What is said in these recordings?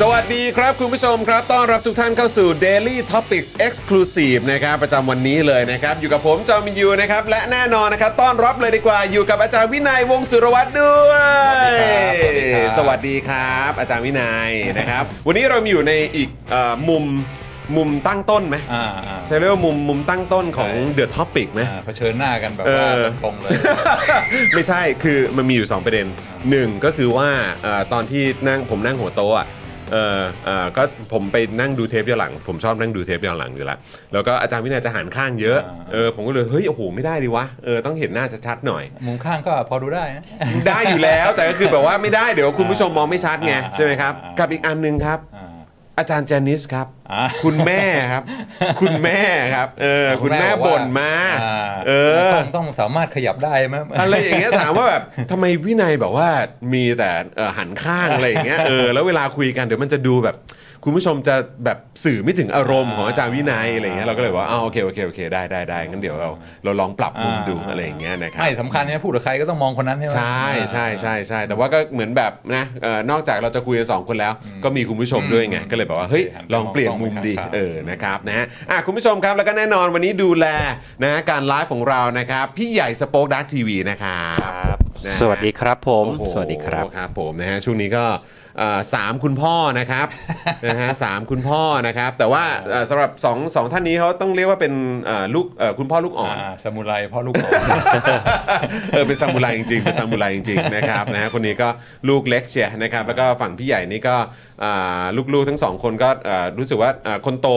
สวัสดีครับคุณผู้ชมครับ ต้อนรับทุกท่านเข้าสู่ Daily Topics Exclusive นะครับประจำวันนี้เลยนะครับ อยู่กับผมจอมินยูนะครับ และแน่นอนนะครับ ต้อนรับเลยดีกว่าอยู่กับอาจารย์วินัยวงศ์สุรวัตรด้วสยวัสดีครับ สวัสดีครับ อาจารย์วินัยนะครับ วันนี้เรามีอยู่ในอีกเอ่อมุมมุมตั้งต้นไหม อ่าๆ ใช้เรียกว่ามุมมุมตั้งต้นของ ใช่ The Topic ไหม อ่าเผชิญหน้ากันแบบ เอ ว่า อ ตรงๆเลย ไม่ใช่ คือมันมีอยู่ 2 ประเด็นหนึ่งก็คือว่าเอ่อตอนที่นั่งผมนั่งหัวโต๊ะอะเออเออก็ผมไปนั่งดูเทปย้อนหลัง ผมชอบนั่งดูเทปย้อนหลังอยู่แล้ว แล้วก็อาจารย์วินัยจะหันข้างเยอะ อ่า เออ ผมก็เลย เฮ้ย โอ้โห ไม่ได้ดิวะ เออ ต้องเห็นหน้าชัดๆหน่อย มุมข้างก็พอดูได้นะ ได้อยู่แล้ว แต่ก็คือแบบว่าไม่ได้ เดี๋ยวคุณผู้ชมมองไม่ชัดไง อ่า ใช่ไหมครับ อ่า กับอีกอันหนึงครับ อ่า อาจารย์เจนิสครับ อ่า คุณแม่ครับ คุณแม่ครับ เออ คุณแม่ อกว่ บ่นมา อ่ เออ ต้องต้องสามารถขยับได้ไหม อะไรอย่างเงี้ยถามว่าแบบทำไมวินัยแบบว่ามีแต่เอ่อหันข้างอะไรอย่างเงี้ยเออแล้วเวลาคุยกันเดี๋ยวมันจะดูแบบ คุณผู้ชมจะแบบสื่อไม่ถึงอารมณ์ของอาจารย์วินัยอะไรอย่างเงี้ยเราก็เลยว่าอ้าวโอเคโอเคโอเคได้ได้ได้งั้นเดี๋ยวเราเราลองปรับมุมดู อ่า อะไรอย่างเงี้ยนะครับ ไม่สำคัญเนี่ยพูดกับใครก็ต้องมองคนนั้นใช่ไหม ใช่ใช่ใช่ใช่แต่ว่าก็เหมือนแบบนะเอ่อนอกจากเราจะคุยกันสองคนแล้ว ก็มีคุณผู้ชมด้วยไงก็เลยแบบว่าเฮ้ยลองเปลี่ยนมุมดีเออนะครับนะฮะอ่ะคุณผู้ชมครับแล้วก็แน่นอนวันนี้ดูแลนะการไลฟ์ของเรานะครับพี่ใหญ่สป็อคดักทีวีนะครับ สวัสดีครับผม โอ้โห สวัสดีครับ ครับผมนะฮะช่วงนี้ก็เอ่อสามคุณพ่อ นะครับ นะฮะสามคุณพ่อนะครับ แต่ว่าเอ่อสำหรับสองสองท่านนี้เขาต้องเรียกว่าเป็นเอ่อลูกเอ่อคุณพ่อลูกอ่อน อ่าสมุไรพ่อลูกอ่อน เออเป็นซามูไรจริงๆเป็นซามูไรจริงๆนะครับนะฮะคนนี้ก็ลูกเล็กเชียร์นะครับแล้วก็ฝั่งพี่ใหญ่นี่ก็อ่าลูกๆทั้งสองคนก็เอ่อรู้สึกว่าเอ่อคนโต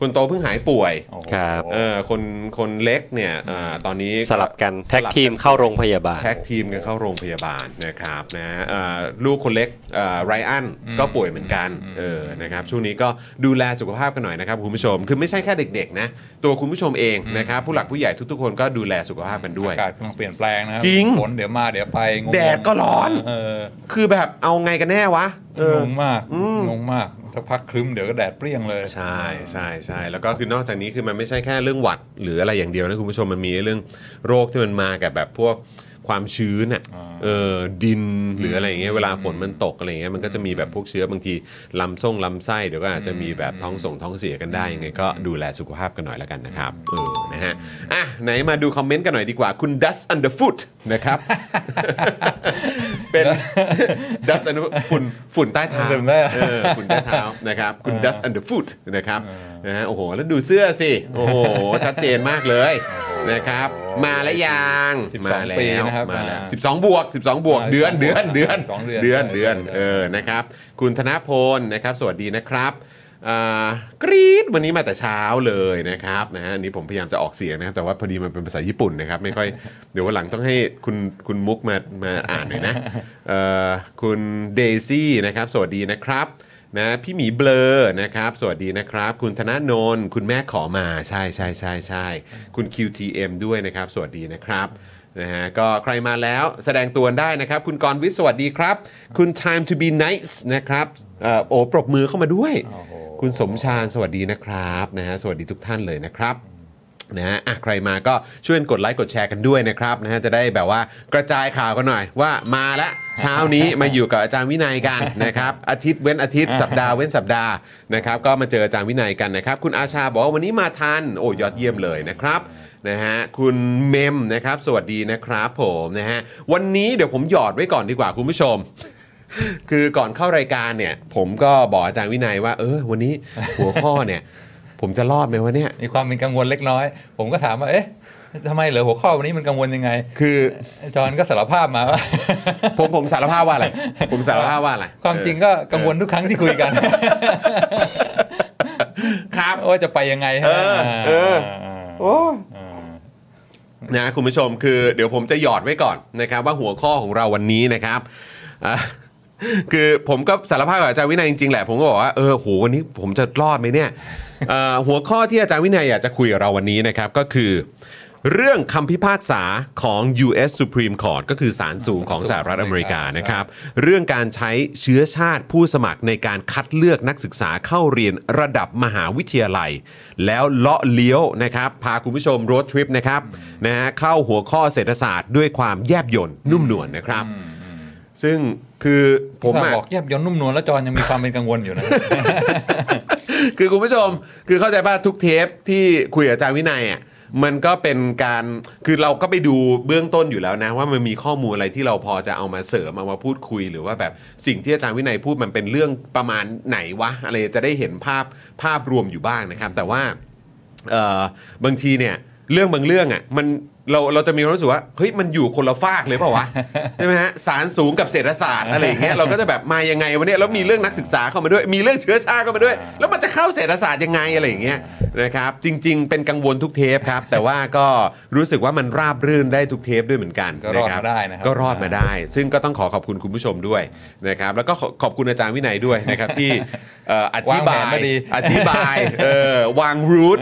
คนโตเพิ่งหายป่วย โอ้โห ครับ เออคนคนเล็กเนี่ยเอ่อตอนนี้ สลับกันแท็กทีมเข้าโรงพยาบาล แท็กทีมกันเข้าโรงพยาบาลนะครับนะเอ่อลูกคนเล็กเอ่อไรอันก็ป่วยเหมือนกันเออนะครับช่วงนี้ก็ดูแลสุขภาพกันหน่อยนะครับคุณผู้ชม คือไม่ใช่แค่เด็กๆนะตัวคุณผู้ชมเองนะครับผู้หลักผู้ใหญ่ทุกๆคนก็ดูแลสุขภาพกันด้วย อากาศกำลังเปลี่ยนแปลงนะคบ จริง ฝนเดี๋ยวมาเดี๋ยวไปงงๆ แดดก็ร้อน เออ คือแบบเอาไงกันแน่วะเออ งงมากงงมากสักพักครึ้มเดี๋ยวก็แดดเปรี้ยงเลย ใช่ใช่ใช่แล้วก็คือนอกจากนี้คือมันไม่ใช่แค่เรื่องหวัด หรืออะไรอย่างเดียวนะคุณผู้ชมมันมีเรื่องโรคที่มันมากับแบบพวกความชื้นอ่ะเออดินหรืออะไรอย่างเงี้ยเวลาฝนมันตกอะไรอย่างเงี้ยมันก็จะมีแบบพวกเชื้อบางทีลำส่งลำไส้เดี๋ยวก็อาจจะมีแบบท้องส่งท้องเสียกันได้ยังไงก็ดูแลสุขภาพกันหน่อยแล้วกันนะครับเออนะฮะอ่ะไหนมาดูคอมเมนต์กันหน่อยดีกว่าคุณ dust underfoot นะครับ เป็น dust underfoot ฝุ่นฝุ่นใต้เท้า ฝุ่นใต้เท้า เออ ฝุ่นใต้เท้านะครับ คุณ dust under foot นะครับนะฮะโอ้โห แล้วดูเสื้อสิ โอ้โห ชัดเจนมากเลยนะครับ มาแล้วยัง 12 มาแล้ว ปีนะครับ มาแล้ว มา 12 บวก 12 บวก มา เดือน 12 เดือนเดือน สองเดือน เดือน ใช่ เดือน ใช่ เออนะครับ คุณธนพลนะครับ สวัสดีนะครับอ่ากรี๊ดวันนี้มาแต่เช้าเลยนะครับนะฮะอันนี้ผมพยายามจะออกเสียงนะครับ แต่ว่าพอดีมันเป็นภาษาญี่ปุ่นนะครับ ไม่ค่อย เดี๋ยววันหลังต้องให้คุณคุณมุกมามาอ่านหน่อยนะเอ่อคุณเดซี่นะครับ สวัสดีนะครับ นะพี่หมีเบลอนะครับ สวัสดีนะครับ คุณธนาโนนคุณแม่ขอมาใช่ใช่ใช่ใช่คุณ QTM ด้วยนะครับ สวัสดีนะครับ นะฮะก็ใครมาแล้วแสดงตัวได้นะครับ คุณกรณ์วิทย์สวัสดีครับ คุณ time to be nice นะครับเอ่อโอ้ปรบมือเข้ามาด้วย โอ้โห คุณสมชาญสวัสดีนะครับนะฮะสวัสดีทุกท่านเลยนะครับ นะฮะอ่ะใครมาก็ช่วยกดไลค์กดแชร์กันด้วยนะครับนะฮะจะได้แบบว่ากระจายข่าวกันหน่อยว่ามาละเช้านี้ มาอยู่กับอาจารย์วินัยกันนะครับ อาทิตย์เว้นอาทิตย์สัปดาห์เว้นสัปดาห์นะครับก็มาเจออาจารย์วินัยกันนะครับ คุณอาชาบอกว่าวันนี้มาทันโอ้ยอดเยี่ยมเลยนะครับนะฮะคุณเมมนะครับสวัสดีนะครับผมนะฮะวันนี้เดี๋ยวผมหยอดไว้ก่อนดีกว่าคุณผู้ชม คือก่อนเข้ารายการเนี่ย ผมก็บอกอาจารย์วินัยว่าเออวันนี้หัวข้อเนี่ย ผมจะรอดไหมวะเนี่ย มีความเป็นกังวลเล็กน้อย ผมก็ถามว่า เอ๊ะทำไมเหรอหัวข้อวันนี้มันกังวลยังไง คือ จอห์นก็สารภาพมาว่า ผมผมสารภาพว่าอะไร ผมสารภาพว่าอะไร ความจริงก็กังวลทุกครั้งที่คุยกัน ครับ ว่าจะไปยังไงฮะ เออเออ โอ้ นะคุณผู้ชมคือเดี๋ยวผมจะหยอดไว้ก่อนนะครับว่าหัวข้อของเราวันนี้นะครับอ่ะ คือผมก็สารภาพกับอาจารย์วินัยจริงๆแหละผมก็บอกว่าเออโหวันนี้ผมจะรอดไหมเนี่ยเอ่อหัวข้อที่อาจารย์วินัยอยากจะคุยกับเราวันนี้นะครับก็คือ เรื่องคำพิพากษาของ U.S. Supreme Court ก็คือศาลสูงของสหรัฐอเมริกานะครับ เรื่องการใช้เชื้อชาติผู้สมัครในการคัดเลือกนักศึกษาเข้าเรียนระดับมหาวิทยาลัย แล้วเลาะเลี้ยวนะครับ พาคุณผู้ชมรถทริปนะครับนะฮะเข้าหัวข้อเศรษฐศาสตร์ด้วยความแยบยนนุ่มนวลนะครับ ซึ่งคือผมอะ บอกแยบยนต์นุ่มนวลแล้วจอห์นยังมีความเป็นกังวลอยู่นะ คือคุณผู้ชมคือเข้าใจป่ะทุกเทปที่คุยกับอาจารย์วินัยอ่ะมันก็เป็นการคือเราก็ไปดูเบื้องต้นอยู่แล้วนะ ว่ามันมีข้อมูลอะไรที่เราพอจะเอามาเสริมเอามาพูดคุย หรือว่าแบบสิ่งที่อาจารย์วินัยพูดมันเป็นเรื่องประมาณไหนวะอะไรจะได้เห็นภาพภาพรวมอยู่บ้างนะครับ แต่ว่า เอ่อบางทีเนี่ยเรื่องบางเรื่องอ่ะมันเราเราจะมีความรู้สึกว่าเฮ้ยมันอยู่คนละฟากเลยเปล่าวะ ใช่ไหมฮะสารสูงกับเศรษฐศาสตร์อะไรอย่างเงี้ย เราก็จะแบบมายังไงวะเนี่ยแล้วมีเรื่องนักศึกษาเข้ามาด้วย มีเรื่องเชื้อชาติเข้ามาด้วย แล้วมันจะเข้าเศรษฐศาสตร์ยังไงอะไรอย่างเงี้ยนะครับจริง ๆ เป็นกังวลทุกเทป ครับ แต่ว่าก็รู้สึกว่ามันราบรื่นได้ทุกเทปด้วยเหมือนกัน ก็รอด นะคบ มาได้นะครับ ก็รอดมาได้ ซึ่งก็ต้องขอขอบคุณคุณผู้ชมด้วยนะครับแล้วก็ขอขอบคุณอาจารย์วินัยด้วยนะครับที่เอ่ออธิบา วยางแผนมาดี อธิ บายเออวางรูท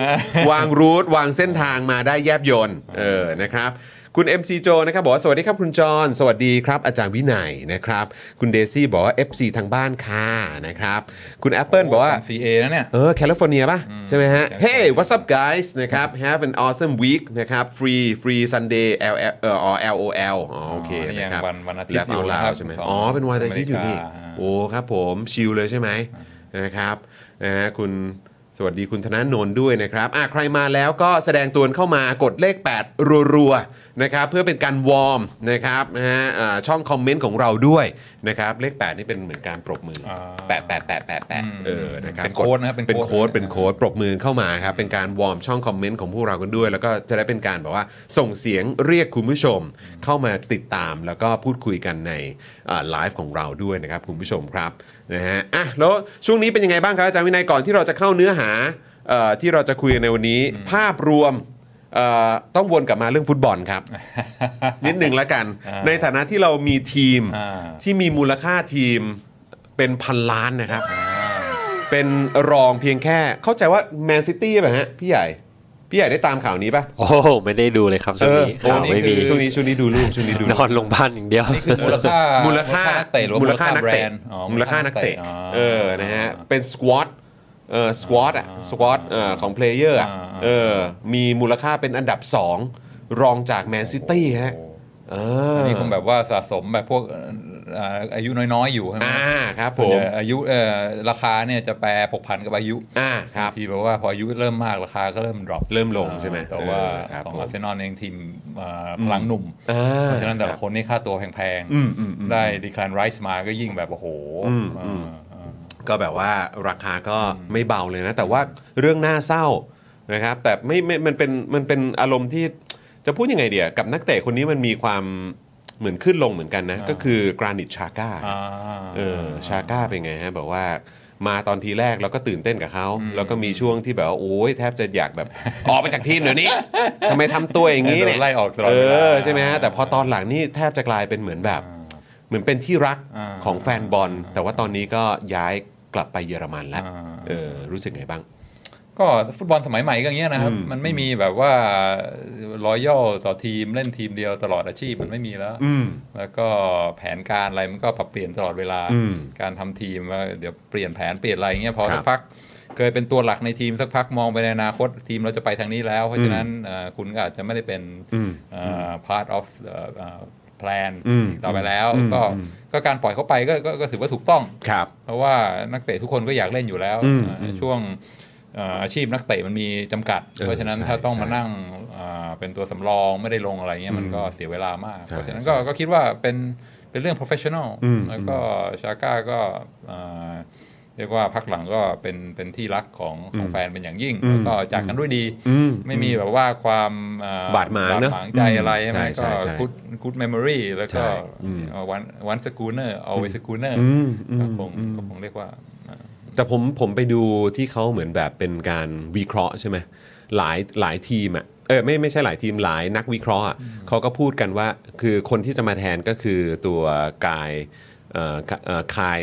วางรูท วางเส้นทางมาได้แยบยนต์เออนะครับ คุณ MC โจนะครับบอกว่าสวัสดีครับคุณจร สวัสดีครับ อาจารย์วินัยนะครับ คุณเดซี่บอกว่า FC ทางบ้านค่ะนะครับ คุณ Apple บอกว่า ทำ CA นะเนี่ย เออแคลิฟอร์เนียป่ะ ใช่ไหมฮะ California Hey what's up guys นะครับ Have an awesome week นะครับ Free Free Sunday L L เอ่ออ๋อ L O L อ๋อโอเค อ๋อนี่ นะ ยัง ครับ วันวันอาทิตย์ แลบ อยู่ เอาลา นะครับ ใช่ไหม ของ อ๋อ เป็นวันอาทิตย์อยู่นี่ อเมริกา โอ้ครับผมชิลเลยใช่ไหมนะครับนะฮะคุณสวัสดีคุณธนาโนนด้วยนะครับอ่ะใครมาแล้วก็แสดงตัวเข้ามากดเลข 8 รัวๆนะครับเพื่อเป็นการวอร์มนะครับนะฮะอ่าช่องคอมเมนต์ของเราด้วยนะครับเลข 8 นี่เป็นเหมือนการปรบมืออา แปะแปะแปะแปะแปะเออนะครับ เป็นโค้ดนะครับเป็น เป็น โค้ โค้ด ด เป็น โค้ดปรบมือเข้ามาครับ เป็นการวอร์มช่องคอมเมนต์ของพวกเรากันด้วย แล้วก็จะได้เป็นการแบบว่าส่งเสียงเรียกคุณผู้ชมเข้ามาติดตามแล้วก็พูดคุยกันในไลฟ์ของเราด้วยนะครับ คุณผู้ชมครับนะฮะอ่ะแล้วช่วงนี้เป็นยังไงบ้างครับ อาจารย์วินัยก่อนที่เราจะเข้าเนื้อหาเอ่อที่เราจะคุยกันในวันนี้ ภาพรวมเอ่อต้องวนกลับมาเรื่องฟุตบอลครับ นิดหนึ่งละ กัน ในฐานะที่เรามีทีม อ่า ที่มีมูลค่าทีมเป็นพันล้านนะครับ เป็นรองเพียงแค่เข้าใจว่าแมนซิตี้ป่ะฮะ พี่ใหญ่ พี่ใหญ่ได้ตามข่าวนี้ป่ะ โอ้โหไม่ได้ดูเลยครับช่วงนี้ โอ้ ข่าว นี่ ไม่ คื มี อช่วงนี้ช่วงนี้ดูลูกช่วงนี้ดู น ลูก อนโรงพยาบาลอย่างเดียว นี่คือมูลค่า มู มู ลค่า นักเตะหรือว่ มูลค่านัก แบร เตะ นด์อ๋อ มูลค่านักเตะ อ๋อ เออนะฮะเป็นสควอตเออสควอตอะสควอตเออของเพลเยอร์อะ อ่า เออมีมูลค่าเป็นอันดับ 2 รองจากแมนซิตี้ฮะเออ นี่คงแบบว่าสะสมแบบพวกเอ่ออายุน้อยๆอยู่ใช่ไหม อ่าครับผ ส่วน ม ใหญ่อายุเอ่อราคาเนี่ยจะแปรผกผันกับอายุ อ่าครับ ทีแบบว่าพออายุเริ่มมากราคาก็เริ่มดรอป เริ่มลงใช่ไหม แต่ว่า เออครับ ของ ผม อาร์เซนอลเองทีมเอ่อพลังหนุ่ม อ่า เพราะฉะนั้นแต่ ค ละ รับ คนนี่ค่าตัวแพง อืมอืมอืม ได้ดีคลานไรส์มาก็ยิ่งแบบโอ้โหเอออ ก็แบบว่าราคาก็ไม่เบาเลยนะ แต่ว่าเรื่องน่าเศร้านะครับ แต่ไม่ไม่มันเป็นมันเป็นอารมณ์ที่จะพูดยังไงเดียกับนักเตะคนนี้มันมีความเหมือนขึ้นลงเหมือนกันนะ อ่า ก็คือกรานิตชาก้า อ่า เออชาก้าเป็นไงฮะแบบว่ามาตอนทีแรกเราก็ตื่นเต้นกับเขา แล้วก็มีช่วงที่แบบว่าโอ้ยแทบจะอยากแบบ ออกไปจากทีมเดี๋ยวนี้ทำไมทำตัวอย่างนี้เนี่ย โดนไล่ออกตลอด เอ เวลา อใช่ไหมฮะแต่พอตอนหลังนี่แทบจะกลายเป็นเหมือนแบบ เหมือนเป็นที่รัก อ่า ของแฟนบอล แต่ว่าตอนนี้ก็ย้ายกลับไปเยอรมันแล้ว อ่า เออรู้สึกไงบ้าง ก็ฟุตบอลสมัยใหม่ก็อย่างเงี้ยนะครับ อืม มันไม่มีแบบว่ารอยย่อต่อทีมเล่นทีมเดียวตลอดอาชีพมันไม่มีแล้ว อืม แล้วก็แผนการอะไรมันก็ปรับเปลี่ยนตลอดเวลา อืม การทำทีมว่าเดี๋ยวเปลี่ยนแผนเปลี่ยนอะไรอย่างเงี้ยพอ ครับ สักพักเคยเป็นตัวหลักในทีมสักพักมองไปในอนาคตทีมเราจะไปทางนี้แล้ว เพราะฉะนั้นเอ่อคุณก็อาจจะไม่ได้เป็น อืม เอ่อ part of เอ่อเอ่อ plan อืม ต่อไปแล้ว อืม ก็ อืม ก็การปล่อยเขาไปก็ก็ก็ถือว่าถูกต้อง ครับ เพราะว่านักเตะทุกคนก็อยากเล่นอยู่แล้ว อืม เอ่ออ ม ช่วงเอ่ออาชีพนักเตะมันมีจำกัด เออ เพราะฉะนั้น ใช่ ถ้าต้องมา ใช่ นั่งเอ่อเป็นตัวสำรองไม่ได้ลงอะไรเงี้ยมัน อืม ก็เสียเวลามาก ใช่ เพราะฉะนั้นก็ ใช่ ก็คิดว่าเป็นเป็นเรื่อง professional อืม แล้วก็ชาก้าก็เอ่อเรียกว่าพักหลังก็เป็นเป็นที่รักของของแฟนเป็นอย่างยิ่ง อืม แล้วก็จากกันด้วยดี อืม ไม่มีแบบว่าความเอ่อบ าดหมางเนอะ หมางใจอะไร อืม ใช่ไหม ใช่ ก็ ใช่ good good memory แล้ว ใช่ ก็ อืม วันวันสกูเนอร์ always สกูเนอร์ อืมอื ก็ ม คง อืม ก็คงเรียกว่าอ่า แต่ผมผมไปดูที่เขาเหมือนแบบเป็นการวิเคราะห์ใช่ไหมหลายหลายทีมอ่ะเออไม่ไม่ใช่หลายทีมหลายนักวิเคราะห์อะเขาก็พูดกันว่าคือคนที่จะมาแทนก็คือตัวกายเอ่อกะเอ่อคาย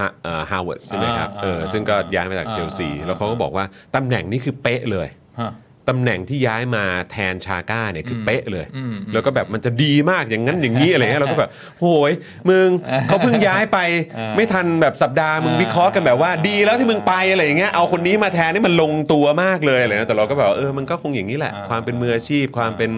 ฮะเอ่อฮาวเวิร์ดใช่ไหมครับ อ่า เออ อ่า ซึ่งก็ย้ายมาจาก อ่า เชลซี อ่า แล้วเขาก็บอกว่าตำแหน่งนี้คือเป๊ะเลย ฮะ ตำแหน่งที่ย้ายมาแทนชาก้าเนี่ยคือเป๊ะเลย อืมอืม แล้วก็แบบมันจะดีมากอย่างนั้นอย่างนี้อะไรเงี้ยเรา ก็แบบโหยมึงเขาเพิ่งย้ายไป ไม่ทันแบบสัปดาห์มึงวิเคราะห์กันแบบว่า ดีแล้วที่มึงไปอะไรอย่างเงี้ยเอาคนนี้มาแทนนี่มันลงตัวมากเลยอะไรเงี้ยแต่เราก็แบบว่าเออมันก็คงอย่างนี้แหละ อ่า ความเป็นมืออาชีพ ความเป็น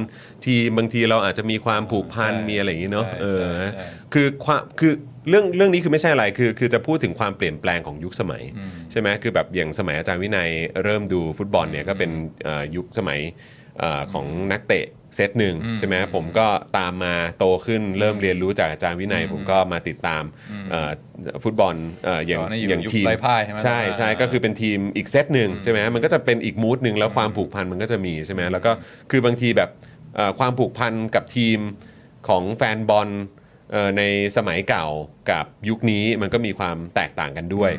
ทีมบางทีเราอาจจะมีความผูกพัน ใช่ มีอะไรอย่างงี้เนาะ ใช่ เออ ใช่ใช่ คือความคือเรื่องเรื่องนี้คือไม่ใช่อะไรคือคือจะพูดถึงความเปลี่ยนแปลงของยุคสมัย อืม ใช่ไหมคือแบบอย่างสมัยอาจารย์วินัยเริ่มดูฟุตบอลเนี่ยก็เป็นเอ่อยุคสมัยเอ่อของนักเตะเซตหนึ่ง อืม ใช่ไหมผมก็ตามมาโตขึ้นเริ่มเรียนรู้จากอาจารย์วินัย ผมก็มาติดตามเอ่อฟุตบอลเอ่ออย่าง ตอนนี้อยู่ อย่าง ยุค ทีม ไร้พ่ายใช่ไหม ใช่ใช่ อ่า ก็คือเป็นทีมอีกเซตหนึ่งใช่ไหมมันก็จะเป็นอีกมูดหนึ่งแล้วความผูกพันมันก็จะมีใช่ไหมแล้วก็คือบางทีแบบเอ่อความผูกพันกับทีมของแฟนบอลเอ่อในสมัยเก่ากับยุคนี้มันก็มีความแตกต่างกันด้วย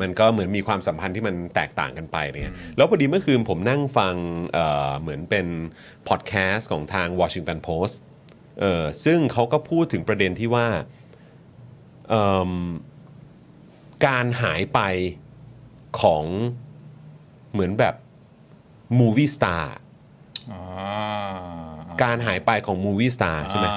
มันก็เหมือนมีความสัมพันธ์ที่มันแตกต่างกันไปอะไรเงี้ยแล้วพอดีเมื่อคืนผมนั่งฟังเอ่อเหมือนเป็นพอดแคสต์ของทาง Washington Post เอ่อซึ่งเขาก็พูดถึงประเด็นที่ว่าเอิ่มการหายไปของเหมือนแบบมูวี่สตาร์ อ่า การหายไปของมูวี่สตาร์ใช่ไหม า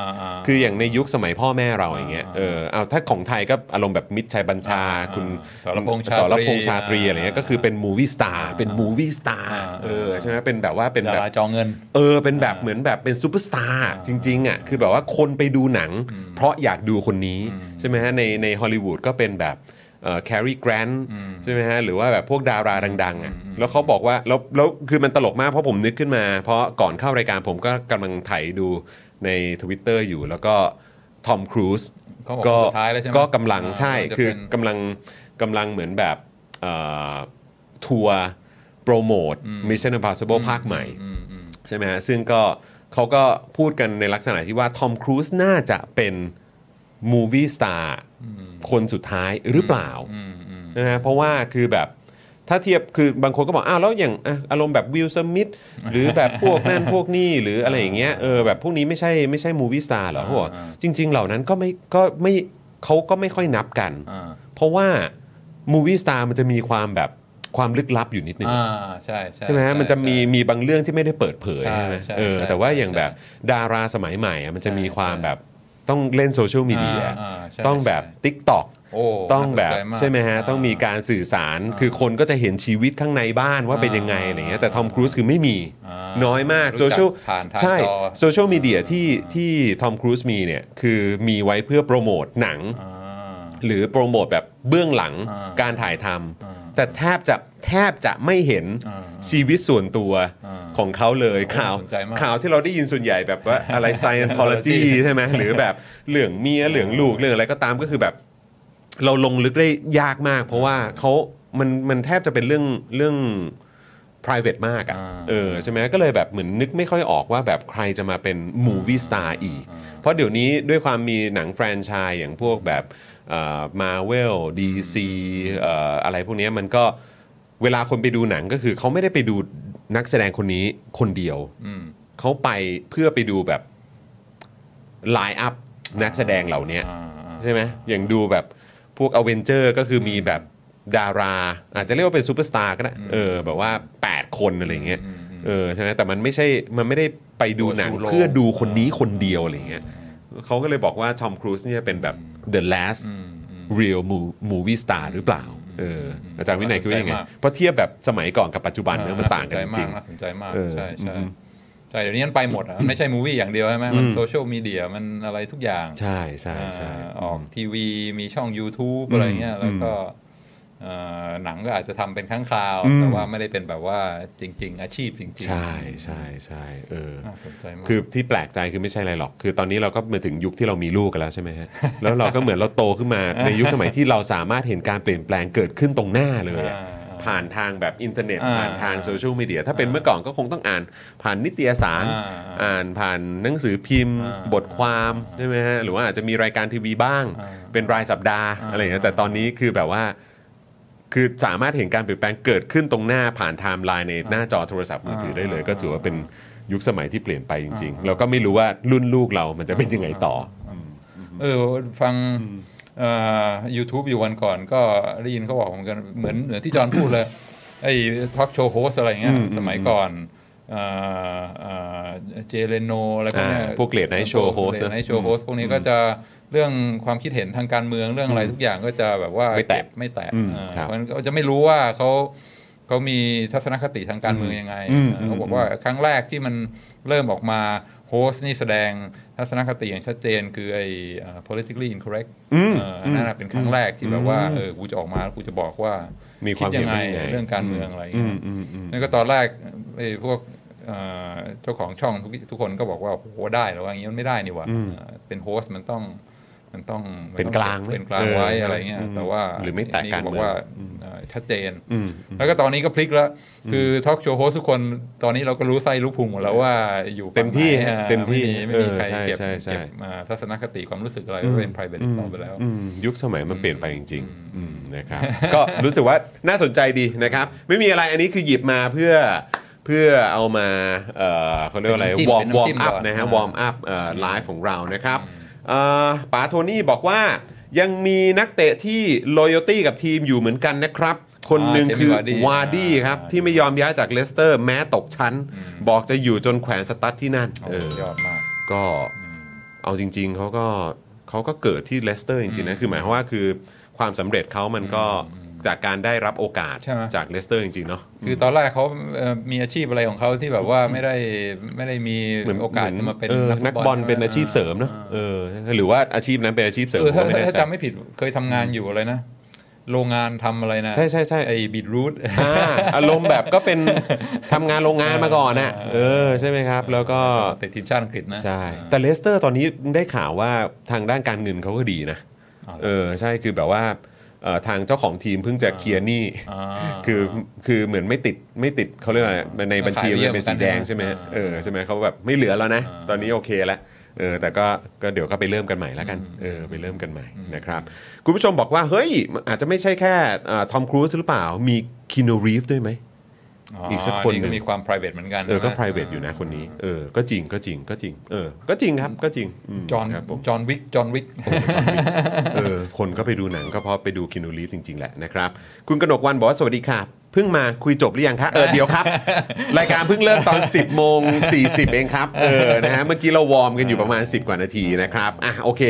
คืออย่างในยุคสมัยพ่อแม่เราอย่างเงี้ย อ่า เออ เอาถ้าของไทยก็อารมณ์แบบมิตรชัยบัญชา อ่า คุณ สรพงษ์ชาตรี สรพงษ์ชาตรี อ่า อะไรเงี้ย ก็คือเป็นมูวี่สตาร์ เป็นมูวี่สตาร์ อ่า เออ ใช่ไหมเป็นแบบว่าเป็น ดา แบบ ราจอเงิน เออ เป็นแบบเหมือนแบบเป็นซูเปอร์สตาร์จริงๆอ่ะ คือแบบว่าคนไปดูหนัง เพราะอยากดูคนนี้ ใช่ไหมฮะ ในในฮอลลีวูดก็เป็นแบบแครีแกรนใช่ไหมฮะ หรือว่าแบบพวกดาราดังๆอ่ะ แล้วเขาบอกว่า แล้วแล้วคือมันตลกมากเพราะผมนึกขึ้นมา เพราะก่อนเข้ารายการผมก็กำลังไถดูใน Twitter อยู่แล้วก็ทอมครูซ เขาบอกคนสุดท้ายแล้วใช่ไหม ก็กำลัง อ่า ใช่ จะ คื เป็ อน กำลังกำลังเหมือนแบบเอ่อทัวร์โปรโมท Mission Impossible ภาคใหม่ อืมอืม ใช่ไหมฮะซึ่งก็เขาก็พูดกันในลักษณะที่ว่าทอมครูซน่าจะเป็นมูวี่สตาร์คนสุดท้ายหรือเปล่านะฮะเพราะว่าคือแบบถ้าเทียบคือบางคนก็บอก อ้าว แล้วอย่างอ่ะอารมณ์แบบวิลสมิธห รือแบบพวกนั่น พวกนี่ หรืออะไรอย่างเงี้ยเออแบบพวกนี้ไม่ใช่ไม่ใช่มูวี่สตาร์เหรอเขาบอก อ่า จริง ๆ เหล่านั้นก็ไม่ก็ไม่เขาก็ไม่ค่อยนับกัน อ่า เพราะว่ามูวี่สตาร์มันจะมีความแบบความลึกลับอยู่นิดนึง อ่าใช่ใช่ ใช่ไหมฮะมันจะมีมีบางเรื่องที่ไม่ได้เปิดเผย ใช่ ใช่ไหม ใช่ เออ ใช่ แต่ว่า ใช่ อย่างแบบ ใช่ ดาราสมัยใหม่อะมันจะมีความ ใช่ แบบต้องเล่นโซเชียลมีเดีย อ่าอ่าใช่ ต้องแบบ ใช่ Tik t o อก โอ้ ต้องแบบ น่าสนจาก ใช่ไหมฮะ า ต้องมีการสื่อสารคือคนก็จะเห็นชีวิตข้างในบ้านว่าเป็นยังไงอะไรเงี้ยแต่ทอมครูซคือไม่มี อ่า น้อยมาก รู้ โซ จัก เชียล ผ่านทาง ใช่ จอ โซเชียลมีเดียที่ที่ทอมครูซมีเนี่ยคือมีไว้เพื่อโปรโมทหนัง อ่า หรือโปรโมทแบบเบื้องหลัง อ่า การถ่ายทำแต่แทบจะแทบจะไม่เห็น อ่า ชีวิตส่วนตัว อ่า ของเขาเลย โอ้ ข่าว น่าสนใจมาก ข่าวที่เราได้ยินส่วนใหญ่แบบ ว่า อะไร Scientology Scientology ใช่ไหมหรือแบบเหลืองเมียเหลืองลูกเรื่องอะไรก็ตามก็คือแบบ เราลงลึกได้ยากมาก เพราะว่าเขามันมันแทบจะเป็นเรื่องเรื่อง private มากอะ่ะ อ่า เออใช่ไหมก็เลยแบบเหมือนนึกไม่ค่อยออกว่าแบบใครจะมาเป็น movie star อีก เพราะเดี๋ยวนี้ด้วยความมีหนังแฟรนไชส์อย่างพวกแบบมาเวลดีซีอะไรพวกเนี้ยมันก็เวลาคนไปดูหนังก็คือเขาไม่ได้ไปดูนักแสดงคนนี้คนเดียว อืม เขาไปเพื่อไปดูแบบไลน์อัพนักแสดงเหล่านี้ใช่ไหมอย่างดูแบบพวกอเวนเจอร์ก็คือมีแบบ ดาราอาจจะเรียกว่าเป็นซูเปอร์สตาร์ก็ได้เออแบบว่า 8 คนอะไรเงี้ยเออใช่ไหมแต่มันไม่ใช่มันไม่ได้ไปดูหนัง ตัวสู่โลก เพื่อดูคนนี้คนเดียวอะไรเงี้ยเขาก็เลยบอกว่าทอมครูซเนี่ยเป็นแบบ the last อืมอืม real mo- movie star หรือเปล่าเอออาจารย์วินัยคิดว่ายังไง น่าสนใจมาก เพราะเทียบแบบสมัยก่อนกับปัจจุบันเนี่ยมันต่างกันจริง น่าสนใจมาก เออ ใช่ใช่ อืม ใช่เดี๋ยวนี้มันไปหมดอ่ะมันไม่ใช่มูวี่อย่างเดียวใช่ไหมมันโซเชียลมีเดียมันอะไรทุกอย่าง ๆใช่ใช่ใช่ อ่าออกทีวีมีช่อง YouTube อะไรเงี้ยแล้วก็เอ่อหนังก็อาจจะทำเป็นครั้งคราว อืม แต่ว่าไม่ได้เป็นแบบว่าจริง ๆ อาชีพจริงๆ ใช่ใช่ใช่เออ น่าสนใจมาก คือที่แปลกใจคือไม่ใช่อะไรหรอก คือตอนนี้เราก็มาถึงยุคที่เรามีลูกกันแล้วใช่ไหมฮะ แล้วเราก็เหมือนเราโตขึ้นมา ในยุคสมัยที่เราสามารถเห็นการเปลี่ยนแปลงเกิดขึ้นตรงหน้าเลยอะ อ่า ผ่านทางแบบอินเทอร์เน็ต อ่า ผ่านทางโซเชียลมีเดีย ถ้าเป็นเมื่อก่อนก็คงต้องอ่านผ่านนิตยสาร อ่า อ่านผ่านหนังสือพิมพ์ อ่า บทความใช่ไหมฮะ หรือว่าอาจจะมีรายการทีวีบ้าง อ่า เป็นรายสัปดาห์ อ่า อะไรอย่างเงี้ย แต่ตอนนี้คือแบบว่า คือสามารถเห็นการเปลี่ยนแปลงเกิดขึ้นตรงหน้าผ่านไทม์ไลน์ในหน้าจอโทรศัพท์มือถือได้เลย ก็ถือว่าเป็นยุคสมัยที่เปลี่ยนไปจริงๆ เราก็ไม่รู้ว่ารุ่นลูกเรามันจะเป็นยังไงต่อ เออฟังยูทูบอยู่วันก่อนก็ได้ยินเขาบอกเหมือนกันเหมือนเหมือนที่จอห์นพูดเลย ไอ้ทอล์กโชว์โฮสอะไรเงี้ยสมัยก่อนเอ่อเอ่อเจเลโนอะไรพวกเนี้ย อ่าพวก late night show host ไนโชว์โฮสพวกนี้ก็จะเรื่องความคิดเห็นทางการเมืองเรื่องอะไรทุกอย่างก็จะแบบว่า ไม่แตะ เก็บไม่แตะ อืม เออ ครับ เพราะฉะนั้นก็จะไม่รู้ว่าเขาเขามีทัศนคติทางการเมืองยังไง อืม เออเขาบอกว่าครั้งแรกที่มันเริ่มออกมาโฮสนี่แสดงทัศนคติอย่างชัดเจนคือไอ้เอ่อ politically incorrect เอออันนั้นนะเป็นครั้งแรกที่แบบว่าเออกูจะออกมาแล้วกูจะบอกว่า มีความเห็นว่ายังไง เรื่องการเมืองอะไรอย่าง อื เงี้ ม ย อืมอืม นั่นก็ตอนแรกไอ้พวกเอ่อเจ้าของช่องทุกทุกคนก็บอกว่าโหได้แล้วว่าอย่างเงี้ยมันไม่ได้นี่หว่าเอ่อเป็นโฮสต์มันต้องมันต้องมั เป็นกลางไหม เป็นกลาง เออ ไว้อะไรเงี้ย อืม แต่ว่า หรือไม่แตะการเมือง บอกว่าเอ่อชัดเจน อืม แล้วก็ตอนนี้ก็พลิกแล้ว คือทอล์กโชว์โฮสต์ทุกคนตอนนี้เราก็รู้ไส้รู้พุงหมดแล้วว่าอยู่ฝั่ง เต็มที่ ไหนอ่ะ เต็มที่ ไไม่มีใคร เออใช่ เก็บ ใช่ใช่ เก็บอ่าทัศนคติความรู้สึกอะไรก็เป็น private ต่อไปแล้ว อืมยุคสมัยมันเปลี่ยนไปจริงๆอืมนะครับ ก็รู้สึกว่าน่าสนใจดีนะครับ ไม่มีอะไรอันนี้คือหยิบมาเพื่อเพื่อเอามาเอ่อเขาเรียกว่าอะไร เป็นน้ำจิ้ม วอร์มวอร์เป็นน้ำจิ้ ม ม อัพ ก่อน นะฮะ อ่าว อร์มอัพไลฟ์ของเรานะครับเอ่อป๋าโทนี่บอกว่ายังมีนักเตะที่ loyalty กับทีมอยู่เหมือนกันนะครับ คนหนึ่ง อ่าเจมี่ คือ วาร์ดี้ วาร์ดี้ครับ อ่า ที่ไม่ยอมย้ายจากเลสเตอร์แม้ตกชั้น บอกจะอยู่จนแขวนสตั๊ดที่นั่น โอ้ เออ ยอดมาก ก็เอาจริง ๆเขาก็เขาก็เกิดที่เลสเตอร์จริงๆนะคือหมายความว่าคือความสำเร็จเขามันก็จากการได้รับโอกาส ใช่ไหม จากเลสเตอร์จริงๆเนาะ คือตอนแรกเขาเอ่อมีอาชีพอะไรของเขาที่แบบว่าไม่ได้ไม่ได้มี เหมือน โอกาสจะมาเป็น ออนักบอลเป็นอาชีพเสริมเนาะเออหรือว่าอาชีพนั้นเป็นอาชีพเสริม เออ ผมก็ถ้าไม่แน่ ถ้า ใจ จำไม่ผิดเคยทำงานอยู่อะไรนะ โรงงานทำอะไรนะ ใช่ใช่ใช่ ไอ้บีทรูท อ่าอารมณ์แบบก็ เป็นทำงานโรงงานมาก่อนน่ะเออใช่ไหมครับ แล้วก็ แต่ทีมชาติอังกฤษนะ ใช่แต่เลสเตอร์ตอนนี้ได้ข่าวว่าทางด้านการเงินเขาก็ดีนะเออใช่คือแบบว่าเอ่อทางเจ้าของทีมเพิ่งจะเคลียร์หนี้ อ่า คือคือเหมือนไม่ติดไม่ติดเขาเรียกว่าอะไรในบัญชี ขาย มันเป็นสีแดง เบี้ย ใช่ไหมฮะ ประกัน เออใช่ไหมเขาแบบไม่เหลือแล้วนะ อ่า ตอนนี้โอเคแล้วเออแต่ก็ก็เดี๋ยวก็ไปเริ่มกันใหม่แล้วกันเออไปเริ่มกันใหม่นะครับคุณผู้ชมบอกว่า เฮ้ย อาจจะไม่ใช่แค่ทอมครูซหรือเปล่ามีคิโนรีฟด้วยไหม อีกสักคนหนึ่ง ก็มีความ private เหมือนกัน เออก็ ใช่ไหม private อยู่นะคนนี้เออก็จริงก็จริงก็จริงเออก็จริงครับก็จริงม จอห์น ครับผม จอห์นวิกจอห์นวิก เออคนก็ไปดูหนังก็เพราะไปดูคินูรีฟจริง ๆ แหละนะครับ คุณกนกวันบอกว่า สวัสดีค่ะ เพิ่งมาคุยจบหรือยังคะเออเดี๋ยวครับ รายการเพิ่งเริ่มตอน 10 โมง 40 เองครับ เออนะฮะเมื่อกี้เราวอร์มกันอยู่ประมาณ 10 กว่านาทีนะครับอ่ะโอเค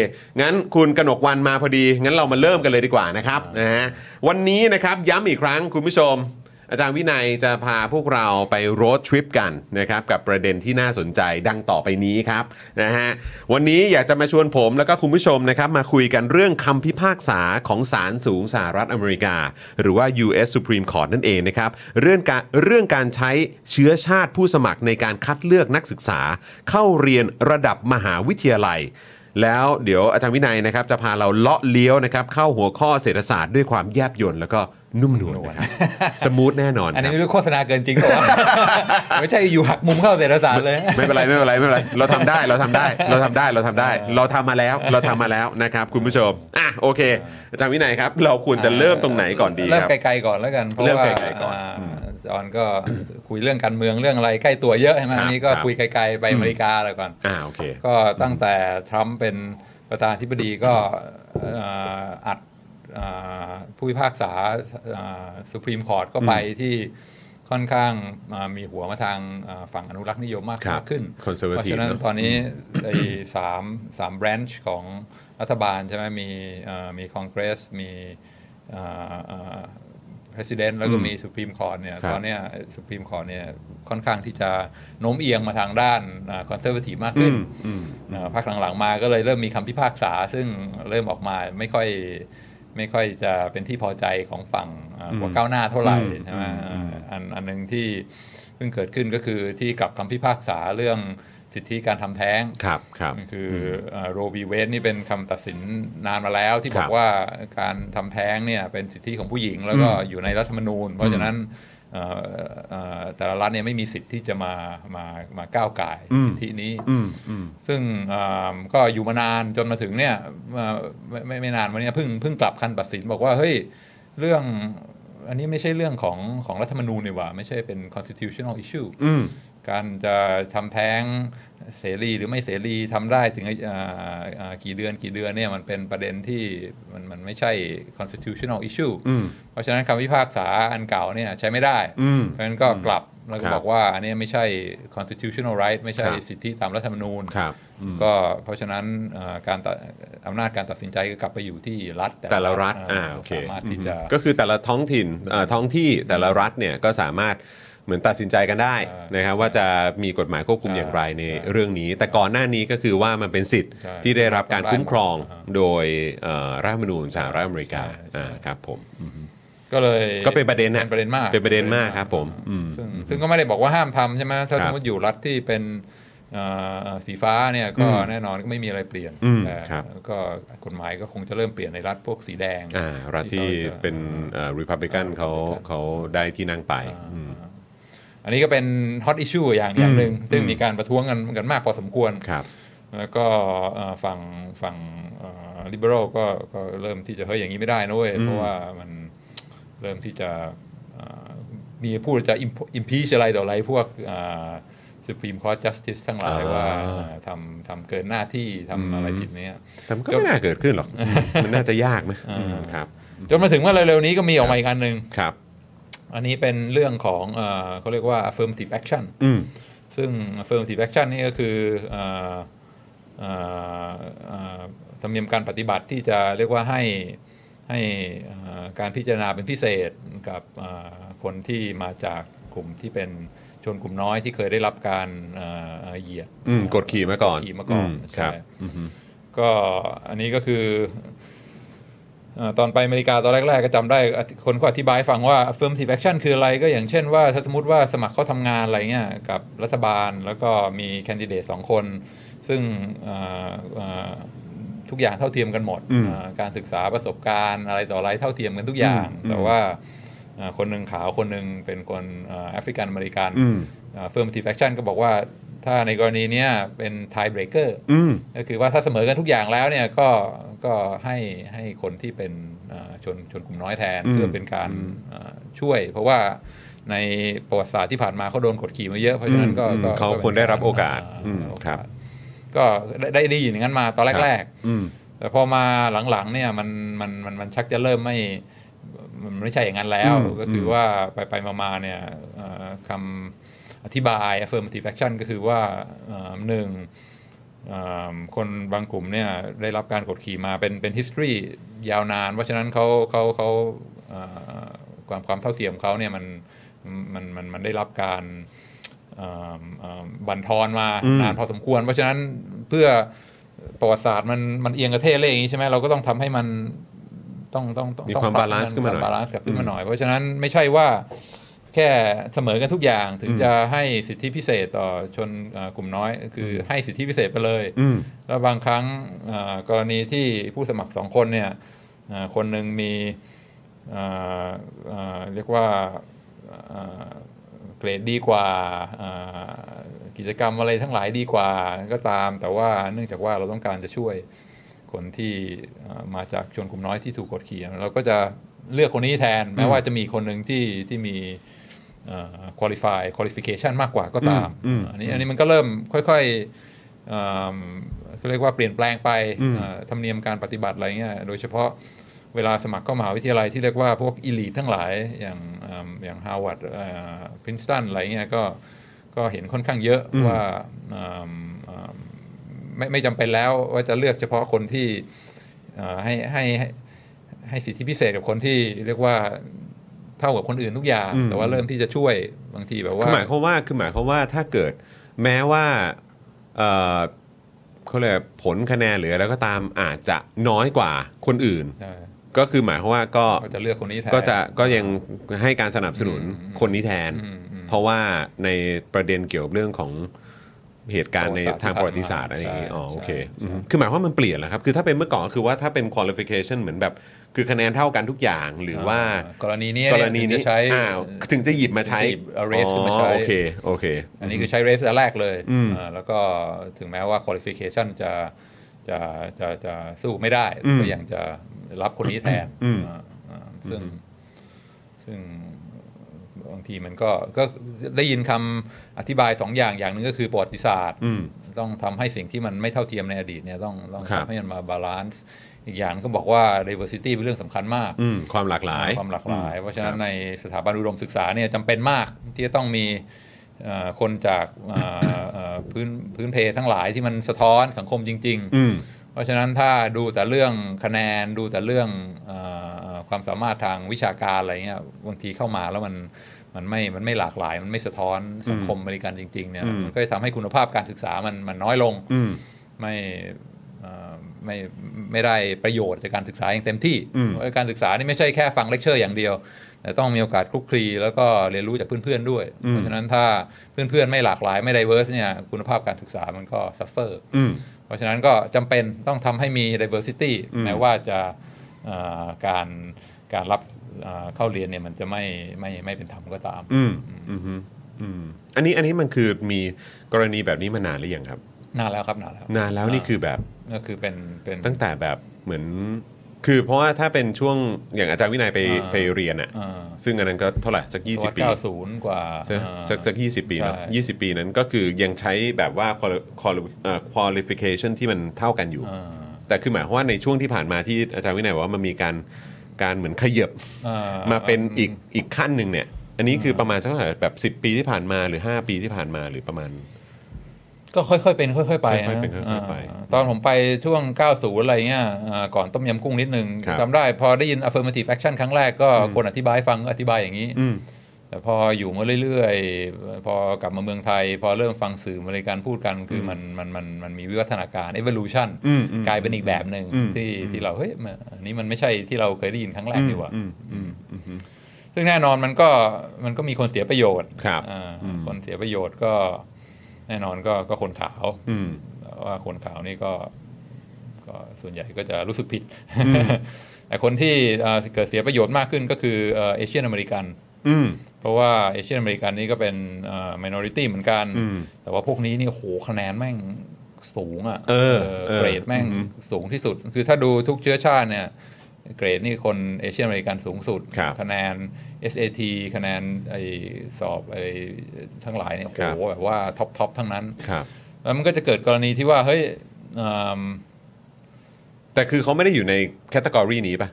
งั้นคุณกนกวันมาพอดี งั้นเรามาเริ่มกันเลยดีกว่านะครับนะฮะวันนี้นะครับย้ำอีกครั้งคุณผู้ชม อาจารย์วินัยจะพาพวกเราไปโรดทริปกันนะครับกับประเด็นที่น่าสนใจดังต่อไปนี้ครับนะฮะวันนี้อยากจะมาชวนผมแล้วก็คุณผู้ชมนะครับมาคุยกันเรื่องคำพิพากษาของศาลสูงสหรัฐอเมริกา หรือว่า U.S. Supreme Court นั่นเองนะครับเรื่องการเรื่องการใช้เชื้อชาติผู้สมัครในการคัดเลือกนักศึกษา เข้าเรียนระดับมหาวิทยาลัย แล้วเดี๋ยวอาจารย์วินัยนะครับจะพาเราเลาะเลี้ยวนะครับเข้าหัวข้อเศรษฐศาสตร์ด้วยความแยบยลแล้วก็นุ่มนวลนะครับ สมูทแน่นอน อัน ครับนี้ไม่รู้โฆษณาเกินจริงเปล่าวะ ไม่ใช่อยู่หักมุมเข้าเศรษฐศาสตร์เลย ไม่เป็นไรไม่เป็นไรไม่ เป็นไรเราทำได้เราทำได้เราทำได้เราทำได้ เราทำมาแล้วเราทำมาแล้วนะครับคุณผู้ชมอ่ะโอเค อาจารย์วินัยครับ เราควรจะเริ่มตรงไหนก่อนดี เริ่ม ครับ ไกลๆก่อนแล้วกันเพราะ เริ่ม ว่า ไกลๆก่อน อ่าจอห์นก็ คุยเรื่องการเมืองเรื่องอะไรใกล้ตัวเยอะใช่ไหม ครับ อันนี้ก็ ครับ คุยไกลๆไปอเมริกาแล้วก่อน อ่าโอเค ก็ตั้งแต่ทรัมป์เป็นประธานาธิบดีก็เอ่ออัดเอ่อผู้ ผู้พิพากษาสุพรีมคอร์ t ก็ไปที่ค่อนข้างอ่ามีหัวมาทางอ่าฝั่งอนุรักษ์นิยมมาก ครับ มากขึ้น conservative เพราะฉะนั้น เนอะ ตอนนี้ไอ้สามสามแบรนช์ของรัฐบาลใช่ไหมมีอ่ามีคอนเกรสมีอ่าอ่า president แล้วก็มีสุพรีมคอร์ t เนี่คยรับ ตอนเนี้ยสุพรีมคอร์ t เนี่ยค่อนข้างที่จะโน้มเอียงมาทางด้านคอนเซอร์วทีฟมากขึ้น เอ่อพักหลังๆมาก็เลยเริ่มมีคำพิพากษา ซึ่งเริ่มออกมาไม่ค่อยไม่ค่อยจะเป็นที่พอใจของฝั่งเอ่อหัวก้าวหน้าเท่าไหร่ใช่ไหมเอ่ออันอันหนึ่งที่เพิ่งเกิดขึ้นก็คือที่กลับคำพิพากษาเรื่องสิทธิการทำแท้ง ครับครับ คือโรบีเวสนี่เป็นคำตัดสินนานมาแล้วที่บคอรั ก บ ว่าการทำแท้งเนี่ยเป็นสิทธิของผู้หญิงแล้วก็อยู่ในรัฐธรรมนูญ เพราะฉะนั้นเอ่อเอ่อแต่ละรัฐเนี่ยไม่มีสิทธิ์ที่จะมามามาก้าวไก่ายสิทธินี้ซึ่งเอ่อก็อยู่มานานจนมาถึงเนี่ยเอ่อไมไม่ไม่นานวันเนี้ยเพิ่งเพิ่งกลับคันตัดสินบอกว่าเฮ้ยเรื่องอันนี้ไม่ใช่เรื่องของของรัฐธรรมนูญนี่หว่าไม่ใช่เป็น constitutional issue การจะทำแท้งเสรีหรือไม่เสรีทำได้ถึงเอ่อเอ่อกี่เดือนกี่เดือนเนี่ยมันเป็นประเด็นที่มันมันไม่ใช่ constitutional issue เพราะฉะนั้นคำพิพากษาอันเก่าเนี่ยใช้ไม่ได้ เพราะฉะนั้นก็กลับแล้วคก็รับ บอกว่าอันเนี้ยไม่ใช่ constitutional right ไม่ใช่ ครับ สิทธิตามรัฐธรรมนูญ ครับ ก็เพราะฉะนั้นเอ่อการตัดอำนาจการตัดสินใจก็กลับไปอยู่ที่รัฐ แต่ละรัฐอ่า เ โอเค สามารถที่จะ ก็คือแต่ละท้องถิ่นเอ่อท้องที่แต่ละรัฐเนี่ยก็สามารถเหมือนตัดสินใจกันได้ ใช่ นะครับว่าจะมีกฎหมายควบคุม ใช่ อย่างไรใน ใช่ เรื่องนี้ แต่ก่อนหน้านี้ก็คือว่ามันเป็นสิทธิ์ ใช่ ที่ได้รับการคุ้มครอง อ่า โดยเอ่อรัฐธรรมนูญสหรัฐอเมริกา ใช่ใช่ อ่าครับผม ก็เลย ก็เป็นประเด็นน่ะ เป็นประเด็นมาก เป็นประเด็นมากครับผมอืม ซึ่งซึ่งก็ไม่ได้บอกว่าห้ามทำใช่ไหมถ้า ครั ส บ มมติอยู่รัฐที่เป็นเอ่อสีฟ้าเนี่ยก็แน่นอนก็ไม่มีอะไรเปลี่ยน อืม แต่ ครับ ก็กฎหมายก็คงจะเริ่มเปลี่ยนในรัฐพวกสีแดง อ่ารัฐที่เป็นริพับลิกันเขา Republican เขาได้ที่นั่งไปอืม อันนี้ก็เป็นฮอตอิชชูอย่างอย่างหนึ่งซึ่งมีการประท้วงกันกันมากพอสมควร ครับ แล้วก็เอ่อฝั่งฝั่งลิเบอรัลก็ก็เริ่มที่จะเฮ้ยอย่างนี้ไม่ได้นะเว้ยเพราะว่ามันเริ่มที่จะเอ่อมีพูดจะ imp- impeach อะไรต่ออะไรพวกสุพรีมคอร์ t จัสติสทั้งหลาย อ่า ว่าทำทำเกินหน้าที่ทำอะไรผิดเนี้ย แต่มันก็ไม่น่าเกิดขึ้นหร อกอืมมันน่าจะยากไหมอืมครับ จนมาถึงเมื่อเร็วๆนี้ก็มีออกมาอีกอันหนึ่ง ครับ อันนี้เป็นเรื่องของเอ่อเขาเรียกว่า affirmative action อืม ซึ่ง affirmative action นี่ก็คือเอ่อเอ่อเอ่อธรรมเนียมการปฏิบัติที่จะเรียกว่าให้ให้เอ่อการพิจารณาเป็นพิเศษกับเอ่อคนที่มาจากกลุ่มที่เป็นชนกลุ่มน้อยที่เคยได้รับการเอ่อเอ่อเหยียด อืมกดขี่มาก่อน ขี่มาก่อน มครับ ใช่ก็อันนี้ก็คือเอ่อตอนไปอเมริกาตอนแรก ๆ ก็จำได้อธิคนก็อธิบายให้ฟังว่า affirmative action คืออะไรก็อย่างเช่นว่า ถ้าสมมติว่าสมัครเข้าทำงานอะไรเงี้ยกับรัฐบาลแล้วก็มีแคนดิเดตสองคน ซึ่งเอ่อเอ่อทุกอย่างเท่าเทียมกันหมดเอ่อการศึกษาประสบการณ์อะไรต่ออะไรเท่าเทียมกันทุกอย่าง แต่ว่าเอ่อคนหนึ่งขาวคนหนึ่งเป็นคนแอฟริกันอเมริกัน เฟิร์มทีแฟคชั่นก็บอกว่าถ้าในกรณีเนี้ยเป็นไทเบรกเกอร์ก็คือว่าถ้าเสมอกันทุกอย่างแล้วเนี่ยก็ก็ให้ให้คนที่เป็นเอ่อชนชนกลุ่มน้อยแทน เพื่อเป็นการเอ่อช่วย เพราะว่าในประวัติศาสตร์ที่ผ่านมาเขาโดนกดขี่มาเยอะ เพราะฉะนั้นก็ อืม ก็ เขา ก็ป็น ควรได้รับโอกาส เอ่อ ม โอกาส ครับ ก็ได้ได้ได้ยินอย่างนั้นมาตอน ครับ แรกๆแต่พอมาหลังๆเนี่ยมันมันมันมันชักจะเริ่มไม่มันไม่ใช่อย่างนั้นแล้ว ก็คือว่าไปไปๆมาๆเนี่ยเอ่อคำอธิบาย affirmative action ก็คือว่าเอ่อหนึ่งเอ่อคนบางกลุ่มเนี่ยได้รับการกดขี่มาเป็นเป็น history ยาวนาน เพราะฉะนั้นเขาเขาเขาเอ่อความความเท่าเทียมเขาเนี่ยมันมันมันมันได้รับการ เอิ่มเอิ่มบั่นทอนมานานพอสมควร เพราะฉะนั้นเพื่อประวัติศาสตร์มันมันเอียงกระเทเล่อย่างนี้ใช่ไหมเราก็ต้องทำให้มันต้องต้องต้อง มี ต้อง ความ ปรับ balance ขึ้นมาหน่อย บาลานซ์กลับขึ้นมาหน่อย เพราะฉะนั้นไม่ใช่ว่าแค่เสมอกันทุกอย่างถึงจะให้สิทธิพิเศษต่อชนเอ่อกลุ่มน้อย คือให้สิทธิพิเศษไปเลย แล้วบางครั้งเอ่อกรณีที่ผู้สมัครสองคนเนี่ยเอ่อคนหนึ่งมีเอ่อเอ่อเรียกว่าเอ่อเกรดดีกว่าเอ่อกิจกรรมอะไรทั้งหลายดีกว่าก็ตาม แต่ว่าเนื่องจากว่าเราต้องการจะช่วยคนที่เอ่อมาจากชนกลุ่มน้อยที่ถูกกดขี่เราก็จะเลือกคนนี้แทน แม้ว่าจะมีอีกคนหนึ่งที่ที่มี คุณลิฟายคุณลิฟิเคชันมากกว่าก็ตามอันนี้อันนี้มันก็เริ่มค่อยๆเอิ่มเขาเรียกว่าเปลี่ยนแปลงไปเอ่อธรรมเนียมการปฏิบัติอะไรเงี้ยโดยเฉพาะ เวลาสมัครเข้ามหาวิทยาลัยที่เรียกว่าพวกอ l ลีททั้งหลายอย่างเอิ่มอย่างฮาวาดพินสตันอะไรเงี้ยก็ก็เห็นค่อนข้างเยอะว่าเอิ่มเอิ่มไม่ไม่จำเป็นแล้วว่าจะเลือกเฉพาะคนที่เอ่อให้ให้ให้ให้สิทธิพิเศษกับคนที่เรียกว่าเท่ากับคนอื่นทุกอย่าง อืม แต่ว่าเริ่มที่จะช่วยบางทีแบบ คือ ว่า หมายความว่าคือหมายความว่าถ้าเกิดแม้ว่าเอ่อเขาเรียกผลคะแนนหรืออะไรก็ตามอาจจะน้อยกว่าคนอื่น ใช่ ก็คือหมายความว่าก็ ก็จะเลือกคนนี้แทน ก็จะก็ยังให้การสนับสนุน อืมอืม คนนี้แทน อืมอืม เพราะว่าในประเด็นเกี่ยวกับเรื่องของเหตุการณ์ในทางป ประ ระวัวัติ ติศา ศา ส ส ต ตร์ ร์อะไรอย่างนี้ ใช่ อ๋อโอเค ใช่ อืมคือหมายความว่ามันเปลี่ยนแล้วครับคือถ้าเป็นเมื่อก่อนก็คือว่าถ้าเป็น qualification เหมือนแบบคือคะแนนเท่ากันทุกอย่างหรือว่า กรณีนี้ กรณีนี้ จะใช้ อ่าถึงจะหยิบมาใช้ หยิบเอา race ขึ้นมาใช้ อ๋อโอเคโอเค อันนี้คือใช้เรสแรกเลย อืม อ่าแล้วก็ถึงแม้ว่า qualification จะจะจะจะสู้ไม่ได้ อืม ก็ยังจะรับคนนี้แทน อืม อ่าอ่าซึ่งซึ่งบางทีมันก็ก็ได้ยินคำอธิบายสองอย่างอย่างหนึงก็คือประวัติศาสตร์ อืม ต้องทำให้สิ่งที่มันไม่เท่าเทียมในอดีตเนี่ยต้องต้อง ครับ ทำให้มันมาบาลานซ์อีกอย่างก็บอกว่า diversity เป็นเรื่องสำคัญมาก อืมความหลากหลาย ความหลากหลาย เพราะฉะนั้คนรับ ในสถาบันอุดมศึกษาเนี่ยจำเป็นมากที่จะต้องมีเอ่อคนจากเอ่อเอ่อพื้นพื้นเพทั้งหลายที่มันสะท้อนสังคมจริง อืม ๆ เพราะฉะนั้นถ้าดูแต่เรื่องคะแนนดูแต่เรื่องเอ่อความสามารถทางวิชาการอะไรเงี้ยบางทีเข้ามาแล้วมันมันไม่มันไม่หลากหลาย มันไม่สะท้อนสังคมบริการจริงๆเนี่ย อืม มันก็จะทำให้คุณภาพการศึกษามันมันน้อยลง อืม ไม่เอ่อไม่ไม่ได้ประโยชน์จากการศึกษาอย่างเต็มที่ อืม เพราะการศึกษานี่ไม่ใช่แค่ฟังเลคเชอร์อย่างเดียว แต่ต้องมีโอกาสคลุกคลีแล้วก็เรียนรู้จากเพื่อนๆด้วย เพราะฉะนั้นถ้าเพื่อนๆไม่หลากหลายไม่ไดเวอร์สเนี่ยคุณภาพการศึกษามันก็ซัฟเฟอร์ อืม เพราะฉะนั้นก็จำเป็นต้องทำให้มี diversity อืม แม้ว่าจะเอ่อการการรับเอ่อเข้าเรียนเนี่ยมันจะไม่ไม่ไม่เป็นธรรมก็ตาม อืมอืมอืมอืมอันนี้อันนี้มันคือมีกรณีแบบนี้มานานหรือยังครับ นานแล้วครับนานแล้ว นานแล้วนี่คือแบบ ก็คือเป็นเป็น ตั้งแต่แบบเหมือน คือเพราะว่าถ้าเป็นช่วงอย่างอาจารย์วินัยไป อ่า ไปเรียนอ่ะ เอ่อ ซึ่งอันนั้นก็เท่าไหร่สัก 20 ปี เก้าศูนย์กว่า สัก เอ่อ สักสักยี่สิบปีเนอะ ใช่ ยี่สิบปีนั้นก็คือยังใช้แบบว่า quali- quali- เอ่อ qualification ที่มันเท่ากันอยู่ เอ่อ แต่คือหมายความว่าในช่วงที่ผ่านมาที่อาจารย์วินัยบอกว่ามันมีการการเหมือนขยับ เอ่อ มาเป็นอีกอีกขั้นหนึ่งเนี่ย อันนี้คือประมาณสักเท่าไหร่แบบ 10 ปีที่ผ่านมาหรือ 5 ปีที่ผ่านมาหรือประมาณ ก็ค่อยๆเป็นค่อยๆไป ค่อยๆ นะ เป็นค่อยๆไป าตอนผมไปช่วง 90 อะไรเงี้ยอ่าก่อนต้มยำกุ้งนิดนึง ครับ จำได้พอได้ยิน affirmative action ครั้งแรกก็คนอธิบายให้ฟังก็อธิบายอย่างนี้ อืม แต่พออยู่มาเรื่อยๆ พอกลับมาเมืองไทย พอเริ่มฟังสื่ออเมริกันพูดกันคือมันมันมันมันมีวิวัฒนาการ evolution อืมอืม กลายเป็นอีกแบบหนึ่ง อืม ที่ที่เราเฮ้ยมันอันนี้มันไม่ใช่ที่เราเคยได้ยินครั้งแรกดีกว่า อืมอืมอืม ซึ่งแน่นอนมันก็มันก็มีคนเสียประโยชน์ ครับ อ่า อืม คนเสียประโยชน์ก็แน่นอนก็ก็คนขาว อืม ว่าคนขาวนี่ก็ก็ส่วนใหญ่ก็จะรู้สึกผิด แต่คนที่เอ่อเกิดเสียประโยชน์มากขึ้นก็คือเอ่อเอเชียนอเมริกัน อืม เพราะว่าเอเชียนอเมริกันนี่ก็เป็นมินอริตี้เหมือนกัน อืม แต่ว่าพวกนี้นี่โหคะแนนแม่งสูงอะ่ะ เออ อ เออ เกรดแม่ง อือหื สูงที่สุด คือถ้าดูทุกเชื้อชาติเนี่ยเกรดนี่คนเอเชียนอเมริกันสูงสุด ครับ คะแนน SAT คะแนนไอสอบไอทั้งหลายเนี่ยโห ครับ แบบว่าท็อปทอปทั้งนั้น ครับ แล้วมันก็จะเกิดกรณีที่ว่าเฮ้ยเอิ่ม แต่คือเขาไม่ได้อยู่ในแคตตากรีนี้ป่ะ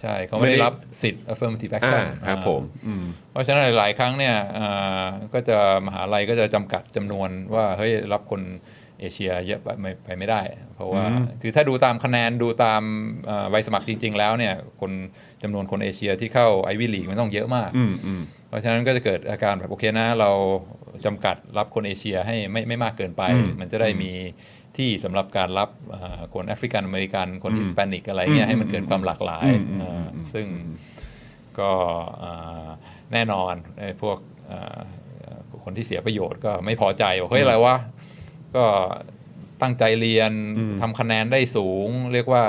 ใช่เขาไม่ ไม่ ได้ ได้ รับสิทธิ์ affirmative อ่า action ครับ อ่า ผม อืม เพราะฉะนั้นหลาย ๆ ครั้งเนี่ยเอ่อก็จะมหาลัยก็จะจำกัดจำนวนว่าเฮ้ยรับคนเอเชียเยอะไปไม่ไปไม่ได้ เพราะว่า อืม คือถ้าดูตามคะแนนดูตามเอ่อใบสมัครจริง ๆ แล้วเนี่ยคนจำนวนคนเอเชียที่เข้าไอวิลีมันต้องเยอะมาก อืมอืม เพราะฉะนั้นก็จะเกิดอาการแบบโอเคนะ เราจำกัดรับคนเอเชียให้ไม่ไม่มากเกินไป อืม มันจะได้มีที่สำหรับการรับเอ่อคนแอฟริกันอเมริกัน คน อืม ฮิสแปนิกอะไรเงี้ อืมยให้มันเกิดความหลากหลาย อืม เอ่ออ ม ซึ่งก็เอ่อแน่นอนไอ้พวกเอ่อเอ่อคนที่เสียประโยชน์ก็ไม่พอใจบอกเฮ้ยอะไรวะ ก็ตั้งใจเรียนทำคะแนนได้สูง เรียกว่า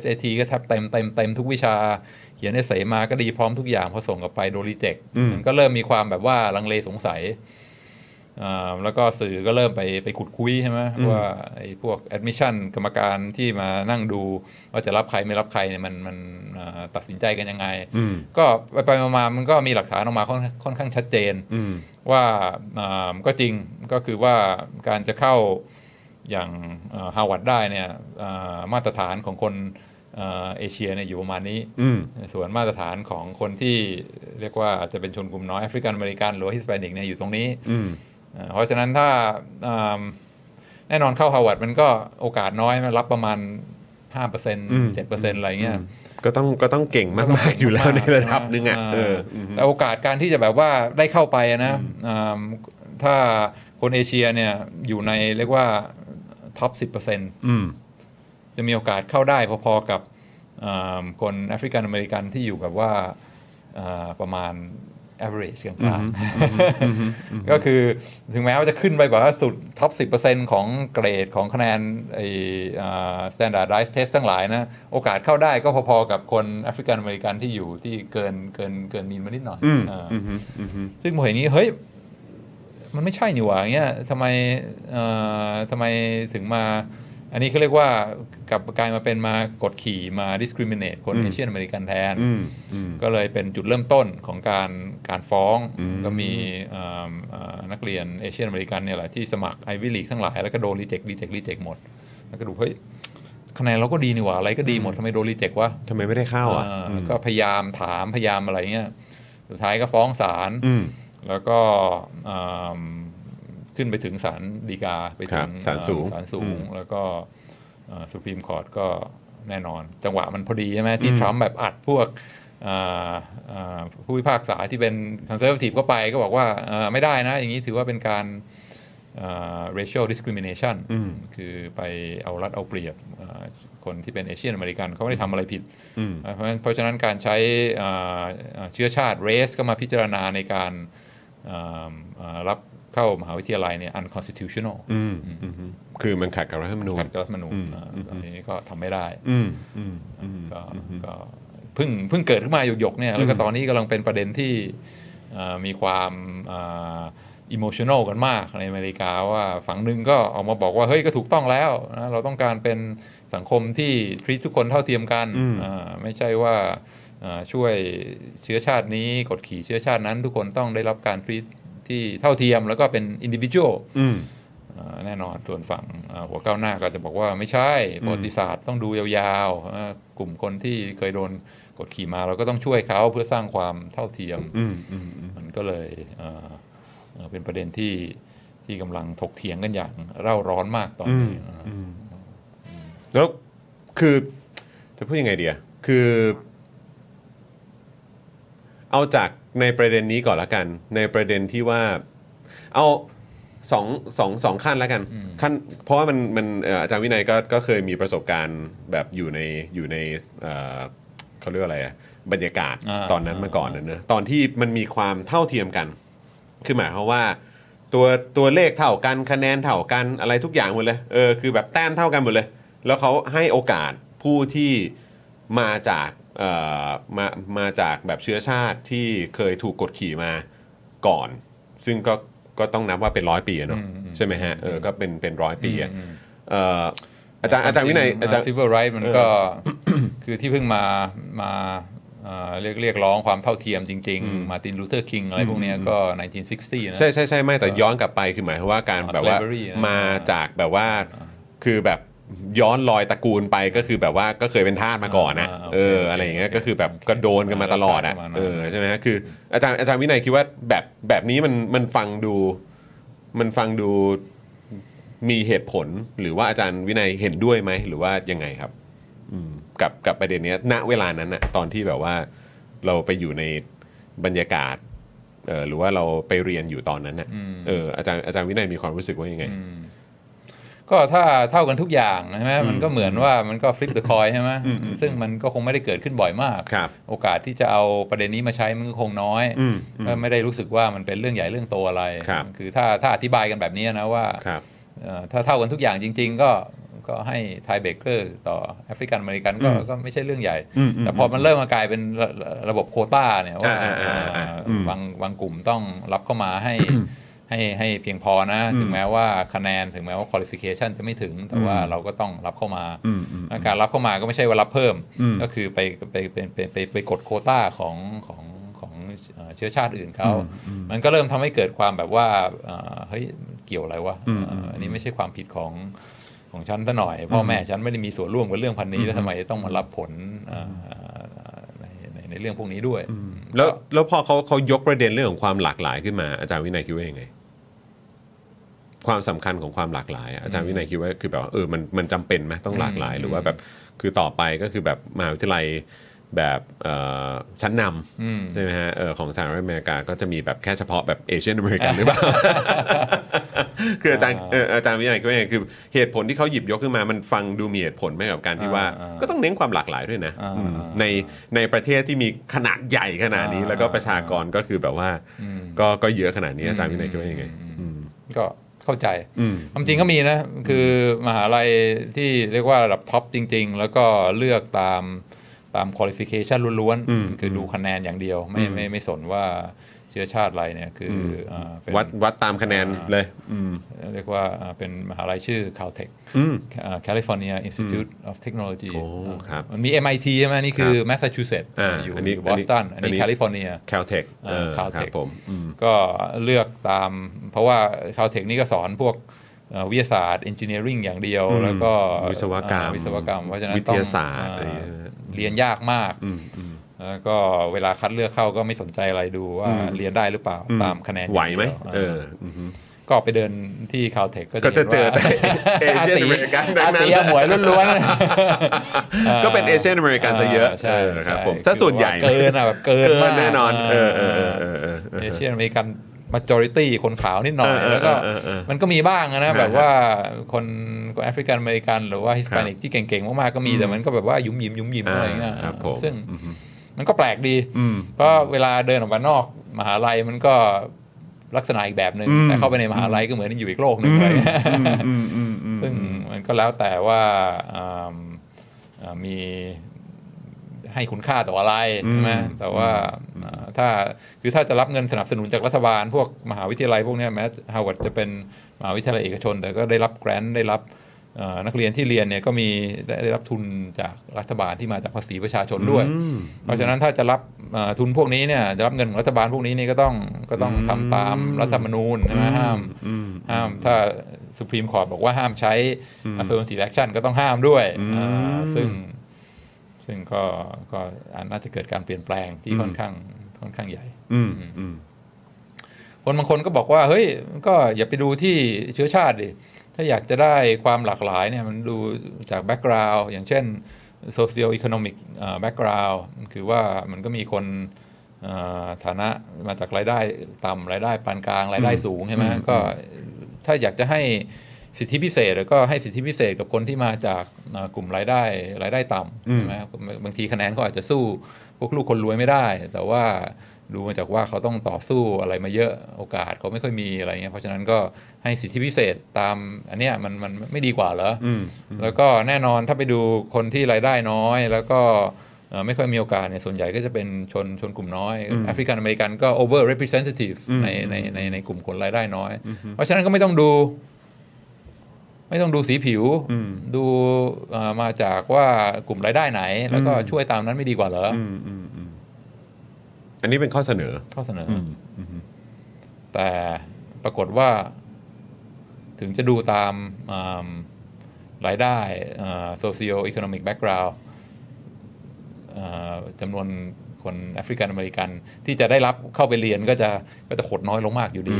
SAT ก็แทบเต็มเต็มเต็มทุกวิชา เขียนเอเสมาก็ดีพร้อมทุกอย่างพอส่งกลับไปโดนรีเจ็ค อืม มันก็เริ่มมีความแบบว่าลังเลสงสัยอ่าแล้วก็สื่อก็เริ่มไปไปขุดคุยใช่ไหมว่าไอ้พวก admission กรรมการที่มานั่งดู ว่าจะรับใครไม่รับใครเนี่ยมันมันอ่าตัดสินใจกันยังไง อืม ก็ไปไปๆมาๆมันก็มีหลักฐานออกมาค่อนค่อนข้างชัดเจน อืม ว่าอ่าก็จริงก็คือว่าการจะเข้าอย่างฮาวาดได้เนี่ยอ่ามาตรฐานของคน เอ่อเอเชียเนี่ยอยู่ประมาณนี้ อืม ส่วนมาตรฐานของคนที่เรียกว่าอาจจะเป็นชนกลุ่มน้อยแอฟริกันอเมริกันหรือว่าฮิสแปนิกเนี่ยอยู่ตรงนี้ อืม เอ่อเพราะฉะนั้นถ้าอืมแน่นอนเข้าฮาวาดมันก็โอกาสน้อยมันรับประมาณ 5% 7%อะไรเงี้ย ก็ต้องก็ต้องเก่งมากๆอยู่แล้วในระดับหนึงอ่ะ า เอออืม แต่โอกาสการที่จะแบบว่าได้เข้าไปนะอ่าถ้าคนเอเชียเนี่ยอยู่ในเรียกว่าท็อป อืม 10%จะมีโอกาสเข้าได้พอๆกับอ่าคนแอฟริกันอเมริกันที่อยู่แบบว่าอ่าประมาณ average กลาง ๆก็คือถึงแม้ว่าจะขึ้นไปแบบว่าสุดท็อป 10%ของเกรดของคะแนนไอ้อ่า standardized test ทั้งหลายนะ โอกาสเข้าได้ก็พอๆกับคนแอฟริกันอเมริกันที่อยู่ที่เกินเกินเกินนีนมานิดหน่อย อืม อ่า อืมอืม ซึ่งผมเห็นอย่างนี้ เฮ้ย มันไม่ใช่นี่หว่าอย่างเงี้ยทำไมเอ่อทำไมถึงมา อันนี้เขาเรียกว่ากลับกลายมาเป็นมากดขี่มา discriminate คน อืม เอเชียนอเมริกันแทน อืมอืม ก็เลยเป็นจุดเริ่มต้นของการการฟ้อง อืม ก็มีเอ่อเอ่อนักเรียนเอเชียนอเมริกันเนี่ยแหละที่สมัครไอวิลีกทั้งหลาย แล้วก็โดนรีเจ็ครีเจ็ครีเจ็คหมด แล้วก็ดู เฮ้ย คะแนนเราก็ดีนี่หว่า อะไรก็ดีหมดทำไมโดนรีเจ็ควะ ทำไมไม่ได้เข้าอ่ะ เอออ ม ก็พยายามถามพยายามอะไรเงี้ย สุดท้ายก็ฟ้องศาล อืม แล้วก็อืมขึ้นไปถึงศาลฎีกาไปถึง ครับศาลสูง เอ่อศาลสู อื ง ม แล้วก็สุพรีมคอร์ t ก็แน่นอน จังหวะมันพอดีใช่ไหมที่ทรัมป์แบบอัดพวกอ่าอ่าผู้พิพากษาที่เป็นคอนเซอร์วทีฟก็ไปก็บอกว่าเอ่อไม่ได้นะ อย่างนี้ถือว่าเป็นการอ่า racial discrimination คือไปเอารัดเอาเปรียบอ่าคนที่เป็นเอเชียนอเมริกันเขาไม่ได้ทำอะไรผิด อืม เพราะฉะนั้นเพราะฉะนั้นการใช้อ่าอ่าเชื้อชาติ race ก็มาพิจารณาในการอ่าอ่ารับเข้ามหาวิทยาลัยเนี่ย unconstitutional อืมอืมอืมคือมันขัดกับรัฐธรรมนูญ ขัดกับรัฐธรรมนูญ อืม อ่าตอนนี้ก็ทำไม่ได้ อืมอืมอืม ก็ก็เพิ่งเพิ่งเกิดขึ้นมาหยกๆเนี่ยแล้วก็ตอนนี้กำลังเป็นประเด็นที่อ่ามีความอ่า emotional กันมากในอเมริกาว่าฝั่งหนึ่งก็ออกมาบอกว่า เฮ้ยก็ถูกต้องแล้วนะเราต้องการเป็นสังคมที่ treat ทุกคนเท่าเทียมกัน อืม อ่าไม่ใช่ว่า อ่าช่วยเชื้อชาตินี้กดขี่เชื้อชาตินั้น ทุกคนต้องได้รับการทรีตที่เท่าเทียมแล้วก็เป็นอินดิวิ u a อืม ลแน่นอนส่วนฝั่งอ่าหัวก้าวหน้าก็จะบอกว่าไม่ใช่ ประวัติศาสตร์ต้องดูยาวๆอ่ากลุ่มคนที่เคยโดนกดขี่มาเราก็ต้องช่วยเขาเพื่อสร้างความเท่าเทียม อืมอืมอืม มันก็เลยเอ่อเอ่อเป็นประเด็นที่ที่กำลังถกเถียงกันอย่างเร่าร้อนมากตอน อืม นี้อ่า อืมแล้วคือจะพูดยังไงเดียคือ เอาจากในประเด็นนี้ก่อนละกัน ในประเด็นที่ว่า เอาสองสองสองขั้นแล้วกัน อืม ขั้น เพราะว่ามันมันเอ่ออาจารย์วินัยก็ก็เคยมีประสบการณ์แบบอยู่ในอยู่ในเอ่อเขาเรียกว่าอะไรอะบรรยากาศ อ่า ตอนนั้นมาก่อนนะเนอะตอนที่มันมีความเท่าเทียมกัน คือหมายความว่า ตัวตัวเลขเท่ากันคะแนนเท่ากันอะไรทุกอย่างหมดเลยเออคือแบบแต้มเท่ากันหมดเลย แล้วเขาให้โอกาสผู้ที่มาจากเอ่อมามาจากแบบเชื้อชาติที่เคยถูกกดขี่มาก่อน ซึ่งก็ก็ต้องนับว่าเป็นร้อยปีอะเนาะ อืมอืม ใช่ไหมฮะเออก็เป็นเป็นร้อยปีอะ อืม เอ่ออาจารย์อาจารย์วินัยอาจารย์ ซิเวอร์ไรท์มันก็ คือที่เพิ่งมามาเอ่อเรียกเรียกร้องความเท่าเทียมจริง ๆ มาตินลูเทอร์คิงอะไรพวกเนี้ยก็ 1960 นะ ใช่ใช่ใช่ไม่แต่ย้อนกลับไปคือหมายความว่าการ อ่า แบบว่า slavery นะ มาจากแบบว่าคือแบบย้อนรอยตระกูลไปก็คือแบบว่าก็เคยเป็นทาสมาก่อนนะ อ่าอ่า เออ โอเค อะไรอย่างเงี้ย โอเค ก็คือแบบก็โดนกันมาตลอดอ่ะ ประมาณนั้น เออใช่ไหมฮะคืออาจารย์อาจารย์วินัยคิดว่าแบบแบบนี้มันมันฟังดูมันฟังดูมีเหตุผลหรือว่าอาจารย์วินัยเห็นด้วยไหมหรือว่ายังไงครับอืมกับกับประเด็นเนี้ยณเวลานั้นอะตอนที่แบบว่าเราไปอยู่ในบรรยากาศ เออหรือว่าเราไปเรียนอยู่ตอนนั้นน่ะเอออาจารย์อาจารย์วินัยมีความรู้สึกว่ายังไง ก็ถ้าเท่ากันทุกอย่างใช่ไหมมันก็เหมือนว่ามันก็ฟลิปเดอะคอยใช่ไหมซึ่งมันก็คงไม่ได้เกิดขึ้นบ่อยมาก ครับ โอกาสที่จะเอาประเด็นนี้มาใช้มันก็คงน้อย อืมอืม ก็ไม่ได้รู้สึกว่ามันเป็นเรื่องใหญ่เรื่องโตอะไร ครับ อถ้าถ้าอธิบายกันแบบนี้นะว่า ครับ เอ่อถ้าเท่ากันทุกอย่างจริง ๆ ก็ก็ให้ไทยเบเกอร์ต่อแอฟริกันอเมริกันก็ก็ไม่ใช่เรื่องใหญ่ อืมอืม แต่พอมันเริ่มมากลายเป็นระระบบโควต้าเนี่ยว่า อ่าอ่าอ่าอ่า เอ่อ อืม บางบางกลุ่มต้องรับเข้ามาให้ ให้ให้เพียงพอนะ ถึงแม้ว่าคะแนนถึงแม้ว่าคุณลิฟิเคชันจะไม่ถึง แต่ว่าเราก็ต้องรับเข้ามา อืมอืม การรับเข้ามาก็ไม่ใช่ว่ารับเพิ่ม อืม ก็คือไปไปไปไปไปไปกดโควต้าของของของเอ่อเชื้อชาติอื่นเขามันก็เริ่มทำให้เกิดความแบบว่าเอ่อเฮ้ยเกี่ยวอะไรวะ อืม เอ่อ อันนี้ไม่ใช่ความผิดของ ของฉันซะหน่อยพ่อแม่ฉันไม่ได้มีส่วนร่วมกับเรื่องพันนี้แล้วทำไมต้องมารับผลอ่าในในในเรื่องพวกนี้ด้วย แล้วแล้วพอเขาเขายกประเด็นเรื่องของความหลากหลายขึ้นมาอาจารย์วินัยคิดว่ายังไง ความสำคัญของความหลากหลายอะอาจารย์วินัยคิดว่าคือแบบว่าเออมันมันจำเป็นไหมต้องหลากหลาย หรือว่าแบบคือต่อไปก็คือแบบมหาวิทยาลัยแบบเอ่อชั้นน อืม ำใช่ไหมฮะเออของสหรัฐอเมริกาก็จะมีแบบแค่เฉพาะแบบเอเชียนอเมริกันหรือ เปล่า คืออาจารย์เอออาจารย์วินัยก็ยังคือเหตุผลที่เขาหยิบยกขึ้นมามันฟังดูมีเหตุผลไหมกับการที่ว่า อ่าอ่า ก็ต้องเน้นความหลากหลายด้วยนะ อ่า อืม อ่า ในในประเทศที่มีขนาดใหญ่ขนาดนี้ อ่า แล้วก็ประชากรก็คือแบบว่า อืม ก็ก็เยอะขนาดนี้อาจารย์วินัยคิดว่ายังไงอืม ก็เข้าใจ อืม ความจริงก็มีนะ คือมหาลัยที่เรียกว่าระดับท็อปจริง ๆ แล้วก็เลือกตามตามคุณลิฟิเคชันล้วน อืม คือดูคะแนนอย่างเดียว ไม่ อืม ไม่ไม่สนว่าเชื้อชาติอะไรเนี่ยคือ ม เอ่อเป็น วัดวัดตามคะแนนเลยอืม เรียกว่าเอ่อเป็นมหาลัยชื่อ Caltech อืม อ่า California Institute of Technology โอ้ครับ มันมี MIT ใช่ไหมนี่คือ Massachusetts อ่า อยู่ อันนี้ บอสตันอัน อันนี้ นี้ California Caltech เอ่อ เออ Caltech ครับผมอืม ก็เลือกตาม เพราะว่าคาวเทคนี่ก็สอนพวกเอ่อวิทยาศาสตร์เอนจิเนียริงอย่างเดียว อืม แล้วก็ วิศวกรรม อ่าวิศวกรรมเพราะฉะนั้น วิทยาศาสตร์ ต้อง อะไรอย่างเงี้ย อ่าเรียนยากมาก อืมอืม แล้วก็เวลาคัดเลือกเข้าก็ไม่สนใจอะไรดูว่า อืม เรียนได้หรือเปล่าตามคะแนน ไหวไหม ย่าง เอ ดียอวอ่า อืม ก็ไปเดินที่คาวเทคก็ ก็จะเจอแต่ ห็นว่า Asian าติ American ทั้งนั้น อาตีหมวยล้วนๆ ก็เป็นเอเชียนอเมริกันซะเยอะ าใช่ เออครับ ใช่ ผมซะส่วนใหญ่ เกินอ่ะแบบเกิน เกิ มาน ก แน่นอนเออเออเออเออเออ เอเชียนอเมริกัน majority คนขาวนิดหน่อย เออเออ แล้วก็ เออเออ มันก็มีบ้างนะ ฮะ แบบว่าคนคนแอฟริกันอเมริกัน หรือว่าฮิสแปนิกที่เก่งๆ มากๆ ก็มี แต่มันก็แบบว่าหยุมหยิมหยุมหยิม อ่า อะไรเงี้ย ครับผม ซึ่งมันก็แปลกดี อืม เพราะเวลาเดินออกมานอกมหาลัยมันก็ลักษณะอีกแบบหนึ่ง อืม แต่เข้าไปในมหาลัยก็เหมือนอยู่อีกโลกหนึ่งอะไรเงี้ย อืมอืมอืมอืม ซึ่งมันก็แล้วแต่ว่าอ่าอ่ามีให้คุณค่าต่ออะไรใช่ไหม อืม แต่ว่าอ่าถ้าคือถ้าจะรับเงินสนับสนุนจากรัฐบาล พวกมหาวิทยาลัยพวกเนี้ยแม้ฮาร์วาร์ดจะเป็นมหาวิทยาลัยเอกชน แต่ก็ได้รับแกรนด์ได้รับเอ่อนักเรียนที่เรียนเนี่ยก็มีได้ได้รับทุนจากรัฐบาลที่มาจากภาษีประชาชนด้วย อืม เพราะฉะนั้นถ้าจะรับเอ่อทุนพวกนี้เนี่ยจะรับเงินของรัฐบาลพวกนี้นี่ก็ต้องก็ต้องทำตามรัฐธรรมนูญใช่ไหมห้าม อืม ห้ามถ้าสุพรีมคอร์ t บอกว่าห้ามใช้ affirmative action ก็ต้องห้ามด้วย อืม อ่าซึ่งซึ่งก็ก็อาจน่าจะเกิดการเปลี่ยนแปลงที่ อืม ค่อนข้างค่อนข้างใหญ่ อืมอืม คนบางคนก็บอกว่า เฮ้ย ก็อย่าไปดูที่เชื้อชาติดิ ถ้าอยากจะได้ความหลากหลายเนี่ยมันดูจากแบ็กกราว n ์อย่างเช่น social economic แบ็กกราวด์คือว่ามันก็มีคนเอ่อฐานะมาจากรายได้ต่ำรายได้ปานกลางรายได้สูงใช่ไหมก็ถ้าอยากจะให้สิทธิพิเศษก็ให้สิทธิพิเศษกับคนที่มาจากเอ่อกลุ่มรายได้รายได้ต่ำใช่ไหมบางทีคะแนนเขาอาจจะสู้พวกลูกคนรวยไม่ได้ แต่ว่าดูมาจากว่าเขาต้องต่อสู้อะไรมาเยอะโอกาสเขาไม่ค่อยมีอะไรเงี้ยเพราะฉะนั้นก็ให้สิทธิพิเศษตามอันเนี้ยมันมันไม่ดีกว่าเหรอ อืม แล้วก็แน่นอนถ้าไปดูคนที่รายได้น้อย แล้วก็เอ่อไม่ค่อยมีโอกาสเนี่ยส่วนใหญ่ก็จะเป็นชนชนกลุ่มน้อยแอฟริกันอเมริกันก็ over representative ในในในในกลุ่มคนรายได้น้อย เพราะฉะนั้นก็ไม่ต้องดู ไม่ต้องดูสีผิว ดูเอ่อมาจากว่ากลุ่มรายได้ไหน แล้วก็ช่วยตามนั้นไม่ดีกว่าเหรออ อืมอืมอืมอันนี้เป็นข้อเสนอ ข้อเสนออ อืมอืม แต่ปรากฏว่าถึงจะดูตามอ่ารายได้ socio economic background เอ่อจำนวนคนแอฟริกันอเมริกันที่จะได้รับเข้าไปเรียนก็จะก็จะหดน้อยลงมากอยู่ดี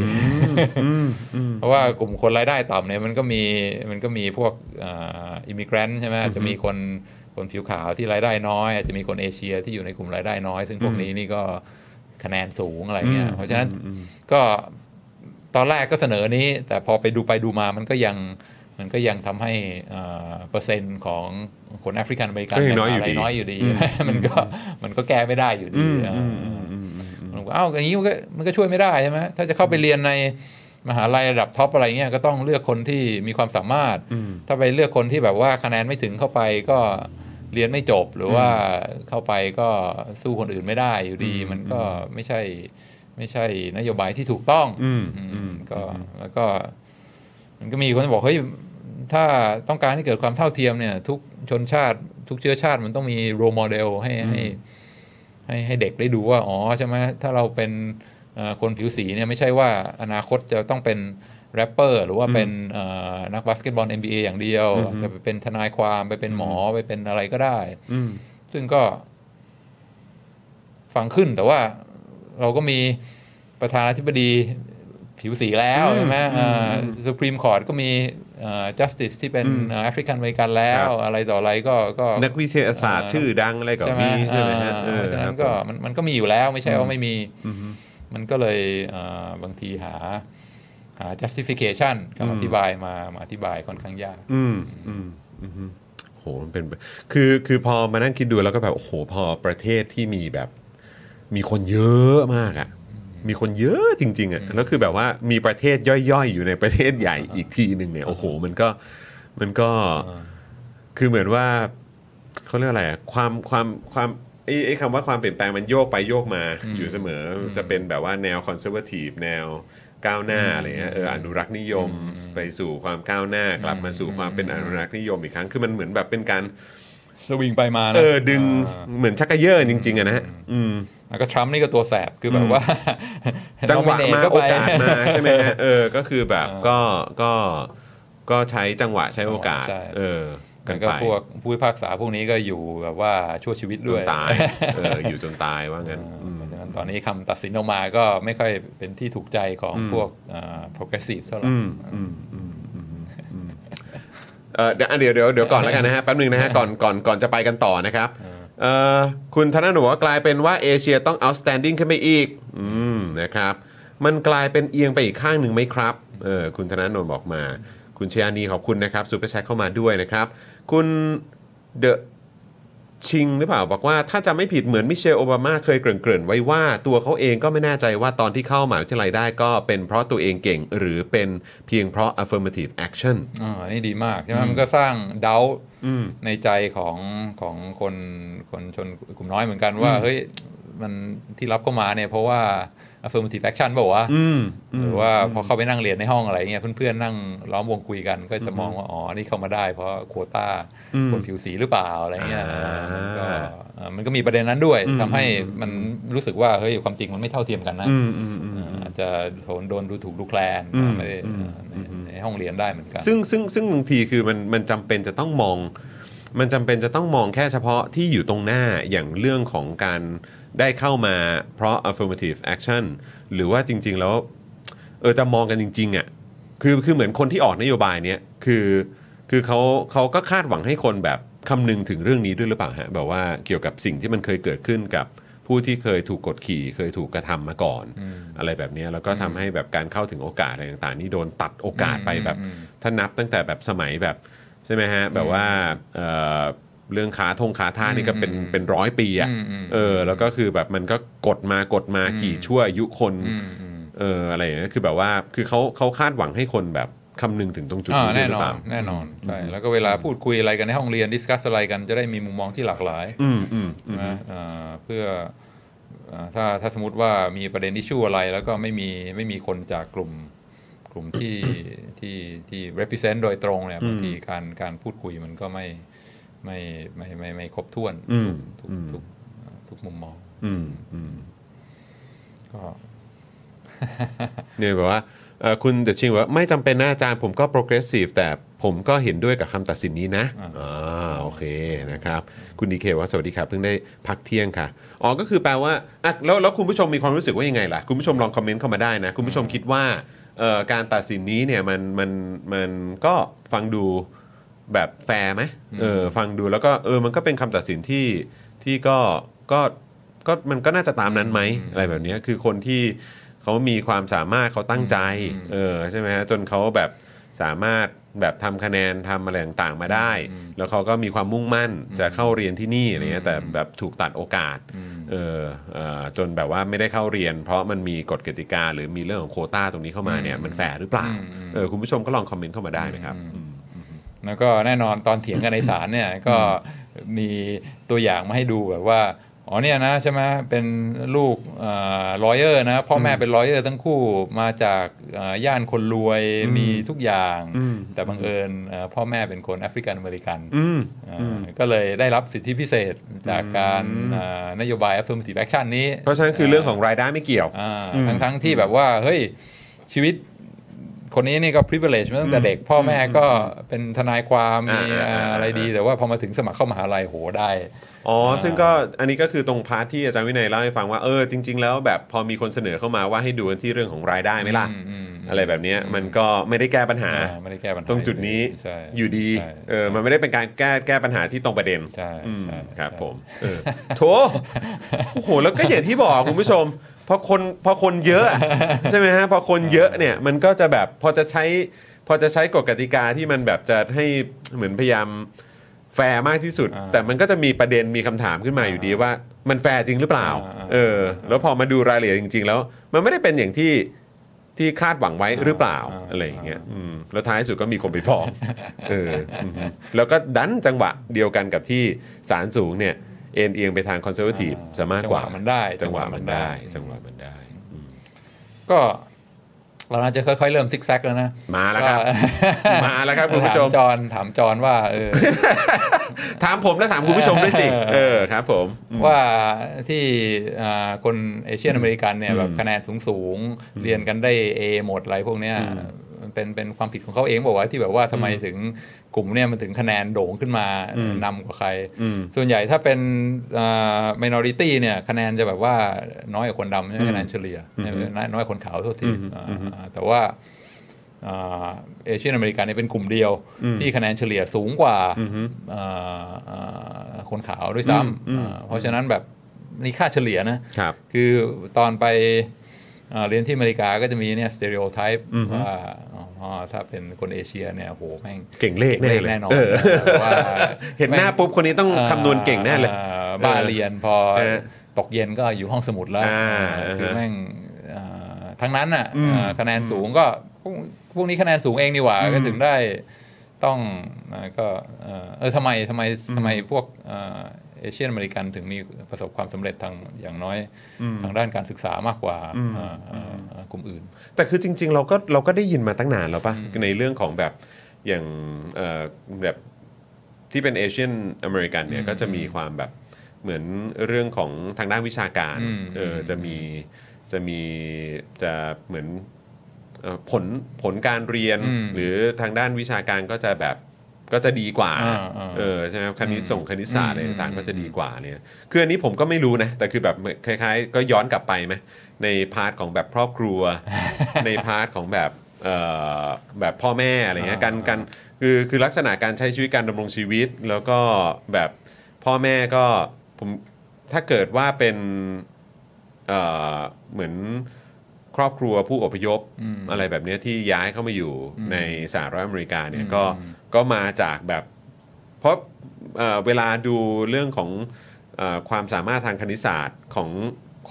เพราะว่ากลุ่มคนรายได้ต่ำเนี่ยมันก็มีมันก็มีพวกอิมิเกรนใช่ไหมอาจจะมีคนคนผิวขาวที่รายได้น้อยอาจจะมีคนเอเชียที่อยู่ในกลุ่มรายได้น้อย ซึ่งพวกนี้นี่ก็คะแนนสูงอะไรเงี้ยเพราะฉะนั้นก็ตอนแรกก็เสนอนี้ แต่พอไปดูไปดูมามันก็ยังมันก็ยังทำให้เอ่อเปอร์เซ็นต์ของคนแอฟริกันอเมริกัน ก็ยังน้อยอยู่ ะไร ดี น้อยอยู่ดี มันก็มันก็แก้ไม่ได้อยู่ดีอ่า ผมก็เอ้าอย่างนี้มันก็มันก็ช่วยไม่ได้ใช่ไหมถ้าจะเข้าไปเรียนในมหาลัยระดับท็อปอะไรเงี้ยก็ต้องเลือกคนที่มีความสามารถ ถ้าไปเลือกคนที่แบบว่าคะแนนไม่ถึงเข้าไปก็เรียนไม่จบหรือว่าเข้าไปก็สู้คนอื่นไม่ได้อยู่ดี มันก็ไม่ใช่ไม่ใช่นโยบายที่ถูกต้อง อืม อืม อืม ก็แล้วก็ มันก็มีคนบอกเฮ้ยถ้าต้องการให้เกิดความเท่าเทียมเนี่ย ทุกชนชาติ ทุกเชื้อชาติมันต้องมีโรโมเดลให้ให้ ให้ให้เด็กได้ดูว่าอ๋อใช่ไหมถ้าเราเป็นเอ่อคนผิวสีเนี่ยไม่ใช่ว่าอนาคตจะต้องเป็น แรปเปอร์หรือว่าเป็นเอ่อนักบาสเกตบอล NBA อย่างเดียว จะไปเป็นทนายความไปเป็นหมอไปเป็นอะไรก็ได้ อืม ซึ่งก็ ฟังขึ้นแต่ว่าเราก็มีประธานาธิบดีผิวสีแล้ว อืม ใช่ไหม อืม สุพรีมคอร์ t ก็มีเอ่อ justice ที่เป็น อืม แอฟริกันอเมริกันแล้ คว รับ อะไรต่ออะไรก็ก็ นักวิทยาศาสตร์ เอ่อ ชื่อดังอะไรก็มีใช่ไหมฮะเอ อ่า อ เพราะฉะ ครั นั้ บ นก็มันมันก็มีอยู่แล้วไม่ใช่ว่าไม่มี อืมฮึ มันก็เลยเอ่อบางทีหาหา justification คำอธิบายมามาอธิบายค่อนข้างยาก อืมอืมอืมฮึโหมันเป็นแบบคือคือพอมานั่งคิดดูแล้วก็แบบโอ้โหพอประเทศที่มีแบบ มีคนเยอะมากอะ่ะ มีคนเยอะจริง ๆอะ่ะแล้วคือแบบว่ามีประเทศย่อยๆ อยู่ในประเทศใหญ่อีกทีหนึ่งเนี่ยโอ้โห มันก็มันก็คือเหมือนว่าเขาเรียกอะไรอะความความความไอ้ไอ้คำว่าความเปลี่ยนแปลงมันโยกไปโยกมาอยู่เสมออจะเป็นแบบว่าแนวคอนเซอร์วทีฟแนวก้าวหน้าอะไรเงี้ยเอออนุรักษ์นิยมไปสู่ความก้าวหน้ากลับมาสู่ความเป็นอนุรักษ์นิยมอีกครั้งคือมันเหมือนแบบเป็นการ สวิงไปมานะ เออดึง า เหมือนชักกระเยอะจริงๆอะนะฮะอืม แล้วก็ทรัมป์นี่ก็ตัวแสบคือแบบว่า จังหวะ nominate มา เข้ โอ ไป กาสมาใช่ไหมฮะเออก็คือแบบก็ก็ก็ใช้จังหวะใช้โอกาส ใช่ เออกั แล้ น วก็ ไป พวกผู้พิพากษาพวกนี้ก็อยู่แบบว่าชั่วชีวิต จ ด้วน ย ตายเอออยู่จนตายว่างั้นอืม เพราะฉะนั้นตอนนี้คำตัดสินออกมาก็ไม่ค่อยเป็นที่ถูกใจของ อืม พวกเอ่อ progressive เท่าไหร่ อืมอืมอืมอืมอืมเออเดี๋ยวเดี๋ยวเดี๋ยวเดี๋ยวก่อนแล้วกันนะฮะแป๊บหนึงนะฮ ะก่อนก่อนก่อนจะไปกันต่อนะครับเออคุณธนาหนูว่ากลายเป็นว่าเอเชียต้อง outstanding ขึ้นไปอีก อืมนะครับ มันกลายเป็นเอียงไปอีกข้างหนึ่งไหมครับเออคุณธนาหนูบอกมา คุณเชียานีขอบคุณนะครับซูเปอร์แชทเข้ามาด้วยนะครับ คุณเดอะ ชิงหรือเปล่าบอกว่าถ้าจำไม่ผิดเหมือนมิเชลโอบามาเคยเกริ่นๆไว้ว่าตัวเขาเองก็ไม่แน่ใจว่าตอนที่เข้ามหาวิทยาลัยได้ก็เป็นเพราะตัวเองเก่ง หรือเป็นเพียงเพราะ affirmative action อ่านี่ดีมากใช่ไหมมันก็สร้างเดา อืม ในใจของของคนคนชนกลุ่มน้อยเหมือนกันว่า เฮ้ย มันที่รับเข้ามาเนี่ยเพราะว่า affirmative action เปล่าวะ อืมอื ห ม รือว่าพอเข้าไปนั่งเรียนในห้องอะไรเงี้ยเพื่อนๆนั่งล้อมวงคุยกันก็จะมองว่า อ๋อ นี่เข้ามาได้เพราะโควต้าคนผิวสีหรือเปล่าอะไรเงี้ย อ่า มันก็เอ่อมันก็มีประเด็นนั้นด้วยทำให้มันรู้สึกว่าเฮ้ยความจริงมันไม่เท่าเทียมกันนะ อืมอืมอืม อ่าอาจจะโดนโดนดูถูกดูแคลน อืม ไม่ได้ อืม ในในห้องเรียนได้เหมือนกัน ซึ่งซึ่งซึ่งบางทีคือมันมันจำเป็นจะต้องมอง มันจำเป็นจะต้องมองแค่เฉพาะที่อยู่ตรงหน้าอย่างเรื่องของการได้เข้ามาเพราะ affirmative action หรือว่าจริง ๆ แล้ว เออจะมองกันจริง ๆอะ่ะคือคือเหมือนคนที่ออกนโยบายเนี้ยคือคือเขาเขาก็คาดหวังให้คนแบบคำนึงถึงเรื่องนี้ด้วยหรือเปล่าฮะแบบว่าเกี่ยวกับสิ่งที่มันเคยเกิดขึ้นกับผู้ที่เคยถูกกดขี่ เคยถูกกระทำมาก่อน อะไรแบบเนี้ยแล้วก็ทำให้แบบการเข้าถึงโอกาสอะไรต่างๆนี่โดนตัดโอกาสไปแบบ อืม ถ้านับตั้งแต่แบบสมัยแบบใช่ไหมฮะ แบบว่าเอ่อเรื่องขาทงขาท่านี่ก็เป็น อืม เป็นร้อยปีอ่ะ อืมอืม เออ แล้วก็คือแบบมันก็กดมากดมากี่ชั่วอายุคน อืมอืม เอออะไรอย่างเงี้ยคือแบบว่าคือเขาเขาคาดหวังให้คนแบบคำนึงถึงตรงจุด อ่า นี้ด้ว แน่ ยหรื น อ อ เป น ล่า แน่นอนใช่แล้วก็เวลาพูดคุยอะไรกันในห้องเรียนดิสคัสอะไรกันจะได้มีมุมมองที่หลากหลาย อืมอืมอืม นะเอ่อเพื่อเอ่อถ้าถ้าสมมติว่ามีประเด็นที่ชู่อะไร แล้วก็ไม่มีไม่มีคนจากกลุ่มกลุ่มที่ ที่ที่ represent โดยตรงเนี่ยบางทีการการพูดคุยมันก็ไม่ไม่ไม่ไม่ไม่ครบถ้วน อืม ทุก อืม ทุกทุกมุมมอง อืมอืม ก็ เนี่ยแบบว่าเอ่อคุณเดชชิงบอกว่าไม่จำเป็นนะอาจารย์ผมก็ progressive แต่ผมก็เห็นด้วยกับคำตัดสินนี้นะ อ่า อ่าโอเคนะครับ คุณดีเคว่าสวัสดีครับเพิ่งได้พักเที่ยงค่ะ อ๋อก็คือแปลว่าอ่ะแล้วแล้วคุณผู้ชมมีความรู้สึกว่ายังไงล่ะ คุณผู้ชมลองคอมเมนต์เข้ามาได้นะ คุณผู้ชมคิดว่าเอ่อการตัดสินนี้เนี่ยมันมันมันก็ฟังดูแบบแฟร์ไหมเออฟังดูแล้วก็เออมันก็เป็นคำตัดสินที่ที่ก็ก็ก็มันก็น่าจะตามนั้นไหมอะไรแบบเนี้ยคือคนที่ เขามีความสามารถเขาตั้งใจ เออใช่ไหมฮะจนเขาแบบสามารถแบบทำคะแนนทำอะไรต่างๆมาได้ แล้วเขาก็มีความมุ่งมั่นจะเข้าเรียนที่นี่อะไรเงี้ยแต่แบบถูกตัดโอกาสเออเออจนแบบว่าไม่ได้เข้าเรียน เพราะมันมีกฎกติกาหรือมีเรื่องของโควต้าตรงนี้เข้ามาเนี่ยมันแฟร์หรือเปล่าเออคุณผู้ชมก็ลองคอมเมนต์เข้ามาได้นะครับ แล้วก็แน่นอนตอนเถียงกันในศาลเนี่ยก็มีตัวอย่างมาให้ดูแบบว่า อ๋อเนี่ยนะใช่ไหมเป็นลูกลอ y เออร์นะ พ่อแม่เป็นลอ y เออร์ทั้งคู่มาจากเอ่อย่านคนรวยมีทุกอย่าง อืม แต่บังเอิญเอ่อพ่อแม่เป็นคนแอฟริกันอเมริกัน อืม เอ่อก็เลยได้รับสิทธิพิเศษจากการเอ่อนโยบาย affirmative action นี้ เพราะฉะนั้นคือเรื่องของรายได้ไม่เกี่ยว อ่า อืม ทั้งทั้งที่แบบว่า เฮ้ย ชีวิตค คนนี้นี่ก็ privilege มาตั้งแต่เด็ก พ่อแม่ก็เป็นทนายความ อ่า มี อ่าอ่า อะไรดี แต่ว่าพอมาถึงสมัครเข้ามหาลัยโหได้ อ๋อ ซึ่งก็อันนี้ก็คือตรงพาร์ทที่อาจารย์วินัยเล่าให้ฟังว่าเออจริง ๆ แล้วแบบพอมีคนเสนอเข้ามาว่าให้ดูกันที่เรื่องของรายได้ไหมล่ะ อืมอืมอืม อะไรแบบเนี้ยมันก็ไม่ได้แก้ปัญหา อ่าไม่ได้แก้ปัญหา ตรงจุดนี้ ใช่ อยู่ดี ใช่ เออมันไม่ได้เป็นการแก้แก้ปัญหาที่ตรงประเด็น ใช่ อืม ใช่ ครับ ใช่ ผมเออโถโอ้โหแล้วก็อย่างที่บอกคุณผู้ชมพอคนพอคนเยอะ ใช่ไหมฮะพอคนเยอะเนี่ยมันก็จะแบบพอจะใช้พอจะใช้กฎกติกาที่มันแบบจะให้เหมือนพยายามแฟร์มากที่สุด อ่า แต่มันก็จะมีประเด็นมีคำถามขึ้นมาอยู่ดีว่า มันแฟร์จริงหรือเปล่า อ่าอ่า เออ แล้วพอมาดูรายละเอียดจริง ๆ แล้ว มันไม่ได้เป็นอย่างที่ที่คาดหวังไว้หรือเปล่า อ่า อะไรอย่างเงี้ยอืมแล้วท้ายสุดก็มีคนไปฟ้อง เอออืมแล้วก็ดันจังหวะเดียวกันกับที่ศาลสูงเนี่ย เอ็นเอียงไปทางคอนเซอร์วทีฟซะมากกว่า จังหวะมันได้ จังหวะมันได้ อืม จังหวะมันได้อืม ก็เราน่าจะค่อยๆ เริ่มซิกแซกแล้วนะ มาแล้วครับ มาแล้วครับคุณ ถา ผู้ช ม ม จอนถามจอนว่าเออ ถามผมและถามคุณผู้ชม ด้วยสิ เออครับผมอืม ว่าที่อ่าคนเอเชียนอเมริกันเนี่ยแบบคะแนนสูงๆ เรียนกันได้ A หมดอะไรพวกเนี้ยมันเป็นเป็นความผิดของเขาเองบอกว่าวะที่แบบว่าทำไมถึงกลุ่มเนี่ยมันถึงคะแนนโด่งขึ้นมา อืม นำกว่าใคร อืม ส่วนใหญ่ถ้าเป็นมินอริตี้เนี่ยคะแนนจะแบบว่าน้อยกว่าคนดำใช่ไหมคะแนนเฉลี่ยน้อยน้อยกว่าคนขาวโทษทีอ่าแต่ว่าเอเชียนอเมริกันเนี่ยเป็นกลุ่มเดียว ที่คะแนนเฉลี่ยสูงกว่าอ่าอ่าคนขาวด้วยซ้ำอ่าเพราะฉะนั้นแบบนี่ค่าเฉลี่ยนะ ครับ คือตอนไปเอ่อเรียนที่อเมริกาก็จะมีเนี่ยสเตอริโอไทป์ว่าอ๋อถ้าเป็นคนเอเชียเนี่ยโหแม่ง เก่งเลขแน่เลย แน่นอน เออ แต่ว่า เห็นหน้า แม่ง ปุ๊บคนนี้ต้องคำนวณเก่งแน่เลย อ่าบ้านเรียนพอ เออ ตกเย็นก็อยู่ห้องสมุดแล้ว อ่า เออ เออ คือแม่งอ่าทั้งนั้นอ่ะ อืม อ่าคะแนนสูงก็พวกพวกนี้คะแนนสูงเองนี่หว่า ก็ถึงได้ต้องอ่าก็เอ่อเออทำไมทำไมทำไมพวกอ่าเอเชียนอเมริกันถึงมีประสบความสำเร็จทางอย่างน้อยทางด้านการศึกษามากกว่าอ่าอ่าอ่ากลุ่มอื่น แต่คือจริง ๆ เราก็เราก็ได้ยินมาตั้งนานแล้วป่ะในเรื่องของแบบอย่างเอ่อแบบที่เป็นเอเชียนอเมริกันเนี่ยก็จะมีความแบบเหมือนเรื่องของทางด้านวิชาการ อืม เอออ ม จะมีจะมีจะเหมือนเอ่อผลผลการเรียนหรือทางด้านวิชาการก็จะแบบก็จะดีกว่า อ่าอ่า เออใช่ไหมครับคณิตส่งคณิตศาสตร์อะไรต่าง อืม ๆก็จะดีกว่าเนี่ยคืออันนี้ผมก็ไม่รู้นะ แต่คือแบบคล้ายๆ ก็ย้อนกลับไปไหมในพาร์ทของแบบครอบครั ว ในพาร์ทของแบบเอ่อแบบพ่อแม่อะไรเงี้ยการการคือคือลักษณะการใช้ชีวิตการดำรงชีวิต แล้วก็แบบพ่อแม่ก็ผมถ้าเกิดว่าเป็นเอ่อเหมือนครอบครัวผู้อพยพอะไรแบบเนี้ยที่ย้ายเข้ามาอยู่ในสหรัฐอเมริกาเนี่ยก็ก็มาจากแบบ เพราะเอ่อเวลาดูเรื่องของเออความสามารถทางคณิตศาสตร์ของ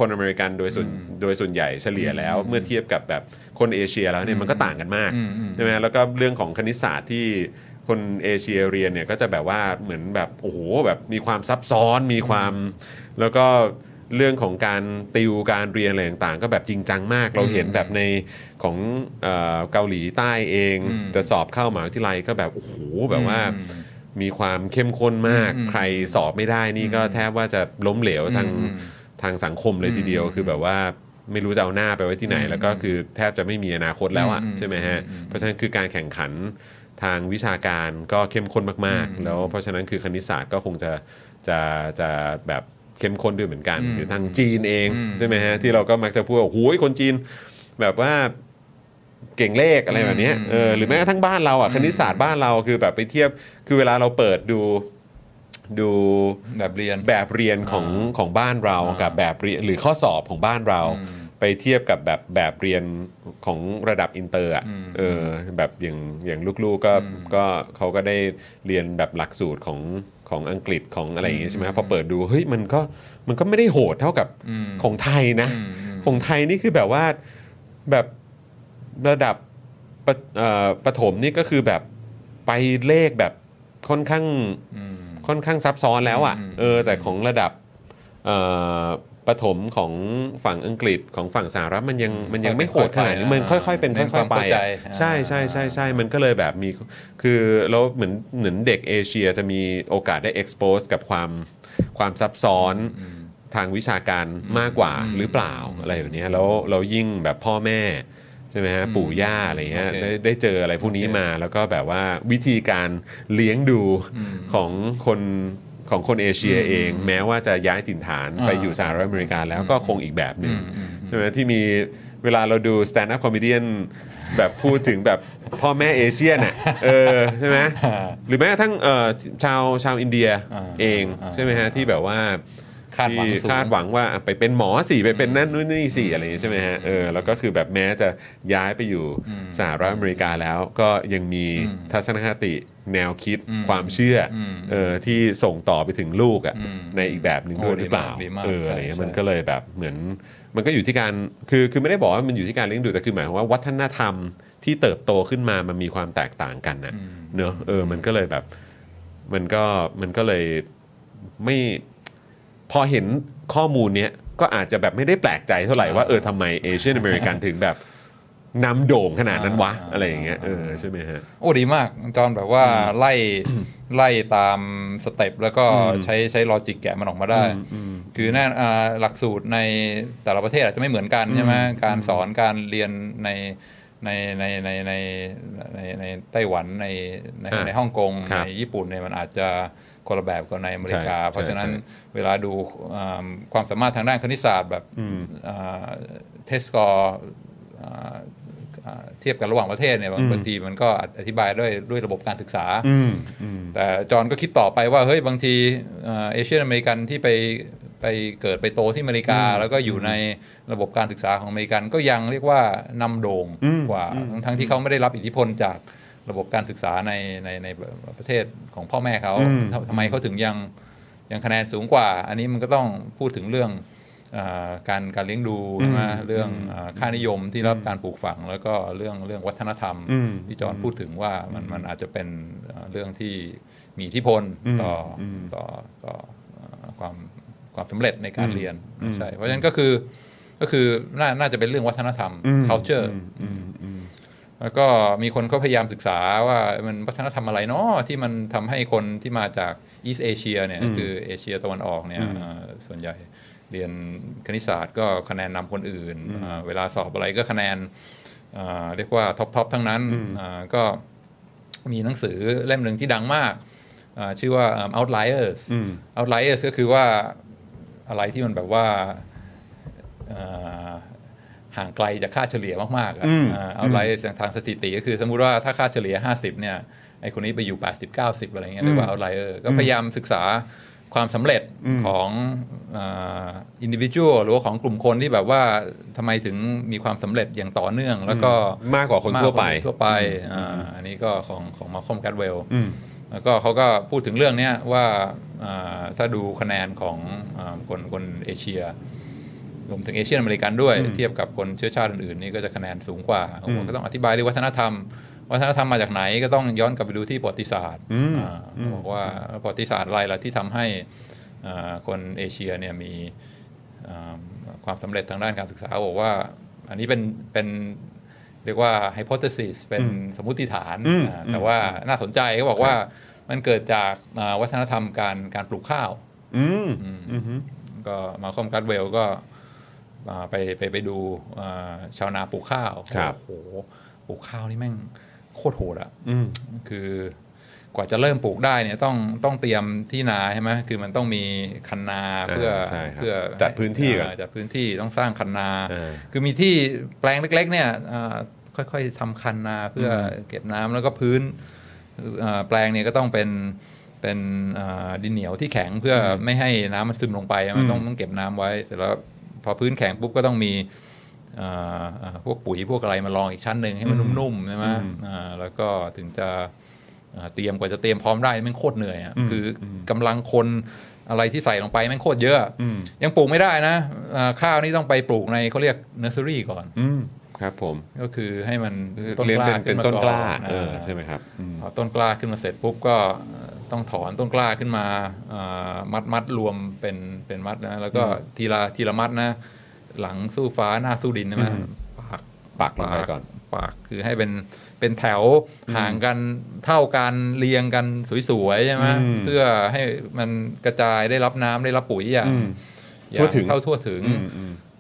คนอเมริกันโดยส่วนโดยส่วนใหญ่เฉลี่ยแล้ว เมื่อเทียบกับแบบคนเอเชียแล้วเนี่ยมันก็ต่างกันมาก อืมอืม ใช่ไหมแล้วก็เรื่องของคณิตศาสตร์ที่คนเอเชียเรียนเนี่ยก็จะแบบว่าเหมือนแบบโอ้โหแบบมีความซับซ้อนมีความ แล้วก็เรื่องของการติวการเรียนอะไรต่างๆ ก็แบบจริงจังมาก เราเห็นแบบในของเออเกาหลีใต้เอง อืม จะสอบเข้ามหาวิทยาลัยก็แบบโอ้โหแบบว่า อืม มีความเข้มข้นมาก อืม ใครสอบไม่ได้นี่ก็แทบว่าจะล้มเหลวทาง อืม ทางสังคมเลยทีเดียว อืม คือแบบว่าไม่รู้จะเอาหน้าไปไว้ที่ไหน อืม แล้วก็คือแทบจะไม่มีอนาคตแล้วอ่ะ อืม ใช่ไหมฮะ อืม เพราะฉะนั้นคือการแข่งขันทางวิชาการก็เข้มข้นมาก อื ๆ ม แล้วเพราะฉะนั้นคือคณิตศาสตร์ก็คงจะจะจะแบบเข้มข้นด้วยเหมือนกัน อืม หรือทางจีนเอง อืม ใช่ไหมฮะที่เราก็มักจะพูดว่าโอ้ยคนจีน แบบว่าเก่งเลขอะไรแบบเนี้ย อืม เออหรือแม้กระทั่งบ้านเราอ่ะคณิตศาสตร์บ้านเราคือแบบไปเทียบคือเวลาเราเปิดดูดู แบบเรียน แบบเรียนของของบ้านเรา อ่ากั กับแบบเรียนหรือข้อสอบของบ้านเรา อืม ไปเทียบกับแบบแบบเรียนของระดับอินเตอร์อ่ะ อืม เออแบบอย่างอย่างลูกๆก็ อืม ก็เขาก็ได้เรียนแบบหลักสูตรของของอังกฤษของอะไรอย่างเงี้ยใช่ไหมพอเปิดดูเฮ้ยมันก็มันก็ไม่ได้โหดเท่ากับ อืม ของไทยนะ อืมอืม ของไทยนี่คือแบบว่าแบบระดับปะเอ่อประถมนี่ก็คือแบบไปเลขแบบค่อนข้าง อืม ค่อนข้างซับซ้อนแล้วอะ่ะ อืม เออแต่ของระดับเอ่อประถมของฝั่งอังกฤษของฝั่งสหรัฐมันยังมันยังไม่โหดขนาดนี้มันค่อยๆเป็นค่อยๆไปอะ ใช่ใช่ใช่ใช่มันก็เลยแบบมีคือแล้วเหมือนเหมือนเด็กเอเชียจะมีโอกาสได้ expose กับความความซับซ้อนทางวิชาการมากกว่าหรือเปล่าอะไรแบบเนี้ยแล้วเรายิ่งแบบพ่อแม่ ใช่ไหมฮะ อืม ปู่ย่าอะไรเงี้ย โอเค ได้ได้เจออะไรพวกนี้ โอเค มา แล้วก็แบบว่าวิธีการเลี้ยงดู อืม ของคนของคนเอเชีย อืม เอง แม้ว่าจะย้ายถิ่นฐาน อ่า ไปอยู่สหรัฐอเมริกาแล้วก็คงอีกแบบหนึ่ง อืมอืม ใช่ไหมที่มีเวลาเราดูสแตนด์อัพคอมเมดี้แบบพูดถึงแบบพ่อแม่เอเชีย น่ะเออใช่ไหม หรือแม้กระทั่งเอ่อชาวชาวอินเดีย อ่า เอง อ่า ใช่ไหมฮะที่แบบว่า คาดหวัง ที่ สูง คาดหวังว่าอ่ะไปเป็นหมอสิไปเป็นนั่นนู่นนี่สิอะไรอย่างนี้ใช่ไหมฮะเออแล้วก็คือแบบแม้จะย้ายไปอยู่สหรัฐอเมริกาแล้ว ก็ยังมีทัศนคติแนวคิด อืม ความเชื่ออ ม เออที่ส่งต่อไปถึงลูกอ่ะ อืม ในอีกแบบหนึ่ง โอ้ ด้วยหรือเปล่า ดีมากดีมาก เอออะไรเงี้ย ใช่ มันก็เลยแบบเหมือนมันก็อยู่ที่การคือคือไม่ได้บอกว่ามันอยู่ที่การเลี้ยงดูแต่คือหมายความว่าวัฒนธรรมที่เติบโตขึ้นมามันมีความแตกต่างกันนะ อืม เนอะเออมันก็เลยแบบ มันก็มันก็เลยไม่พอเห็นข้อมูลเนี้ยก็อาจจะแบบไม่ได้แปลกใจเท่าไหร่ว่าเออทำไมเอเชียนอเมริกันถึงแบบนำโด่งขนาดนั้นวะ อ่า อะไรอย่างเงี้ยเออใช่ไหมฮะ โอ้ดีมากจอนแบบว่าไล่ ไล่ตามสเต็ปแล้วก็ใช้ใช้ลอจิกแกะมันออกมาได้ คือแน่อ่าหลักสูตรในแต่ละประเทศอาจจะไม่เหมือนกันใช่ไหมการสอนการเรียนในในในในในในในไต้หวันในใน อ่า ในฮ่องกง ครับ ในญี่ปุ่นเนี่ยมันอาจจะคนละแบบกับในอเมริกา ใช่ เพราะฉะนั้น ใช่ใช่ เวลาดูอ่าความสามารถทางด้านคณิตศาสตร์แบบเทสกอร์ อ่าเทียบกันระหว่างประเทศเนี่ยบางบางทีมันก็อธิบายด้วยด้วยระบบการศึกษา อืมอืม แต่จอห์นก็คิดต่อไปว่าเฮ้ยบางทีเอ่อเอเชียนอเมริกันที่ไปไปเกิดไปโตที่อเมริกา แล้วก็อยู่ในระบบการศึกษาของอเมริกันก็ยังเรียกว่านำโด่ง อืม กว่าทั้งทั้งที่เขาไม่ได้รับอิทธิพลจากระบบการศึกษาในในในประเทศของพ่อแม่เขา อืม ทำทำไมเขาถึงยังยังคะแนนสูงกว่า อันนี้มันก็ต้องพูดถึงเรื่องเออการการเลี้ยงดูใช่ไหมเรื่องเอ่อค่านิยมที่รับการปลูกฝัง แล้วก็เรื่องเรื่องวัฒนธรรม อืม ที่จอห์นพูดถึงว่ามันมันอาจจะเป็นเอ่อเรื่องที่มีอิทธิพลต่ออต่อต่อเอ่อความความสำเร็จในการเรียนใช่เพราะฉะนั้นก็คือก็คือน่าน่าจะเป็นเรื่องวัฒนธรรม culture แล้วก็มีคนก็พยายามศึกษาว่ามันวัฒนธรรมอะไรเนาะที่มันทำให้คนที่มาจากอีสเอเชียเนี่ยคือเอเชียตะวันออกเนี่ยเอ่อส่วนใหญ่เรียนคณิตศาสตร์ก็คะแนนนำคนอื่นอ่าเวลาสอบอะไรก็คะแนน อ่าเรียกว่าท็อปทอปทั้งนั้นอ่าก็มีหนังสือเล่มหนึ่งที่ดังมากอ่าชื่อว่า um, outliers outliers ก็คือว่าอะไรที่มันแบบว่าอ่าห่างไกลจากค่าเฉลี่ยมากๆอะอ่า outliers ทางสถิติก็คือสมมุติว่าถ้าค่าเฉลี่ย 50 เนี่ย ไอคนนี้ไปอยู่ 80 90 อะไรเงี้ยเรียกว่า outlier ก็พยายามศึกษาความสำเร็จของอินดิวิ u a l หรือว่าของกลุ่มคนที่แบบว่าทำไมถึงมีความสำเร็จอย่างต่อเนื่อง แล้วก็ มากกว่าคนทั่วไป มากกาคนทั่วไปอ่าอันนี้ก็ของของมาคอมแกดเวลแล้วก็เขาก็พูดถึงเรื่องเนี้ยว่าอ่าถ้าดูคะแนนของอ่าคนคนเอเชียรวมถึงเอเชียนอเมริกันด้วย เทียบกับคนเชื้อชาติอื่นๆนี่ก็จะคะแนนสูงกว่าผมก็ต้องอธิบายเรื่องวัฒนธรรม วัฒนธรรมมาจากไหนก็ต้องย้อนกลับไปดูที่ประวัติศาสตร์อ่าบอกว่าประวัติศาสตร์อะไรล่ะที่ทำให้อ่าคนเอเชียเนี่ยมี เอ่อความสำเร็จทางด้านการศึกษาบอกว่า อันนี้เป็นเป็นเรียกว่า hypothesis เป็นสมมติฐานอ่าแต่ว่าน่าสนใจก็บอกว่ามันเกิดจากอ่าวัฒนธรรมการการปลูกข้าว อืม ก็มาคอมกัดเวลก็อ่าไปไปไปดูอ่าชาวนาปลูกข้าว ครับ โอ้โหปลูกข้าวนี่แม่งโคตรโหดอะคือกว่าจะเริ่มปลูกได้เนี่ยต้องต้องเตรียมที่นาใช่ไหมคือมันต้องมีคันนาเพื่อ ใช่ครับ เพื่อ จัดพื้นที่ก่อน อ่าจัดพื้นที่ต้องสร้างคันนา เออ คือมีที่แปลงเล็ก ๆ เนี่ยอ่าค่อยๆทำคันนาเพื่อเก็บน้ำแล้วก็พื้น เอ่อแปลงเนี่ยก็ต้องเป็นเป็นเอ่อดินเหนียวที่แข็งเพื่ออไม่ให้น้ำมันซึมลงไปมันต้องต้องเก็บน้ำไว้เสร็จแล้วพอพื้นแข็งปุ๊บก็ต้องมีเอ่อเอ่อพวกปุ๋ยพวกอะไรมารองอีกชั้นหนึ่งให้มันนุ่มๆใช่ไหมอ่าแล้วก็ถึงจะเอ่อเตรียมกว่าจะเตรียมพร้อมได้แม่งโคตรเหนื่อยอะคือกำลังคนอะไรที่ใส่ลงไปแม่งโคตรเยอะ ยังปลูกไม่ได้นะเอ่อข้าวนี่ต้องไปปลูกในเขาเรียกเนอร์เซอรี่ก่อน อืมครับผม ก็คือให้มัน เรียนเป็น ขึ้ เป็น มา ต้นกล้า อน เออ อ่า ใช่ไหมครับอืม พอต้นกล้าขึ้นมาเสร็จปุ๊บก็เอ่อต้องถอนต้นกล้าขึ้นมาเอ่อมัดมัดรวมเป็นเป็นมัดนะแล้วก็ทีละทีละมัดนะ หลังสู้ฟ้าหน้าสู้ดินใช่ไหมปาก ปักลงไปก่อน ปากคือให้เป็นเป็นแถวห่างกันเท่ากันเรียงกันสวยๆใช่ไหมเพื่อให้มันกระจายได้รับน้ำได้รับปุ๋ยอย่างอย่างเท่าทั่วถึง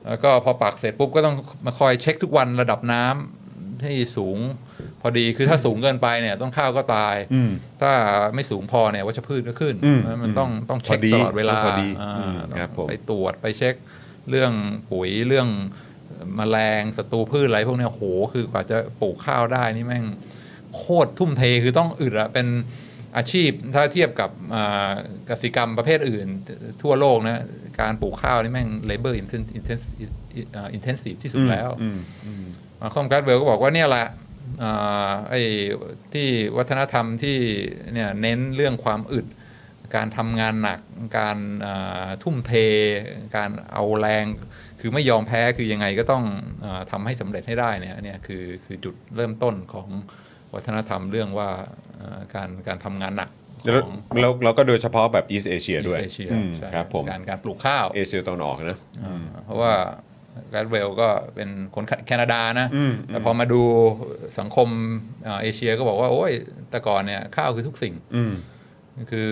แล้วก็พอปักเสร็จปุ๊บก็ต้องมาคอยเช็คทุกวันระดับน้ำ ให้สูงพอดีคือถ้าสูงเกินไปเนี่ยต้นข้าวก็ตาย อืม ถ้าไม่สูงพอเนี่ยวัชพืชก็ขึ้น อืม มันต้องต้องเช็ค พอดี ตลอดเวลา พอดี า อืม ต้อง ครับผม ไปตรวจไปเช็คเรื่องปุ๋ยเรื่องมแมลงศัตรูพืชอะไรพวกเนี้ยโหคือกว่าจะปลูกข้าวได้นี่แม่งโคตรทุ่มเทคือต้องอึดอะเป็นอาชีพถ้าเทียบกับอ่ากสิกรรมประเภทอื่นทั่วโลกนะการปลูกข้าวนี่แม่ง labor intensive- intensive อ่า intensive ที่สุดแล้ว อืม มาคอมการ์ดเวลก็บอกว่าเนี่ยแหละอ่าไอ้ที่วัฒนธรรมที่เนี่ยเน้นเรื่องความอึด การทำงานหนัก การอ่าทุ่มเท การเอาแรง คือไม่ยอมแพ้คือยังไงก็ต้องอาทำให้สำเร็จให้ได้เนี่ยเนี่ยคือคือจุดเริ่มต้นของวัฒนธรรมเรื่องว่าอ่าการการทำงานหนัก แล้ว ของ แล้วแล้วก็โดยเฉพาะแบบอีสเอเชียด้วย เอเชีย อืม ใช่ ครับผม การการปลูกข้าว เอเชียตะวันออกนะ เพราะว่าการ์ดเวลก็เป็นคนแคนาดานะ อืม แต่พอมาดูสังคมเอ่อเอเชียก็บอกว่า โอ้ยแต่ก่อนเนี่ยข้าวคือทุกสิ่ง อืม คือ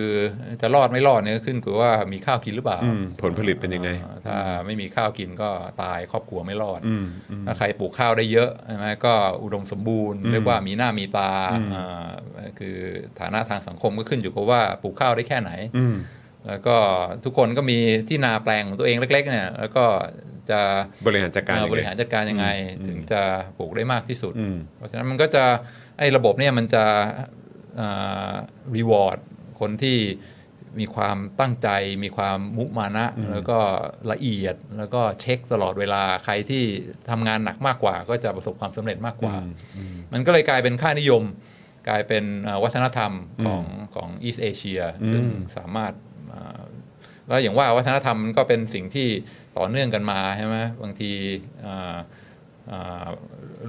จะรอดไม่รอดเนี่ยขึ้นกับว่ามีข้าวกินหรือเปล่า อืมผลผลิตเป็นยังไง อ่าถ้าไม่มีข้าวกินก็ตายครอบครัวไม่รอด อืมอืม ถ้าใครปลูกข้าวได้เยอะใช่ไหมก็อุดมสมบูรณ์เรียกว่ามีหน้ามีตาอ่าคือฐานะทางสังคมก็ขึ้นอยู่กับว่าปลูกข้าวได้แค่ไหน อืม แล้วก็ทุกคนก็มีที่นาแปลงของตัวเองเล็กๆเนี่ยแล้วก็จะ บริหารจัดการยัเอ่อง บ ไง ริหารจัดการยังไงถึงจะปลูกได้มากที่สุด อืม เพราะฉะนั้นมันก็จะไอ้ระบบเนี่ยมันจะรีวอร์ดคนที่มีความตั้งใจ มีความมุมานะ แล้วก็ละเอียดแล้วก็เช็คตลอดเวลาใครที่ทำงานหนักมากกว่า ก็จะประสบความสำเร็จมากกว่า มันก็เลยกลายเป็นค่านิยม กลายเป็นเอ่อวัฒนธรรมของของอีสเอเชียซึ่งสามารถเอ่อ แล้วอย่างว่าวัฒนธรรมมันก็เป็นสิ่งที่ต่อเนื่องกันมาใช่ไหมบางทีอ่าอ่า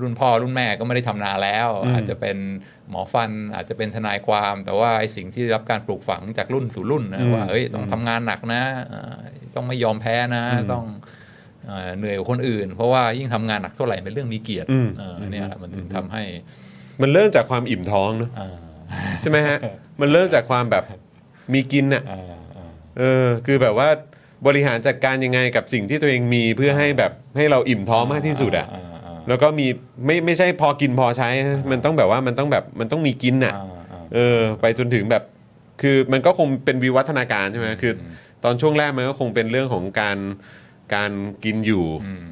รุ่นพ่อรุ่นแม่ก็ไม่ได้ทำนาแล้ว อาจจะเป็นหมอฟันอาจจะเป็นทนายความ แต่ว่าไอ้สิ่งที่ได้รับการปลูกฝังจากรุ่นสู่รุ่นนะว่าเอ้ยต้องทำงานหนักนะอ่าต้องไม่ยอมแพ้นะต้องเอ่อเหนื่อยกว่าคนอื่น เพราะว่ายิ่งทำงานหนักเท่าไหร่เป็นเรื่องมีเกียรติ อืม เอออเนี่ยแหละมันถึงทำให้ มันเริ่มจากความอิ่มท้องเนอะ อ่า ใช่ไหม ฮะ มันเริ่มจากความแบบมีกินน่ะ อ่าอ่า เออ คือแบบว่าบริหารจัดการยังไงกับสิ่งที่ตัวเองมีเพื่อให้แบบให้เราอิ่มท้องมากที่สุดอ่ะ อ่าอ่าอ่า แล้วก็มีไม่ไม่ใช่พอกินพอใช้นะมันต้องแบบว่ามันต้องแบบมันต้องมีกินน่ะ อ่าอ่า เออไปจนถึงแบบคือมันก็คงเป็นวิวัฒนาการใช่ไหมคือ ตอนช่วงแรกมันก็คงเป็นเรื่องของการการกินอยู่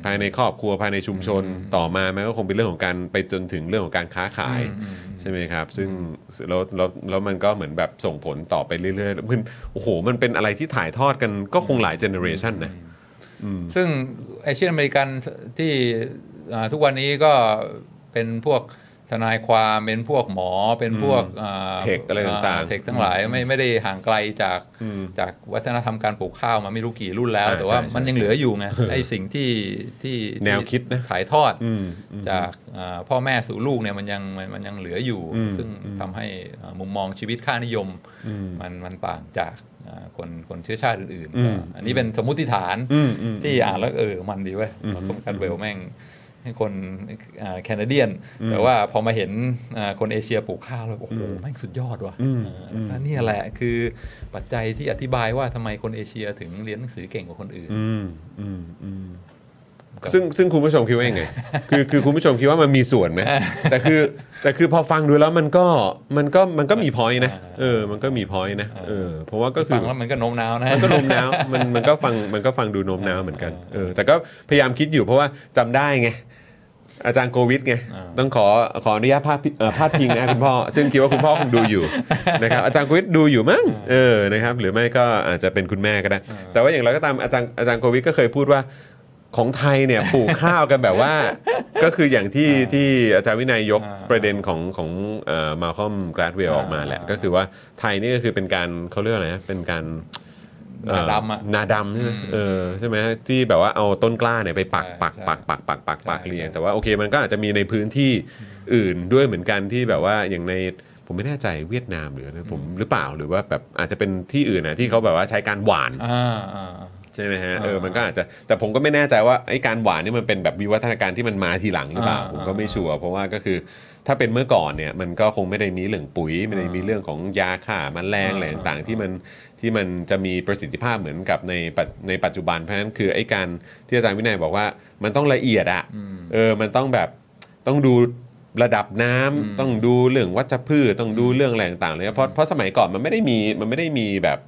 ภายในครอบครัวภายในชุมชนต่อมามันก็คงเป็นเรื่องของการไปจนถึงเรื่องของการค้าขายใช่ไหมครับ ซึ่งแล้วแล้วแล้วมันก็เหมือนแบบส่งผลต่อไปเรื่อยๆมันโอ้โห มันเป็นอะไรที่ถ่ายทอดกันก็คงหลายเจเนอเรชันนะ ซึ่งเอเชียนอเมริกันที่อ่าทุกวันนี้ก็เป็นพวกทนายความเป็นพวกหมอเป็นพวกอ่า เทคอะไรต่างๆ เทคทั้งหลายไม่ไม่ได้ห่างไกลจากจากวัฒนธรรมการปลูกข้าวมาไม่รู้กี่รุ่นแล้ว อ่า แต่ว่า ใช่ใช่ มันยัง ใช่ เหลืออยู่ไงไอสิ่งที่ที่ แนวคิดนะ ถ่ายทอด อืม จากเอ่อพ่อแม่สู่ลูกเนี่ยมันยังมันมันยังเหลืออยู่ อืม ซึ่งทำให้เอ่อมุมมองชีวิตค่านิยม มันมันต่างจากเอ่อคนคนเชื้อชาติอื่น อื ๆก็ ม อันนี้เป็นสมมุติฐาน อืมอืม ที่อ่านแล้วเออมันดีเว้ยคมกันเวลแม่งให้คนเอ่อแคนาเดียน แต่ว่าพอมาเห็นเอ่อคนเอเชียปลูกข้าวแล้วโอ้โหแม่งสุดยอดว่ะเอออแล้วเนี่ยแหละคือปัจจัยที่อธิบายว่าทำไมคนเอเชียถึงเรียนหนังสือเก่งกว่าคนอื่น ืมอืมอืมซึ่งซึ่งคุณผู้ชมคิดว่ายังไง คือคือคุณผู้ชมคิดว่ามันมีส่วนไหมแต่คือแต่คือพอฟังดูแล้วมันก็มันก็มันก็มีพอยนะเออ มันก็มีพอยนะเออเพราะว่าก็คื ฟั อ งแล้วมันก็โน้มน้าวนะ มันก็โน้มน้าวมันมันก็ฟังมันก็ฟังดูโน้มน้าวเหมือนกันเออแต่ก็พยายามคิดอยู่เพราะว่าจำได้ไง อาจารย์โควิดไงต้องขอขออนุญาตพาดพิเอ่อพาดพิงนะคุณพ่อ ซึ่งคิดว่าคุณพ่อคงดู อยู่ นะครับอาจารย์โควิดดูอยู่มั้งเออนะครับหรือไม่ก็อาจจะเป็นคุณแม่ก็ได้ แต่ว่าอย่างไรก็ตามอาจารย์อาจารย์โควิดก็เคยพูดว่าของไทยเนี่ยปลูกข้าวกัน แบบว่า ก็คืออย่างที่ที่อาจารย์วินัยยก อ่า ประเด็นของของมาคอมกราดเวลออกมาแหละก็คือว่าไทยนี่ก็คือเป็นการเขาเรียกว่าอะไรนะเป็นการ หน้าดำอ่ะ เนาดำใช่ไหม อืม เออใช่ไหมที่แบบว่าเอาต้นกล้าเนี่ยไปปัก ใช่ ปัก ใช่ ปักปักปักปักปัก ใช่ เรียง ใช่ แต่ว่าโอเคมันก็อาจจะมีในพื้นที่อื่นด้วยเหมือนกันที่แบบว่าอย่างในผมไม่แน่ใจเวียดนามหรืออะไรผมหรือเปล่าหรือว่าแบบอาจจะเป็นที่อื่นนะที่เขาแบบว่าใช้การหวาน อ่าอ่า ใช่ไหมฮะ อ่า เออมันก็อาจจะแต่ผมก็ไม่แน่ใจว่าไอ้การหวานนี่มันเป็นแบบวิวัฒนาการที่มันมาทีหลังหรือเปล่า อ่า ผมก็ไม่ อ่า ชัวร์เพราะว่าก็คือถ้าเป็นเมื่อก่อนเนี่ยมันก็คงไม่ได้มีเรื่องปุ๋ยไม่ได้มีเรื่องของยาฆ่าแมลงอะไรต่างๆที่มัน ที่มันจะมีประสิทธิภาพเหมือนกับในปัจในปัจจุบันเพราะฉะนั้นคือไอ้การที่อาจารย์วินัยบอกว่ามันต้องละเอียดอะ่ะเออมันต้องแบบต้องดู ระดับน้ำต้องดูเรื่องวัชพืชต้องดูเรื่องอะไรต่างๆเลยนะเพราะเพราะสมัยก่อนมันไม่ได้มีมันไม่ได้มีแบบ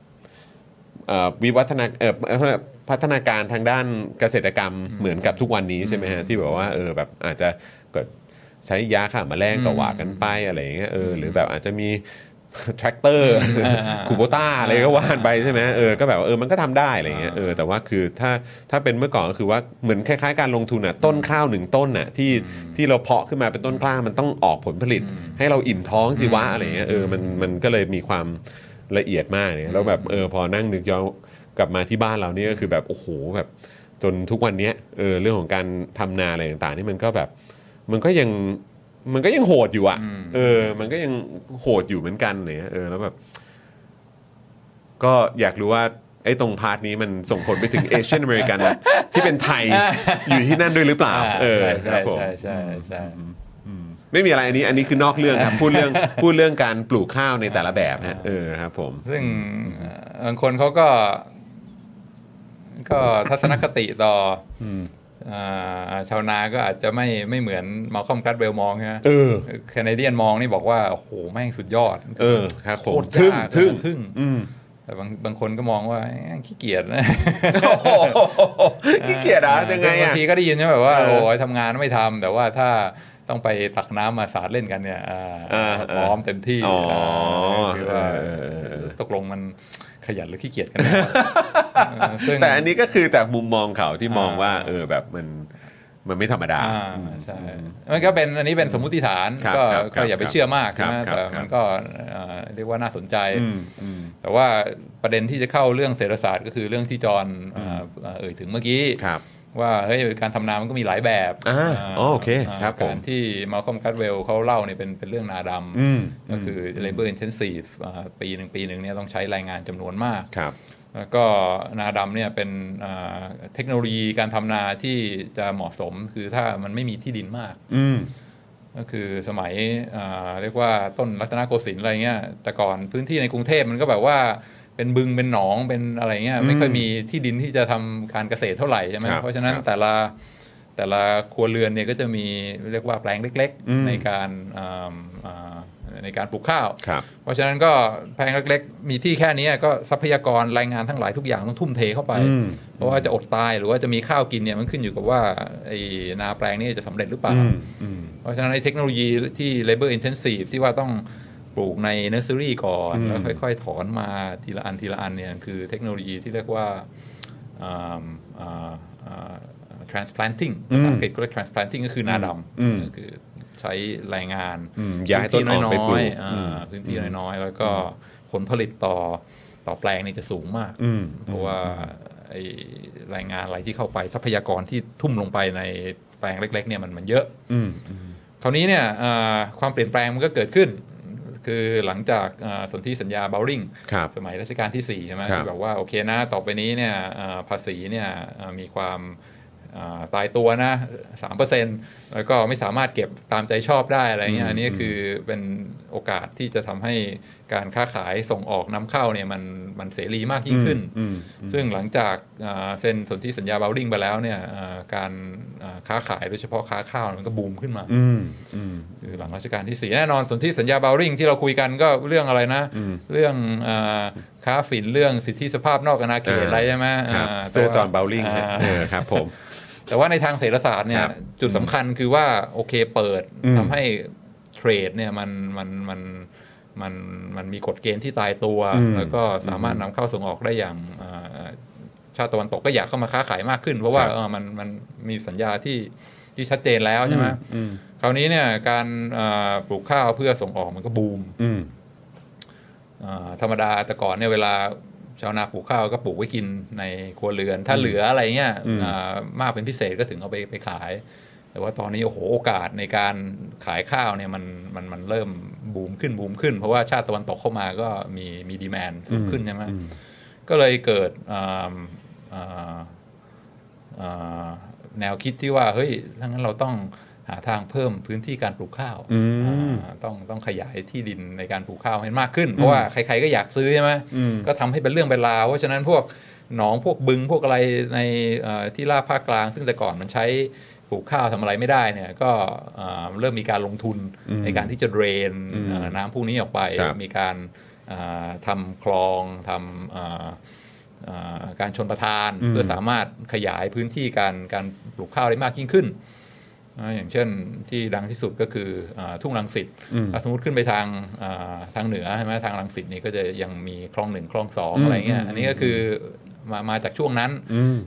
เอ่อวิวัฒนาเอ่อเขาเรียกพัฒนาการทางด้านเกษตรกรรมเหมือนกับทุกวันนี้ใช่ไหมฮะที่แบบว่าเออแบบอาจจะก็ใช้ยาฆ่าแมลงก็ว่ากันไปอะไรอย่างเงี้ยเออหรือแบบอาจจะมี แทรกเตอร์ อ่า คูโบต้าอะไรก็ว่านไปใช่ไหมเออก็แบบว่าเออมันก็ทำได้อะไรเงี้ยเออแต่ว่าคือถ้าถ้าเป็นเมื่อก่อนก็คือว่าเหมือนคล้ายๆการลงทุนอ่ะต้นข้าวหนึ่งต้นน่ะที่ที่เราเพาะขึ้นมาเป็นต้นกล้ามันต้องออกผลผลิต ให้เราอิ่มท้องสิวะอะไรเงี้ยเออมันมันก็เลยมีความละเอียดมากเนี่ยแล้วแบบเออพอนั่งนึกย้อนกลับมาที่บ้านเรานี่ก็คือแบบโอ้โหแบบจนทุกวันเนี้ยเออเรื่องของการทำนาอะไรต่างๆนี่มันก็แบบ มันก็ยังมันก็ยังโหดอยู่อ่ะ อืม เออ มันก็ยังโหดอยู่เหมือนกันอะไรเลยเออแล้วแบบ ก็อยากรู้ว่าไอ้ตรงพาร์ทนี้มันส่งผลไปถึงเอเชียนอเมริกัน ที่เป็นไทยอยู่ที่นั่นด้วยหรือเปล่า เออ ใช่ ครับผใช่ม ใช่ใช่ใช่ ไม่มีอะไรอันนี้ อันนี้คือนอกเรื่อง ครับ พูดเรื่องพูดเรื่องการปลูกข้าวในแต่ละแบบฮะเออครับ ผม ซึ่งเอ่อบางคนเขาก็ ก็ทัศนคติต่อออ่าชาวนาก็อาจจะไม่ไม่เหมือนมาคอมคัตเบลมองใช่ไหม เออ แคนาเดียนมองนี่บอกว่า โอ้โห แม่งสุดยอด เออครับผม โคตร ทึ่ง ยาก ทึ่ง ทึ่ง อืม แต่บางบางคนก็มองว่าแม่งขี้เกียจนะ โอ้โห ขี้เกียจอ่ะยังไง บา อ่ะ งทีก็ได้ยินใช่ไหมแบบว่า เออ โอ้ยทำงานไม่ทำแต่ว่าถ้าต้องไปตักน้ำมาสาดเล่นกันเนี่ยอ่า เออเออ พร้อมเต็มที่ อ๋ออ่ าคือว่า เออเออเออ ตกลงมันขยันหรือขี้เกียจกันแน่ วะ เออซึ่ง แต่อันนี้ก็คือจากมุมมองเขาที่มองว่า อ่า เออแบบมันมันไม่ธรรมดา อ่าใช่มันก็เป็นอันนี้เป็นสมมติฐาน ครับ ก็ ครับ ก็อย่าไปเชื่อมาก ครับ นะครับ แต่ ครับ มันก็เอ่อเรียกว่าน่าสนใจ อืมอืม แต่ว่าประเด็นที่จะเข้าเรื่องเศรษฐศาสตร์ก็คือเรื่องที่จอห์นเอ่อเอ่อเอ่ยถึงเมื่อกี้ ครับ ว่าเฮ้ยการทำนามันก็มีหลายแบบ อ่า า อ๋อโอเคครับผม การที่มาคอมคัตเวลเขาเล่าเนี่ยเป็นเป็นเรื่องนาด อืม ำก็คือ labor intensive อ่าปีหนึ่งปีหนึ่งเนี่ยต้องใช้แรงงานจำนวนมาก ครับ แล้วก็นาดำเนี่ยเป็นอ่าเทคโนโลยีการทำนาที่จะเหมาะสมคือถ้ามันไม่มีที่ดินมาก อืม ก็คือสมัยอ่าเรียกว่าต้นรัตนโกสินทร์อะไรเงี้ยแต่ก่อนพื้นที่ในกรุงเทพมันก็แบบว่าเป็นบึงเป็นหนองเป็นอะไรเงี้ยไม่ค่อยมีที่ดินที่จะทำการเกษตรเท่าไหร่ใช่ไหม ครับ เพราะฉะนั้น ครับ แต่ละแต่ละครัวเรือนเนี่ยก็จะมีเรียกว่าแปลงเล็ก อืม ๆ ในการอ่าอ่าในการปลูกข้าว ครับ เพราะฉะนั้นก็แพงเล็กๆ มีที่แค่นี้ก็ทรัพยากรแรงงานทั้งหลายทุกอย่างต้องทุ่มเทเข้าไป อืม เพราะว่าจะอดตายหรือว่าจะมีข้าวกินเนี่ยมันขึ้นอยู่กับว่าไอ้นาแปลงนี้จะสำเร็จหรือเปล่า อืมอืม เพราะฉะนั้นไอ้เทคโนโลยีที่ labor intensive ที่ว่าต้องปลูกในเนอร์เซอรี่ก่อน อืม แล้วค่อยๆ ถอนมาทีละอันทีละอันเนี่ยคือเทคโนโลยีที่เรียกว่าอ่าอ่าอ่า transplanting ภาษาอังกฤษก็เรียก transplanting ก็คือนาดำก็คือใช้แรงงาน อืมย้ายต้นออกไปปลูก พื้นที่น้อยๆอ่าพื้นที่น้อยๆ แล้วก็ผลผลิตต่อต่อแปลงนี่จะสูงมาก อืม เพราะว่าไอ้แรงงานอะไรที่เข้าไปทรัพยากรที่ทุ่มลงไปในแปลงเล็กๆเนี่ยมันมันเยอะ อืม คราวนี้เนี่ยอ่าความเปลี่ยนแปลงมันก็เกิดขึ้น คือหลังจากอ่าสนธิสัญญาเบลริง ครับ สมัยรัชกาลที่ 4 ใช่ไหม ครับ ที่แบบว่าโอเคนะต่อไปนี้เนี่ยเอ่อภาษีเนี่ยเอ่อมีความเอ่อตายตัวนะสามเปอร์เซ็นแล้วก็ไม่สามารถเก็บตามใจชอบได้อะไรเงี้ยอันนี้คือเป็นโอกาสที่จะทำให้การค้าขายส่งออกนำเข้าเนี่ยมันมันเสรีมากยิ่งขึ้น อืม ซึ่งหลังจากเอ่อเซ็นสนธิสัญญาเบลลิงไปแล้วเนี่ยเอ่อการเอ่อค้าขายโดยเฉพาะค้าข้าวมันก็บูมขึ้นมา อืม อืม คือหลังรัชกาลที่สี่แน่นอนสนธิสัญญาเบลริงที่เราคุยกันก็เรื่องอะไรนะ อืม เรื่องเออค้าฝิ่นเรื่องสิทธิสภาพนอกอาณาเขต อ่า อะไรใช่ไหม ครับ า เซอร์ แต่ว่า จอห์นเบลลิงฮะ อ่า เออครับผม แต่ว่าในทางเศรษฐศาสตร์เนี่ ค ย รับ จุดสำคัญคือว่าโอเคเปิด อืม ทำให้เทรดเนี่ยมันมันมันมันมันมีกฎเกณฑ์ที่ตายตัว แล้วก็สามารถนำเข้าส่งออกได้อย่างอ่าชาติตะวันตกก็อยากเข้ามาค้าขายมากขึ้น เพราะว่าเออมันมันมีสัญญาที่ที่ชัดเจนแล้วใช่ไหม อืม คราวนี้เนี่ยการเอ่อปลูกข้าวเพื่อส่งออกมันก็บูม อืม เอ่อธรรมดาแต่ก่อนเนี่ยเวลาชาวนาปลูกข้าวก็ปลูกไว้กินในครัวเรือน ถ้าเหลืออะไรเงี้ย อืม เอ่อมากเป็นพิเศษก็ถึงเอาไปไปขาย แต่ว่าตอนนี้โอ้โหโอกาสในการขายข้าวเนี่ยมันมันมันเริ่มบูมขึ้นบูมขึ้น เพราะว่าชาติตะวันตกเข้ามาก็มีมีดีแมนสูงขึ้นใช่ไหมก็เลยเกิดอ่าอ่า อ่าแนวคิดที่ว่าเฮ้ยถ้างั้นเราต้องหาทางเพิ่มพื้นที่การปลูกข้าว อืม อ่าต้องต้องขยายที่ดินในการปลูกข้าวให้มากขึ้น เพราะว่าใครๆก็อยากซื้อใช่ไหม อืม ก็ทำให้เป็นเรื่องเป็นราวเพราะฉะนั้นพวกหนองพวกบึงพวกอะไรในเอ่อที่ลาดภาคกลาง ซึ่งแต่ก่อนมันใช้ ปลูกข้าวทำอะไรไม่ได้เนี่ยก็เอ่อเริ่มมีการลงทุนในการที่จะเดรน อืม เอ่อน้ำพวกนี้ออกไป ครับ มีการเอ่อทำคลองทำเอ่อเอ่อการชนประทาน อืม เพื่อสามารถขยายพื้นที่การการปลูกข้าวได้มากยิ่งขึ้น อ่าอย่างเช่นที่ดังที่สุดก็คืออาทุ่งรังสิตถ้าสมมติขึ้นไปทางอ่าทางเหนือใช่ไหมทางรังสิตนี่ก็จะยังมีคลองหนึ่งคลองสองอะไรเงี้ยอันนี้ก็คือมามาจากช่วงนั้น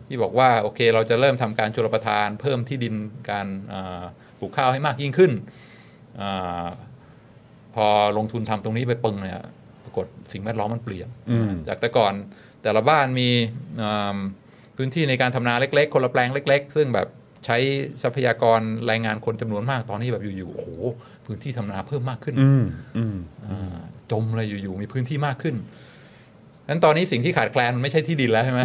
ที่บอกว่าโอเคเราจะเริ่มทำการชลประทาน เพิ่มที่ดินการอ่าปลูกข้าวให้มากยิ่งขึ้นอาพอลงทุนทำตรงนี้ไปปึงเนี่ยปรากฏสิ่งแวดล้อมมันเปลี่ยน อืม จากแต่ก่อนแต่ละบ้านมีอ่าพื้นที่ในการทำนาเล็กๆ คนละแปลงเล็ก ๆ ซึ่งแบบใช้ทรัพยากรแรงงานคนจำนวนมากตอนนี้แบบอยู่ๆโอ้โหพื้นที่ทำนาเพิ่มมากขึ้น อืมอืม อ่าจมเลยอยู่ๆมีพื้นที่มากขึ้นนั้นตอนนี้สิ่งที่ขาดแคลนมันไม่ใช่ที่ดินแล้วใช่ไหม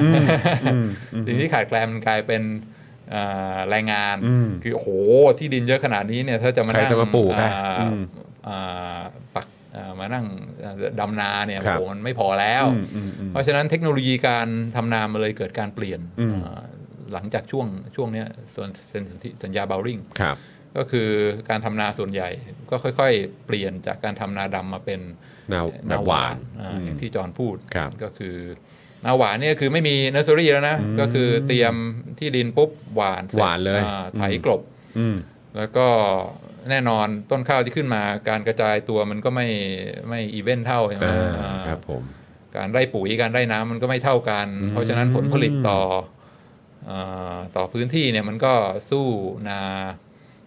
สิ่งที่ขาดแคลนมันกลายเป็นอ่าแรงงาน อืม คือโอ้โหที่ดินเยอะขนาดนี้เนี่ยถ้าจะมา ใคร นั่ง จะมาปลูกอ่ะ อ่า อืม อ่าปักอ่ามานั่งดำนาเนี่ย ครั โอ้ บ โหมันไม่พอแล้ว อืมอืมอืม เพราะฉะนั้นเทคโนโลยีการทำนามาเลยเกิดการเปลี่ยน อืม อ่าหลังจากช่วงช่วงเนี้ยส่วนเซ็นสัญญาบาริง ครับ ก็คือการทำนาส่วนใหญ่ก็ค่อย ๆ เปลี่ยนจากการทำนาดำมาเป็น นาวนาหวาน อ่า อืม อย่างที่จอห์นพูด ครับ ก็คือนาหวานเนี่ยคือไม่มีเนอร์เซอรี่แล้วนะ ก็คือเตรียมที่ดินปุ๊บหวานสร็จ หวานเลย อ่าไถ อืม กลบ อืม แล้วก็แน่นอนต้นข้าวที่ขึ้นมาการกระจายตัวมันก็ไม่ไม่อีเวนต์เท่าใช่ไหม อ่า อ่า ครับผม การได้ปุ๋ยการได้น้ำมันก็ไม่เท่ากัน อืม เพราะฉะนั้นผลผลิตต่อเออต่อพื้นที่เนี่ยมันก็สู้นา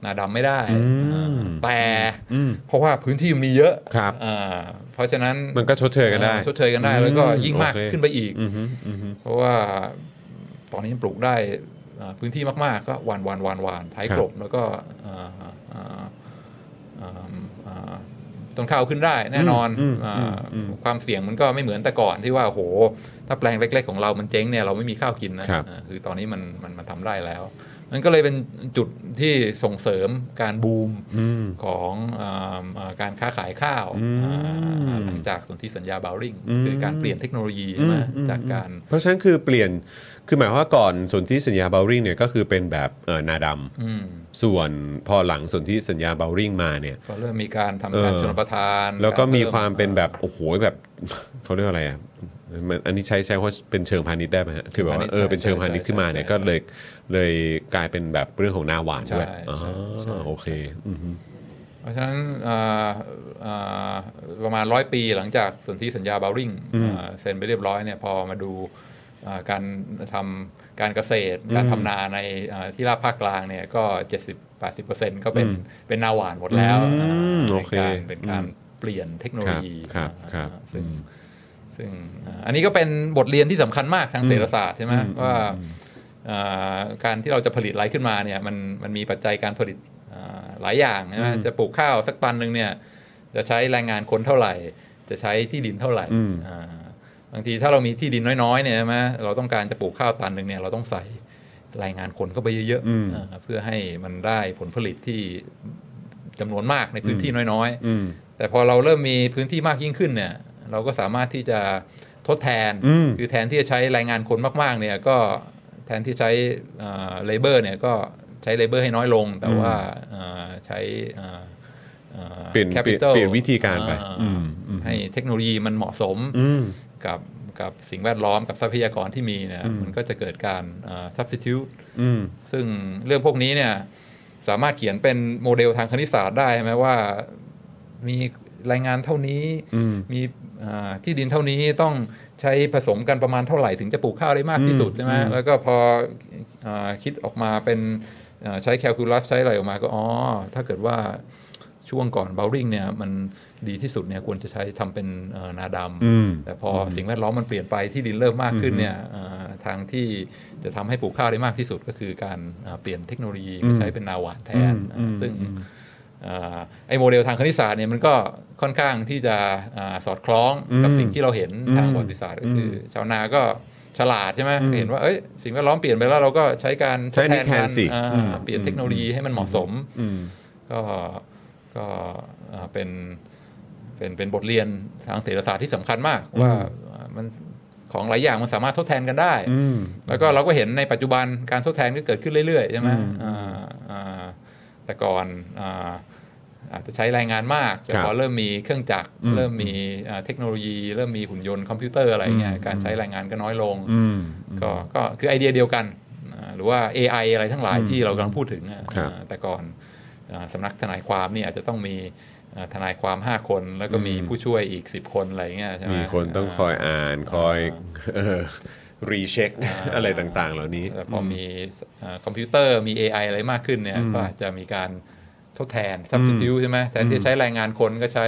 นาดำไม่ได้ อืม เอ่อแต่ อืม เพราะว่าพื้นที่มันมีเยอะ ครับ เอ่อเพราะฉะนั้น มันก็ชดเชยกันได้ เอ่อชดเชยกันได้แล้วก็ อืม ยิ่งมาก โอเค ขึ้นไปอีก อืมฮึอืมฮึ เพราะว่าตอนนี้ปลูกได้เอ่อพื้นที่มาก ๆ ก็หวานหวานหวานหวานท้าย ครับ กลบแล้วก็เอ่อเอ่อเอิ่มเอ่อต้นข้าวขึ้นได้แน่นอน อืม เอ่อมออืม ความเสี่ยงมันก็ไม่เหมือนแต่ก่อนที่ว่าโอ้โห ถ้าแปลงเล็ก ๆ ของเรามันเจ๊งเนี่ยเราไม่มีข้าวกินนะครับ เอ่อคือตอนนี้มันมันมันทำได้แล้วนั่นก็เลยเป็นจุดที่ส่งเสริมการบูม อืม ของเอ่อเอ่อการค้าขายข้าว อืม อ่าหลังจากสนธิสัญญาบาวริง อืม คือการเปลี่ยนเทคโนโลยีใช่ไหมจากการ เพราะฉะนั้นคือเปลี่ยน คือหมายความว่าก่อนสนธิสัญญาเบลริงเนี่ยก็คือเป็นแบบเอ่อนาดำ อืม ส่วนพอหลังสนธิสัญญาเบลริงมาเนี่ย ก็เริ่มมีการ เอ ทำการ อ ชนประทาน แล้วก็มี ร ความเป็นแบบ อ่ โอ้โหแบบ เขาเรียกว่าอะไรอ่ะมันอันนี้ใช้ใช้ว่าเป็นเชิงพาณิชย์ได้ไหมฮะคือแบบว่า เชิงเอพาณิชย์อเป็นเชิงพาณิช ใช่ ย์ขึ้นมาเนี่ย ใช่ ก็เลยเลยกลายเป็นแบบเรื่องของนาหวานด้วย ใช่ อ๋อ ใช่ใช่ โอเคอืมฮึ เพราะฉะนั้นอ่าอ่าประมาณร้อยปีหลังจากสนธิสัญญาบาวริงอ่าเซ็นไปเรียบร้อยเนี่ยพอมาดูอ่าการทำการเกษตร การทำนาในอ่าที่ราบภาคกลางเนี่ยก็ 70 80 ก็เป็นเป็นนาหวานหมดแล้ว อืม อ่า โอเค เป็นการเป็นการเปลี่ยนเทคโนโลยี ครับครับ อ่าซึ่ง ซึ่งอ่าอันนี้ก็เป็นบทเรียนที่สำคัญมากทางเศรษฐศาสตร์ใช่ไหมว่าอ่าการที่เราจะผลิตอะไรขึ้นมาเนี่ยมันมันมีปัจจัยการผลิตอ่าหลายอย่างใช่ไหมจะปลูกข้าวสักตันหนึ่งเนี่ยจะใช้แรงงานคนเท่าไหร่ จะใช้ที่ดินเท่าไหร่ อืม อ่าบางทีถ้าเรามีที่ดินน้อยๆเนี่ยใช่ไหมเราต้องการจะปลูกข้าวตันหนึ่งเนี่ยเราต้องใส่แรงงานคนเข้าไปเยอะๆอ่าเพื่อให้มันได้ผลผลิตที่จำนวนมากในพื้นที่น้อยๆ อืม แต่พอเราเริ่มมีพื้นที่มากยิ่งขึ้นเนี่ยเราก็สามารถที่จะทดแทน อืม คือแทนที่จะใช้แรงงานคนมากๆเนี่ยก็แทนที่ใช้เลเบอร์เนี่ยก็ใช้เลเบอร์ให้น้อยลง แต่ว่าเอ่อใช้เอ่ออ่อ เปลี่ยนเปลี่ยน capital เปลี่ยนวิธีการไป อ่า อืมอืม ให้เทคโนโลยีมันเหมาะสม อืม กับกับสิ่งแวดล้อมกับทรัพยากรที่มีเนี่ยมันก็จะเกิดการเอ่อ substitute อืม ซึ่งเรื่องพวกนี้เนี่ยสามารถเขียนเป็นโมเดลทางคณิตศาสตร์ได้ไหมว่ามีแรายงานเท่านี้ อืม มีอ่าที่ดินเท่านี้ต้องใช้ผสมกันประมาณเท่าไหร่ถึงจะปลูกข้าวได้มากที่สุดใช่ไหมแล้วก็พออาคิดออกมาเป็นอ่าใช้แคลคูลัสใช้อะไรออกมาก็อ๋อถ้าเกิดว่าช่วงก่อนเบลริงเนี่ยมันดีที่สุดเนี่ยควรจะใช้ทำเป็นเอ่อนาดำ อืม แต่พออสิ่งแวดล้อมมันเปลี่ยนไปที่ดินเริ่มมากขึ้นเนี่ยเอ่อทางที่จะทำให้ปลูกข้าวได้มากที่สุดก็คือการเอ่อเปลี่ยนเทคโนโลยีมาใช้เป็นนาหวานแทน อืม อ่าซึ่ง อืม เอ่อไอโมเดลทางคณิตศาสตร์เนี่ยมันก็ค่อนข้างที่จะอ่าสอดคล้องกับสิ่งที่เราเห็นทางประวัติศาสตร์ก็คืออชาวนาก็ฉลาดใช่ไหมเห็นว่าเอ้ยสิ่งแวดล้อมเปลี่ยนไปแล้วเราก็ใช้การ ใช้นี่ ทด แทน กั สิ อ่า อืม เปลี่ยนเทคโนโลยีให้มันเหมาะสม อืม ก็ก็เอ่อเป็นเป็นเป็นบทเรียนทางเศรษฐศาสตร์ที่สำคัญมากว่าเอ่อมันของหลายอย่างมันสามารถทดแทนกันได้ อืม แล้วก็เราก็เห็นในปัจจุบันการทดแทนก็เกิดขึ้นเรื่อยๆใช่ไหม อืม อ่า แต่ก่อนอ่าอาจจะใช้แรงงานมาก แต่พคอรับ เริ่มมีเครื่องจักร อืม เริ่มมีอ่าเทคโนโลยี เริ่มมีหุ่นยนต์คอมพิวเตอร์อะไรเงี้ย อืม การใช้แรงงานก็น้อยลง อืม ก็ก็คือไอเดียเดียวกันอ่าหรือว่า AI อะไรทั้งหลาย อืม ที่เรากำลังพูดถึงอ่ะ ครับ อ่าแต่ก่อนอ่าสำนักทนายความเนี่ยอาจจะต้องมีอ่าทนายความ 5 คนแล้วก็มีผู้ช่วยอีก 10 คนอะไรเงี้ยใช่ไหม มีคนต้องคอยอ่านคอยรีเช็ค อะไรต่างๆ เหล่านี้ แต่พอมีอ่าคอมพิวเตอร์มี AI อะไรมากขึ้นเนี่ย อืม ก็อาจจะมีการทดแทน substitute ใช่ไหมแทนที่จะใช้แรงงานคนก็ใช้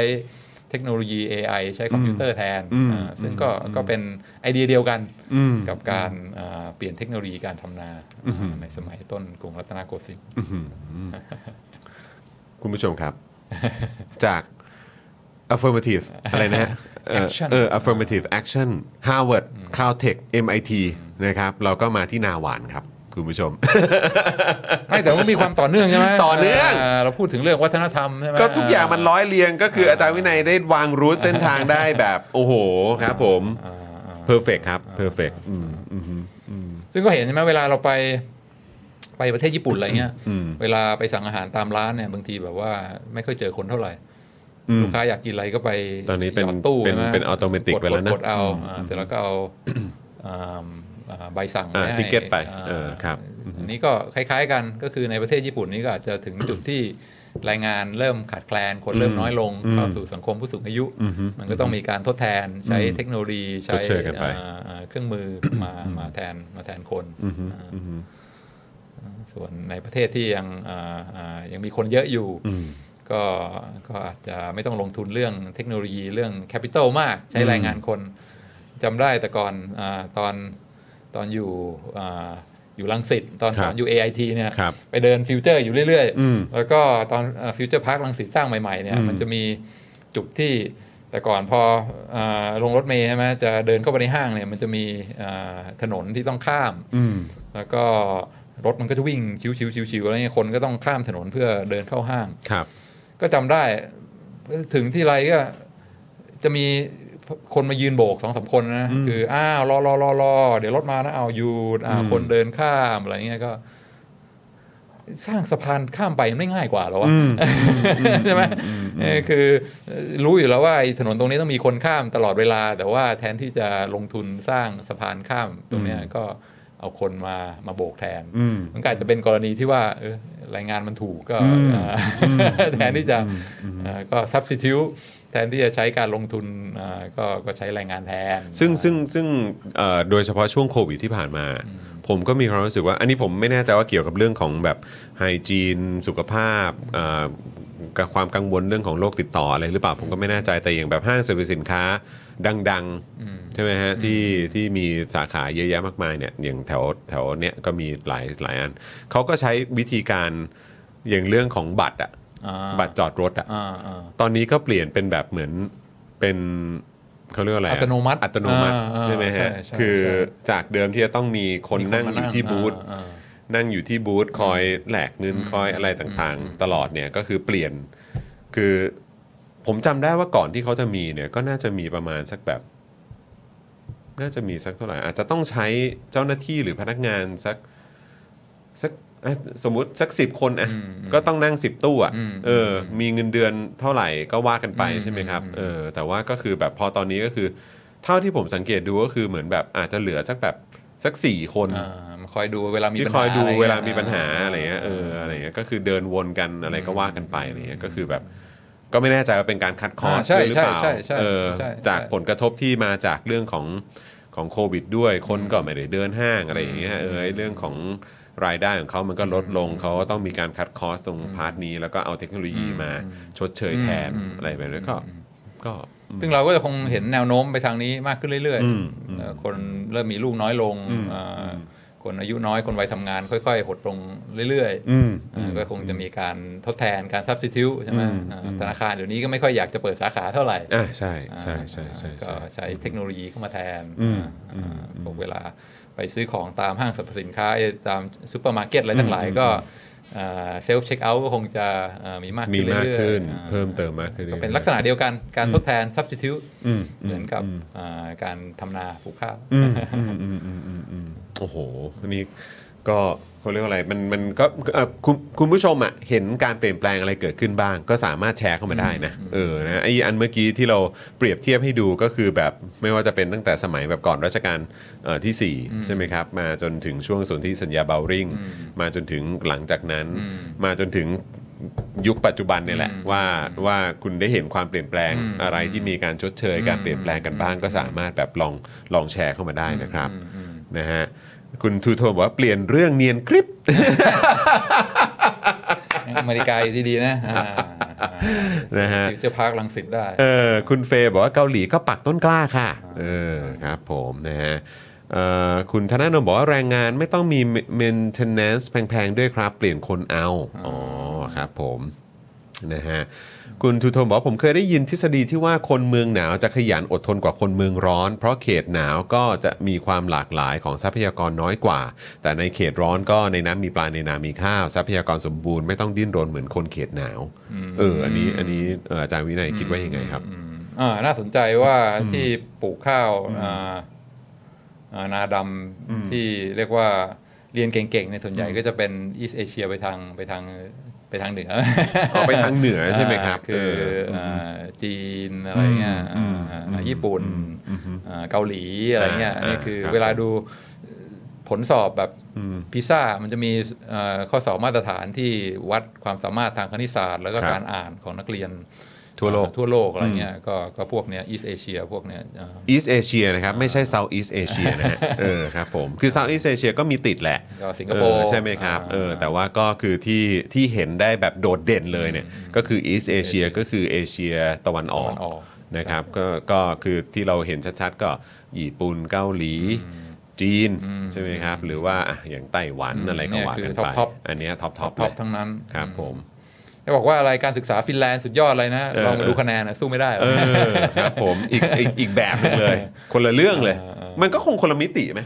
เทคโนโลยี AI ใช้คอมพิวเตอร์แทน อืม อ่าซึ่งก็ อืม ก็เป็นไอเดียเดียวกัน อืม กับการอ่าเปลี่ยนเทคโนโลยีการทำนา อื้อหือ ในสมัยต้นกรุงรัตนโกสินทร์ อื้อหือ คุณผู้ชมครับ จาก affirmative อะไรนะฮะเออเออ affirmative action Harvard Caltech MIT นะครับ เราก็มาที่นาหวานครับ คุณผู้ชม ไม่แต่ว่ามีความต่อเนื่องใช่ไหม ต่อเนื่อง าเราพูดถึงเรื่องวัฒนธรรมใช่ไหม ก็ทุกอย่างมันร้อยเรียงก็คืออาจารย์วินัยได้วางรูทเส้นทางได้แบบ โอ้โหครับผม อ่าอ่า perfect ครับ perfect อืมอืมอืม ซึ่งก็เห็นใช่ไหมเวลาเราไปไปประเทศญี่ปุ่นอะไรเงี้ย อืม เวลาไปสั่งอาหารตามร้านเนี่ยบางทีแบบว่าไม่ค่อยเจอคนเท่าไหร่ อืม ลูกค้าอยากกินอะไรก็ไป ตอนนี้เป็น หยดตู้ เป็น ใช่ไหม เป็น automatic กด ไปแล้วนะ กดเอา อืม อ่าเสร็จแล้วก็เอาอ่าอ่าใบสั่ง อ่า ให้ ticket ไป อ่า เออครับ อันนี้ก็คล้ายๆกันก็คือในประเทศญี่ปุ่นนี่ก็อาจจะถึงจุดที่แรงงานเริ่มขาดแคลน คนเริ่มน้อยลง อืม เข้าสู่สังคมผู้สูงอายุ อือฮึ มันก็ต้องมีการทดแทนใช้เทคโนโลยีใช้ ชดเชยกันไป อ่าอ่าเครื่องมือมามาแทนมาแทนคน อืม อ่า อืม ส่วนในประเทศที่ยังอ่าอ่ายังมีคนเยอะอยู่ อืม ก็ก็อาจจะไม่ต้องลงทุนเรื่องเทคโนโลยีเรื่องแคปิตอลมากใช้แรงงานคนจำได้แต่ก่อนอาตอนตอนอยู่อาอยู่ลังสิตตอนสอคนรับ อยู่ AIT เนี่ย ครับ ไปเดินฟิวเจอร์อยู่เรื่อย อืม ๆ แล้วก็ตอนฟิวเจอร์พาร์คลังสิตสร้างใหม่ๆเนี่ย อืม มันจะมีจุดที่แต่ก่อนพออาลงรถเมล์ใช่ไหมจะเดินเข้าไปในห้างเนี่ยมันจะมีอ่าถนนที่ต้องข้าม อืม แล้วก็รถมันก็จะวิ่งชิวๆๆๆอะไรเงี้ยคนก็ต้องข้ามถนนเพื่อเดินเข้าห้าง ครับ ก็จำได้ถึงที่ไรก็จะมีคนมายืนโบกสองสามคนนะ อืม คือ อ้าวรอรอรอรอเดี๋ยวรถมานะเอาหยุดอ่า อืม คนเดินข้ามอะไรเงี้ยก็ สร้างสะพานข้ามไปไม่ง่ายกว่าเหรอวะ อืม ใช่ไหมเออคือเอ่อรู้อยู่แล้วว่าไอ้ถนนตรงนี้ต้องมีคนข้ามตลอดเวลา แต่ว่าแทนที่จะลงทุนสร้างสะพานข้ามตรงเนี้ย อืม ก็เอาคนมามาโบกแทน อืม มันก็อาจจะเป็นกรณีที่ว่าเออแรายงานมันถูกก็ อืม อ่าแทนที่จะเอ่อก็ substitute แทนที่จะใช้การลงทุนอ่าก็ก็ใช้แรงงานแทน ซึ่งซึ่งซึ่งเอ่อโดยเฉพาะช่วงโควิดที่ผ่านมา ผมก็มีความรู้สึกว่า อันนี้ผมไม่แน่ใจว่าเกี่ยวกับเรื่องของแบบไฮจีน สุขภาพเอ่อกับความกังวลเรื่องของโรคติดต่ออะไรหรือเปล่า ผมก็ไม่แน่ใจแต่อย่างแบบห้างสรรพสินค้าดัง อืม ๆ ใช่ไหมฮะที่ที่มีสาขาเยอะแยะมากมายเนี่ยอย่างแถวแถวเนี้ยก็มีหลายหลายอันเขาก็ใช้วิธีการอย่างเรื่องของบัตรอะ อ่า บัตรจอดรถอะ อ่าอ่า ตอนนี้ก็เปลี่ยนเป็นแบบเหมือนเป็นเขาเรียกว่าอะไระ อัตโนมัติ อัตโนมัติ อ่าอ่า ใช่ไหมฮะ ใช่ใช่ คือ ใช่ จากเดิมที่จะต้องมีคน มี นั่ง มา อยู่ที่บูธ อ่าอ่า นั่งอยู่ที่บูธคอยแหลกเงินคอยอะไรต่างๆ ตลอดเนี่ยก็คือเปลี่ยนคือผมจำได้ว่าก่อนที่เขาจะมีเนี่ยก็น่าจะมีประมาณสักแบบ น่าจะมีสักเท่าไหร่ อาจจะต้องใช้เจ้าหน้าที่หรือพนักงานสักสักอ่ะสมมติสักสิบคนอ่ะ อืม ก็ต้องนั่งสิบตู้อ่ะ อืม เอออ มีเงินเดือนเท่าไหร่ก็ว่ากันไป อืม ใช่ไหมครับ อืม เออแต่ว่าก็คือแบบพอตอนนี้ก็คือ เท่าที่ผมสังเกตดูก็คือเหมือนแบบอาจจะเหลือสักแบบสักสี่คน อ่ามาคอยดูเวลามี ที่ ปัญ ค หา อยดู ะไร เวลามีปัญหาอะไรเงี้ยเอออะไรเงี้ยก็คือเดินวนกันอะไรก็ว่ากันไปอะไรเงี้ยก็คือแบบ ก็ไม่แน่ใจว่าเป็นการคัดคอร์ส าใช่ ด้วยหรือเปล่า ใช่ใช่ใช่ เออ ใช่ จาก ใช่ ผลกระทบที่มาจากเรื่องของของโควิดด้วยคนก็ไม่ได้เดินห้างอะไรอย่างเงี้ยเออไอ้เรื่องของรายได้ของเขามันก็ลดลงเขาก็ต้องมีการคัดคอร์สตรงพาร์ทนี้ แล้วก็เอาเทคโนโลยีมาชดเชยแทนอะไรแบบนี้ก็ก็อืม ซึ่งเราก็จะคงเห็นแนวโน้มไปทางนี้มากขึ้นเรื่อย อืม ๆเอ่อคนเริ่มมีลูกน้อยลงอ่าคนอายุน้อยคนวัยทำงานค่อยๆ หดลงเรื่อยๆ อืม อ่าก็คงจะมีการทดแทนการ substitute ใช่ไหม อืม อ่า อืม ธนาคารเดี๋ยวนี้ก็ไม่ค่อยอยากจะเปิดสาขาเท่าไหร่ อ่าใช่ใช่ใช่ใช่ใช่อ่าก็ใช้เทคโนโลยีเข้ามาแทน อืม อ่าอ่าพวกเวลาไปซื้อของตามห้างสรรพสินค้าไอ้ตามซูเปอร์มาร์เก็ตอะไรทั้งหลายก็เซลฟ์เช็คเอาท์ก็คงจะอ่ามีมาก มี ขึ้น มาก เรื่อยๆ ขึ้น อ่า เพิ่มเติมมากขึ้นรื่อยๆ เป็นลักษณะเดียวกันการทดแทน substitute อืม เหมือนกับ ม อ่าการทำนาปลูกข้าว อืมอืมอืมอืมอืมอืมโอ้โห นี่ ก็เขาเรียกว่าอะไรมันมันก็เอ่อคุณคุณผู้ชมอ่ะเห็นการเปลี่ยนแปลงอะไรเกิดขึ้นบ้าง ก็สามารถแชร์เข้ามาได้นะเออนะไออันเมื่อกี้ที่เราเปรียบเทียบให้ดูก็คือแบบไม่ว่าจะเป็นตั้งแต่สมัยแบบก่อนรัชกาลเอ่อที่ 4 ใช่ไหมครับ มาจนถึงช่วงสนธิสัญญาเบาริ่ง มาจนถึงหลังจากนั้น อืม มาจนถึงยุคปัจจุบันเนี่ยแหละ อืม ว่าว่าคุณได้เห็นความเปลี่ยนแปลงอะไรที่มีการชดเชย การเปลี่ยนแปลงกันบ้างก็สามารถแบบลองลองแชร์เข้ามาได้นะครับ อืม นะฮะคุณทูโทนบอกว่าเปลี่ยนเรื่องเนียนคลิป อเมริกาอยู่ดีๆนะอ่า นะฮะ ฟิวเจอร์พาร์คลังสิตได้ เออคุณเฟย์บอกว่าเกาหลีก็ปักต้นกล้าค่ะ เออครับผมนะฮะเอ่อคุณธนาโนมบอกว่าแรงงานไม่ต้องมี maintenance แพงๆ ด้วยครับ เปลี่ยนคนเอา อ๋อครับผมนะฮะคุณทูโทนบอกว่าผมเคยได้ยินทฤษฎีที่ว่าคนเมืองหนาวจะขยันอดทนกว่าคนเมืองร้อน เพราะเขตหนาวก็จะมีความหลากหลายของทรัพยากรน้อยกว่า แต่ในเขตร้อนก็ในน้ำมีปลาในนามีข้าว ทรัพยากรสมบูรณ์ไม่ต้องดิ้นรนเหมือนคนเขตหนาว เออ อันนี้ อันนี้เอ่ออาจารย์วินัยคิดว่ายังไงครับ อืมอ่าน่าสนใจว่าที่ปลูกข้าวอ่าอ่านาดำที่เรียกว่าเรียนเก่งๆในยส่วนใหญ่ก็จะเป็นอีสเอเชียไปทางไปทางไปทางเหนือ อ๋อไปทางเหนือใช่ไหมครับ อ่าคือ เอออื อ่าจีนอะไรเงี้ย อืม อ่าญี่ปุ่นอ่าเกาหลีอะไรเงี้ย อ่า อันนี่คือ ครับ เวลาดูผลสอบแบบ อืม พิซซ่ามันจะมีเอ่อข้อสอบมาตรฐานที่วัดความสามารถทางคณิตศาสตร์ แล้วก็ ครับ การอ่านของนักเรียน ทั่วโลก ทั่วโลกอะไรเงี้ยก็ก็พวกเนี้ยอีสเอเชียพวกเนี้ยอ่า East Asia นะครับ ไม่ใช่ South East Asia นะฮะ เออครับผม คือ South East Asia ก็มีติดแหละ ก็สิงคโปร์ เออใช่ไหมครับ อ่า เออ แต่ว่าก็คือที่ที่เห็นได้แบบโดดเด่นเลยเนี่ย ก็คือ East Asia ก็คือเอเชียตะวันออก ตะวันออก นะครับ ก็ก็คือที่เราเห็นชัดๆ ก็ญี่ปุ่นเกาหลี จีนใช่ไหมครับ หรือว่าอ่ะอย่างไต้หวันอะไรก็ว่ากันไป เนี่ยคือ top top อันเนี้ยท็อปท็อป ท็อปทั้งนั้น ครับผม จะบอกว่าอะไรการศึกษาฟินแลนด์สุดยอดเลยนะ เออ ลองมาดูคะแนนนะสู้ไม่ได้หรอก เออครับผมอีกอีกอีกแบบหนึงเลย คนละเรื่องเลย มันก็คงคนละมิติไหม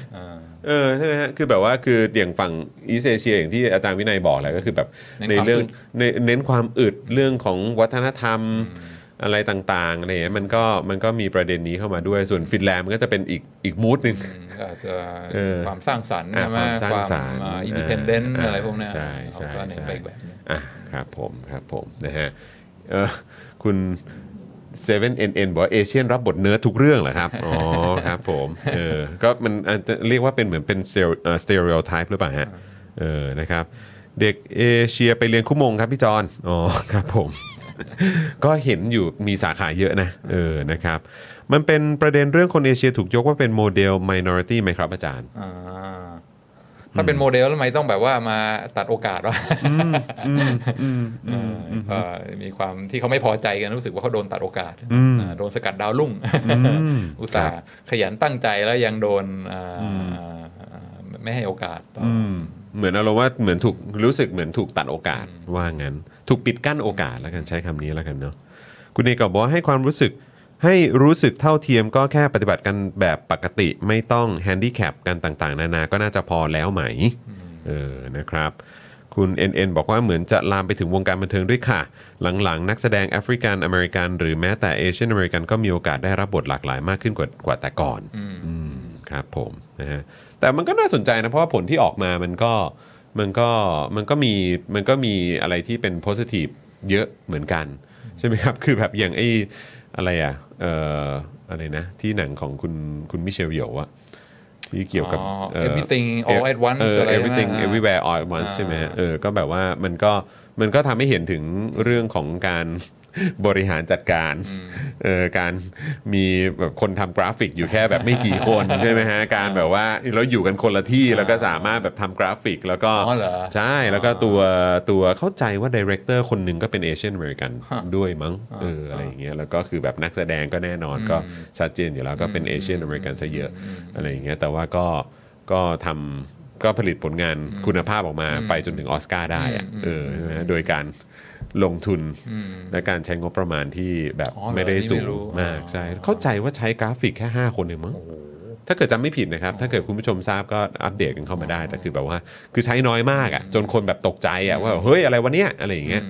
เออใช่ไหมฮะคือแบบว่าคืออย่างฝั่งอีเอเชียอย่างที่อาจารย์วินัยบอกแหละก็คือแบบ เน้ ใน นความ เรื่อง อึด ในเน้นความอึดเรื่องของวัฒนธรรมอะไรต่างๆอะไรอย่างเงี้ยมันก็มันก็มีประเด็นนี้เข้ามาด้วยส่วนฟินแลนด์มันก็จะเป็นอีกอีกมูดหนึ่ง อืมก็อาจจะ เออ ความสร้างสรรค์ อ่า ใช่ไหคมวามสร้างสรรค์ อินดิเพนเดนต์ อ่า อะไรพวกเนี้ย ใช่ใช่ เขาก็เน้นไป ใช่ อีกแบบหนึ่ง อ่ะครับผมครับผมนะฮะเอ่อคุณ 7NN บอกว่าเอเชียนรับบทเนื้อทุกเรื่องเหร อครับ อ๋อ ครับผมเออก็มันอาจจะเรียกว่าเป็นเหมือนเป็นสเตอริโอไทป์หรือเปล่าฮะเออนะครับ เด็กเอเชียไปเรียนคุมงครับพี่จอนอ๋อครับผม ก็เห็นอยู่มีสาขาเยอะนะเออนะครับ มันเป็นประเด็นเรื่องคนเอเชียถูกยกว่าเป็นโมเดล minority ไหมครับอาจารย์ อ่าถ้าเป็นโมเดลแล้วทำไมต้องแบบว่ามาตัดโอกาสวะเออก็มีความที่เขาไม่พอใจกันรู้สึกว่าเขาโดนตัดโอกาสอ่าโดนสกัดดาวรุ่ง อุตส่าห์ขยันตั้งใจแล้วยังโดนอ่าไม่ให้โอกาสต่ออ เหมือนอารมณ์ว่าเหมือนถูกรู้สึกเหมือนถูกตัดโอกาสว่างั้น ถูกปิดกั้นโอกาสแล้วกันใช้คำนี้แล้วกันเนาะคุณเอกบอกว่าให้ความรู้สึกให้รู้สึกเท่าเทียมก็แค่ปฏิบัติกันแบบปกติ ไม่ต้องแฮนดี้แคปกันต่างๆ นานาก็น่าจะพอแล้วไหมเออนะครับ คุณ NN บอกว่าเหมือนจะลามไปถึงวงการบันเทิงด้วยค่ะ หลังๆ นักแสดงแอฟริกันอเมริกันหรือแม้แต่เอเชียนอเมริกันก็มีโอกาสได้รับบทหลากหลายมากขึ้นกว่ากว่าแต่ก่อน อืมครับผมนะฮะแต่มันก็น่าสนใจนะ เพราะว่าผลที่ออกมามันก็มันก็มันก็มีมันก็มีอะไรที่เป็นโพ i ิทีฟเยอะเหมือนกัน ใช่ไหมครับ คือแบบอย่างไอ้อะไรอ่ะเอ่ออะไรนะ ที่หนังของคุณคุณมิเชลโยวอะที่เกี่ยวกับ อ๋อ เอ่อ everything all at once เออ อะไรนะ everything อ่า everywhere all at once อ่า ใช่ไหมฮะเออก็แบบว่ามันก็มันก็ทำให้เห็นถึงเรื่องของการ บริหารจัดการเออการมีแบบคนทำกราฟิกอยู่แค่แบบไม่กี่คน ใช่ไหมฮะการแบบว่าแล้วอยู่กันคนละที่แล้วก็สามารถแบบทำกราฟิก แล้วก็ อ๋อเหรอ ใช่แล้วก็ตัวตัวเข้าใจว่าดีเรคเตอร์คนหนึ่งก็เป็นเอเชียนอเมริกันด้วยมั้งเอออะไรอย่างเงี้ยแล้วก็คือแบบนักแสดงก็แน่นอนก็ชัดเจนอยู่แล้วก็เป็นเอเชียนอเมริกันซะเยอะอะไรอย่างเงี้ยแต่ว่าก็ก็ทำก็ผลิตผลงานคุณภาพออกมาไปจนถึงออสการ์ได้อะเออใช่ไหมฮะโดยการลงทุน และการใช้งบประมาณที่แบบ อ๋อเหรอ ไม่ได้สูงนี่ไม่รู้ มากใช่ อ๋อ เข้าใจว่าใช้กราฟิกแค่ 5 คนเองมั้งถ้าเกิดจำไม่ผิดนะครับ ถ้าเกิดคุณผู้ชมทราบก็อัปเดตกันเข้ามาได้ แต่คือแบบว่า คือใช้น้อยมากอ่ะจนคนแบบตกใจอ่ะว่าเฮ้ยอะไรวะเนี้ยอะไรอย่างเงี้ย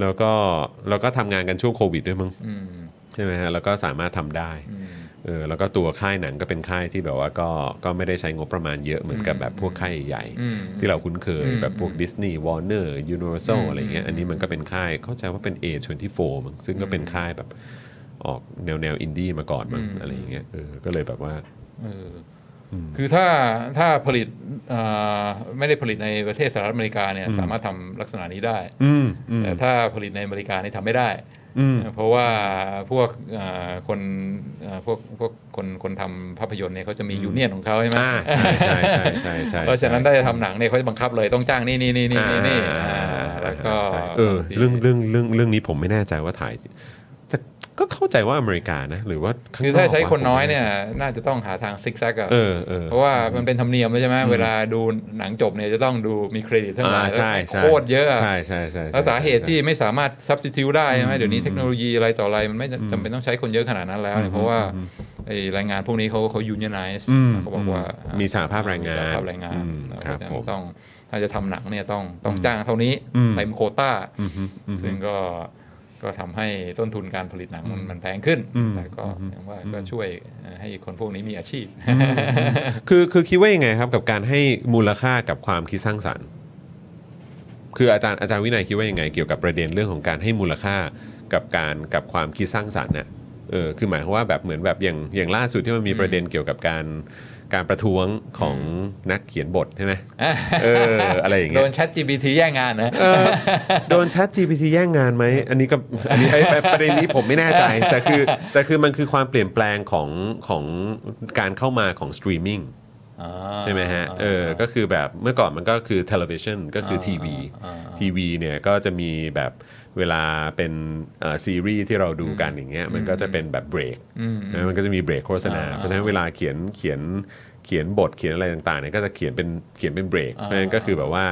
แล้วก็แล้วก็ทำงานกันช่วงโควิดด้วยมั้ง อืม ใช่ไหมฮะแล้วก็สามารถทำได้ อืม เออแล้วก็ตัวค่ายหนังก็เป็นค่ายที่แบบว่าก็ก็ไม่ได้ใช้งบประมาณเยอะเหมือนกับแบบพวกค่ายใหญ่ อืม ที่เราคุ้นเคย อืม แบบพวกดิสนีย์วอร์เนอร์ยูนิเวอร์แซล อืม อะไรเงี้ยอันนี้มันก็เป็นค่ายเข้าใจว่าเป็น A24 มั้งซึ่งก็เป็นค่ายแบบออกแนวแนวอินดี้มาก่อนมั้งอะไรอย่างเงี้ยเออก็เลยแบบว่า เอออคือถ้าถ้าผลิตเอ่อไม่ได้ผลิตในประเทศสหรัฐอเมริกาเนี่ยสามารถทำลักษณะนี้ได้ อืมอืม แต่ถ้าผลิตในอเมริกานี่ทำไม่ได้ อืม เพราะว่าพวกเอ่อคนเอ่อพวกพวกคนคนทำภาพยนตร์เนี่ยเขาจะมียูเนียนของเขาใช่ไหม อ่าใช่ใช่ใช่ใช่ใช่ เพราะฉะนั้นได้าจะทำหนังเนี่ยเขาจะบังคับเลยต้องจ้างนี่นี่นี่นี่นี่นี่ อ่า อ่าแล้วก็ ใช่เออเรื่องเรื่องเรื่องเรื่องนี้ผมไม่แน่ใจว่าถ่าย แต่ก็เข้าใจว่าอเมริกานะ หรือว่าข้ง คือถ้าใช้ กะ คนน้อยเนี่ยน่าจะต้องหาทางซิกแซกอะ เออเออ เพราะว่ามันเป็นธรรมเนียมแล้วใช่ไหมเวลาดูหนังจบเนี่ยจะต้องดูมีเครดิตทั้งหลาย อ่าใช่ใช่ โคตรเยอะอะ ใช่ใช่ใช่ใช่ แล้วสาเหตุ ใช่ ที่ไม่สามารถ substitute ได้ใช่ไหมเดี๋ยวนี้เทคโนโลยีอะไรต่ออะไรมันไม่จำเป็นต้องใช้คนเยอะขนาดนั้นแล้วเนี่ยเพราะว่าไอ้แรงงานพวกนี้เขาเขา unionize อืม เขาบอกว่า อืมมีสหภาพแรงงาน มีสหภาพแรงงาน อืม แล้ว ครับ เพาะฉะนั้น ผม ต้องถ้าจะทำหนังเนี่ยต้องต้องจ้างเท่านี้ อืม เต็มโควต้า อืมฮึอืมฮึ ซึ่งก็ก็ทำให้ต้นทุนการผลิตหนังมันมันแพงขึ้น อืม แต่ก็ อืม อย่างว่าก็ช่วยให้คนพวกนี้มีอาชีพ คือคือคิดว่ายังไงครับกับการให้มูลค่ากับความคิดสร้างสรรค์ คืออาจารย์อาจารย์วินัยคิดว่ายังไง เกี่ยวกับประเด็นเรื่องของการให้มูลค่ากับการกับความคิดสร้างสรรค์เนี่ยเออคือหมายความว่าแบบเหมือนแบบอย่างอย่างล่าสุดที่มันมีประเด็นเกี่ยวกับการการประท้วงของนักเขียนบทใช่ไหมเอออะไรอย่าง โด เงี้ย น Chat GPT แย่งงานนะ เออ โดน Chat GPT แย่งงานไหมอันนี้ก็อันนี้ไอ้ประเด็นนี้ผมไม่แน่ใจ แต่คือแต่คือมันคือความเปลี่ยนแปลงของของการเข้ามาของสตรีมมิ่ง ใช่ไหมฮะ เออ ก็คือแบบเมื่อก่อนมันก็คือ television ก็คือทีวี อ่าอ่าอ่า ทีวีเนี่ยก็จะมีแบบเวลาเป็นเอ่อซีรีส์ที่เราดูกันอย่างเงี้ยมันก็จะเป็นแบบเบรก อืม นะมันก็จะมีเบรกโฆษณา อ่าอ่า เพราะฉะนั้นเวลาเขียนเขียนเขียนบทเขียนอะไรต่างๆเนี่ยก็จะเขียนเป็นเขียนเป็นเบรก อ่า เพราะฉะนั้นก็คือแบบว่า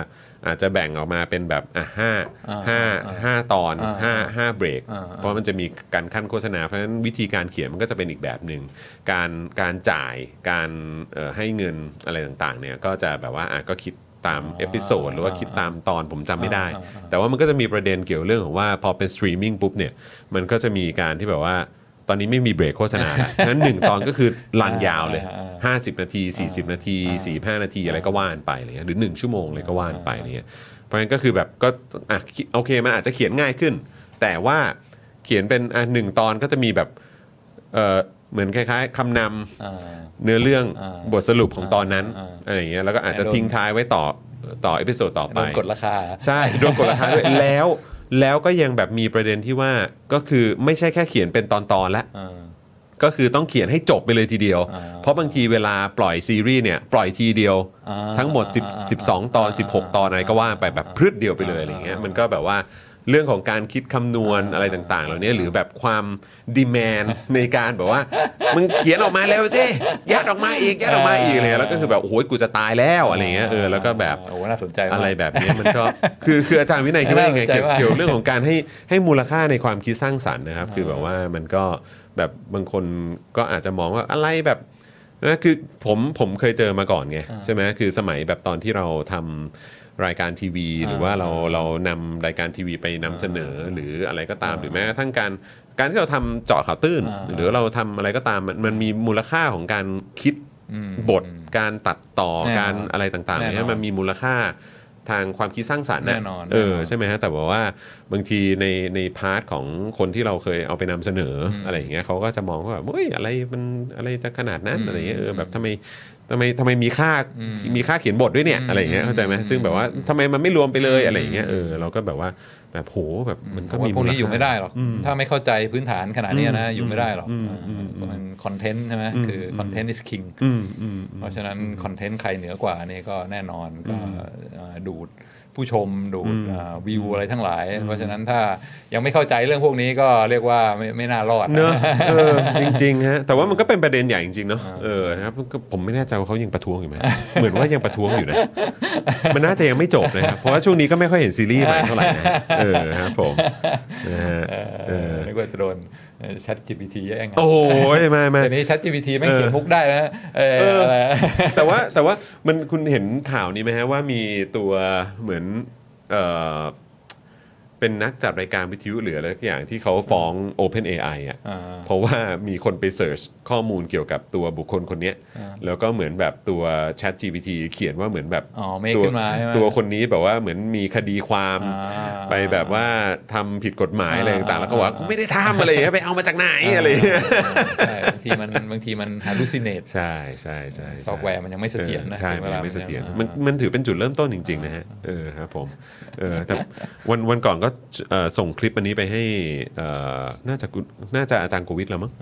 อาจจะแบ่งออกมาเป็นแบบอ่ะห้า อ่า ห้า อ่า ห้าตอน อ่า ห้าห้าเบรก อ่าอ่า เพราะมันจะมีการขั้นโฆษณา เพราะฉะนั้นวิธีการเขียนมันก็จะเป็นอีกแบบหนึ่งการการจ่ายการเอ่อให้เงินอะไรต่างๆเนี่ยก็จะแบบว่าอ่ะก็คิดตามเอพิโซดหรือว่าคิดตามตอนผมจำไม่ได้ แต่ว่ามันก็จะมีประเด็นเกี่ยวเรื่องของว่าพอเป็นสตรีมมิ่งปุ๊บเนี่ยมันก็จะมีการที่แบบว่าตอนนี้ไม่มีเบรกโฆษณา ละฉะนั้นหนึ่งตอนก็คือรันยาวเลย อ่า 50 นาที 40 นาที 45 นาทีอะไรก็ว่านไปอะไรเงี้ยหรือ 1 ชั่วโมงเลยก็ว่านไปอะไรเงี้ยเพราะงั้นก็คือแบบก็อ่ะคิดโอเคมันอาจจะเขียนง่ายขึ้น แต่ว่าเขียนเป็นอ่ะหนึ่งตอนก็จะมีแบบเออเหมือนคล้ายๆคำนำเนื้อเรื่อง อ่า บทสรุปของตอนนั้น อ่า อะไรอย่างเงี้ยแล้วก็อาจจะทิ้งท้ายไว้ต่อต่อเอพิโซดต่อ โด ไป นกดราคา ใช่โดนกดราคา ด้วย แล้วแล้วก็ยังแบบมีประเด็นที่ว่าก็คือไม่ใช่แค่เขียนเป็นตอนๆแล้ว ก็คือต้องเขียนให้จบไปเลยทีเดียว อ่า เพราะบางทีเวลาปล่อยซีรีส์เนี่ย ปล่อยทีเดียว อ่า ทั้งหมด อ่าอ่า 10 12 ตอน อ่า 16 ตอนอะไรก็ว่าไปแบบพรึดเดียวไปเลยอะไรเงี้ยมันก็แบบว่าเรื่องของการคิดคำนวณอะไรต่างๆ เหล่านี้หรือแบบความดีแม น ในการแบบว่า มึงเขียนออกมาเร็วสิยัดออกมาอีกยัดออกมาอีกเลยแล้วก็คือแบบโอ้โหกูจะตายแล้วอะไรเงี้ยเออแล้วก็แบบ าโอ้น่าสนใจมาก อะไรแบบนี้มันก็ คือคืออาจารย์วินัยคิดว่ายังไงเกี่ยว น่าสนใจมาก เกี่ยวเรื่องของการให้ให้มูลค่าในความคิดสร้างสรรค์นะครับ คือแบบว่ามันก็แบบบางคนก็อาจจะมองว่าอะไรแบบนะคือผมผมเคยเจอมาก่อนไงใช่ไหมคือสมัยแบบตอนที่เราทำรายการทีวี หรือว่าเราเรานำรายการทีวีไปนำเสนอหรืออะไรก็ตามหรือแม้กระทั่งการการที่เราทำเจาะข่าวตื้น หรือเราทำอะไรก็ตามมันมันมีมูลค่าของการคิด อืม บทการตัดต่อ แน่นอน การอะไรต่างๆ แน่นอน เนี่ยมันมีมูลค่าทางความคิดสร้างสรรค์ะ แน่นอน เออ แน่นอน ใช่ไหมฮะแต่ว่าว่าบางทีในในพาร์ทของคนที่เราเคยเอาไปนำเสนออะไรอย่างเงี้ยเขาก็จะมองว่าแบบเฮ้ยอะไรมันอะไรจะขนาดนั้น อืม อะไรเงี้ยเออแบบทำไมทำไมทำไมมีค่ามีค่าเขียนบทด้วยเนี่ย อืม อะไรอย่างเงี้ยเข้าใจไหมซึ่งแบบว่าทำไมมันไม่รวมไปเลยอะไรอย่างเงี้ยเออเราก็แบบว่าแบบโหแบบมันก็ ผมว่า มี พวกมูลนี้ค่า อยู่ไม่ได้หรอก ถ้าไม่เข้าใจพื้นฐานขนาดเนี้ยนะ อืม อยู่ไม่ได้หรอก อืมอืม อ่ามันคอนเทนต์ใช่ไหมคือคอนเทนต์ is king อืมอืม เพราะฉะนั้นคอนเทนต์ใครเหนือกว่านี่ก็แน่นอนก็เอ่อดูดผู้ชมดูดเอ่อวิวอะไรทั้งหลาย เพราะฉะนั้นถ้ายังไม่เข้าใจเรื่องพวกนี้ก็เรียกว่าไม่ไม่น่ารอดนะ เนอะเออจริงๆฮะแต่ว่ามันก็เป็นประเด็นใหญ่จริงๆเนาะเออนะครับก็ผมไม่แน่ใจว่าเขายังประท้วงอยู่ไหมเหมือนว่ายังประท้วงอยู่นะมันน่าจะยังไม่จบนะครับเพราะว่าช่วงนี้ก็ไม่ค่อยเห็นซีรีส์ใหม่เท่าไหร่นะเออครับผมนะฮะ เออนึกว่าจะโดนแชท GPT แย่ง โอ้ยไม่ไม่ เดี๋ยวนี้แชท GPT ไม่ง เออ เขียนมุกได้นะเออ เอออ ะไรนะ แต่ว่าแต่ว่ามันคุณเห็นข่าวนี้ไหมฮะว่ามีตัวเหมือนเอ่อ เป็นนักจัดรายการวิทยุหรืออะไรสักอย่างที่เขาฟ้อง Open AI อ่ะ อ่า เพราะว่ามีคนไปเสิร์ชข้อมูลเกี่ยวกับตัวบุคคลคนเนี้ยแล้วก็เหมือนแบบตัว Chat GPT เขียนว่าเหมือนแบบ อ๋อ make ตัว ขึ้นมาใช่ไหม ตัวคนนี้แบบว่าเหมือนมีคดีความ อ่า ไปแบบว่าทำผิดกฎหมายอะไรต่างๆ อ่า แล้วก็บอกว่ากูไม่ได้ทำอะไรอย่างเงี้ยไปเอามาจากไหนอะไรอย่างเงี้ย ใช่บางทีมันบางทีมัน hallucinate ใช่ใช่ใช่ใช่ ซอฟต์แวร์มันยังไม่เสถียรนะ ออใช่ ถึงเว มัน ลา ยัง มั ไม่ น เสถียร ยัง มันมันถือเป็นจุดเริ่มต้นจริงๆนะฮะเออครับผมเออแต่วันวันก่อนก็เอ่อส่งคลิปอันนี้ไปให้เอ่อน่าจะคุณน่าจะอาจารย์โควิดแล้วมั้ง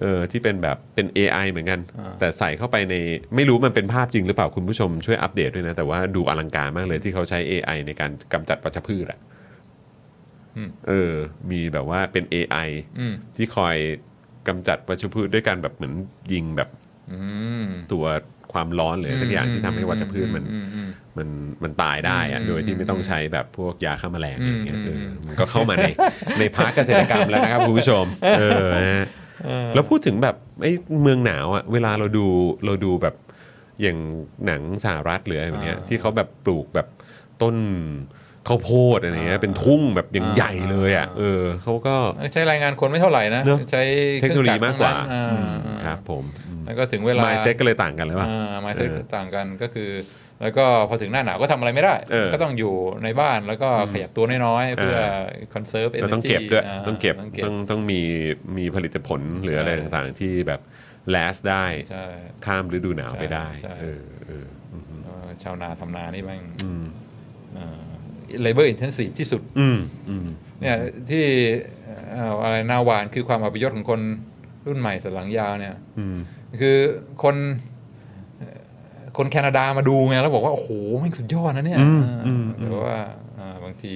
เออที่เป็นแบบเป็น AI เหมือนกัน แต่ใส่เข้าไปในไม่รู้มันเป็นภาพจริงหรือเปล่าคุณผู้ชมช่วยอัปเดตด้วยนะ แต่ว่าดูอลังการมากเลยที่เขาใช้ AI ในการกำจัดวัชพืชอะ อืม เออมีแบบว่าเป็น AI อืม ที่คอยกำจัดวัชพืชด้วยการแบบเหมือนยิงแบบ อืม ตัวความร้อนหรืออะไรสักอย่างที่ทำให้วัชพืชมัน อือืม มันมันตายได้อะโดยที่ไม่ต้องใช้แบบพวกยาฆ่าแมลงอะไรอย่างเงี้ย อืม เออมันก็เข้ามาในในพาร์คเกษตรกรรมแล้วนะครับคุณผู้ชมเออนะฮะแล้วพูดถึงแบบไอ้เมืองหนาวอะเวลาเราดูเราดูแบบอย่างหนังสหรัฐหรืออะไรแบบเนี้ยที่เขาแบบปลูกแบบต้นข้าวโพดอะไรเงี้ยเป็นทุ่งแบบอย่างใหญ่เลยอ่ะเออเขาก็ ใช้แรายงานคนไม่เท่าไหร่นะ เนอะ ใช้ เทคโนโลยีมากกว่า อ่ อืม อ่า ครับผมอืม แล้วก็ถึงเวลา มายเซ็ตก็เลยต่างกันเลยป่ะ มายเซ็ต เออ ต่างกันก็คือ แล้วก็พอถึงหน้าหนาวก็ทำอะไรไม่ได้ เออ ก็ต้องอยู่ในบ้านแล้วก็ขยับตัวน้อยๆ เพื่อ เอ คอนเซิร์ฟเอเน เรา อร์ ต้องเก็บด้วย า ต้องเก็บ ต้องเก็บ ต้องต้องมีมีผลิตผลหรืออะไร ใช่ ต่างๆที่แบบ last ได้ ใช่ ข้ามฤดูหนาวไปได้ ใช่ใช่ เออเอออืม เออชาวนาทำนานี่แม่ง อืม เลเบอร์อินเทนซีฟที่สุด อืมอืม เนี่ยที่เอ่ออะไรหน้าหวานคือความอับยศของคนรุ่นใหม่สันหลังยาวเนี่ย อืม คือคนเอ่อคนแคนาดามาดูไงแล้วบอกว่า โอ้โหแมันสุดยอดนะเนี่ย อืม เอออ ม แต่ว่าเอ่อบางที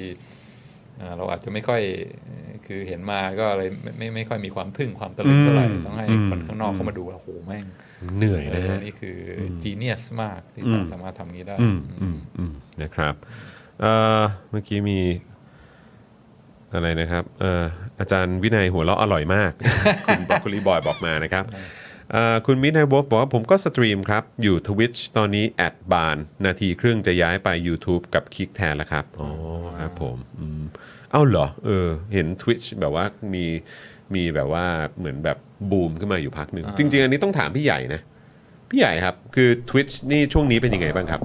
เอ่อเราอาจจะไม่ค่อยเอ่อคือเห็นมาก็อะไรไม่ไม่ไม่ค่อยมีความทึ่งความตะลึงเท่าไหร่ต้องให้คนข้างนอกเข้ามาดูแล้วโอ้โหแม่ง เหนื่อยนะ เออ ฮะ นี่คือจีเนียสมากที่ อืม สามารถทำนี้ได้ อืม อื อื ม มอืมนะครับเอ่อเมื่อกี้มีอะไรนะครับเอ่ออาจารย์วินัยหัวเราะอร่อยมาก คุณบรอกโคลีบอยบอกมานะครับเอ่อคุณมินายบอฟบอกว่าผมก็สตรีมครับ อยู่ Twitch ตอนนี้แอดบานนาทีครึ่งจะย้ายไป YouTube กับคิกแทนแล้วครับ อ๋อครับผมอืมเอ้าเหรอเออเห็น Twitch แบบว่ามีมีแบบว่าเหมือนแบบบูมขึ้นมาอยู่พักหนึ่งจริง ๆ อันนี้ต้องถามพี่ใหญ่นะ พี่ใหญ่ครับ คือ Twitch นี่ช่วงนี้เป็นยังไงบ้าง ครับ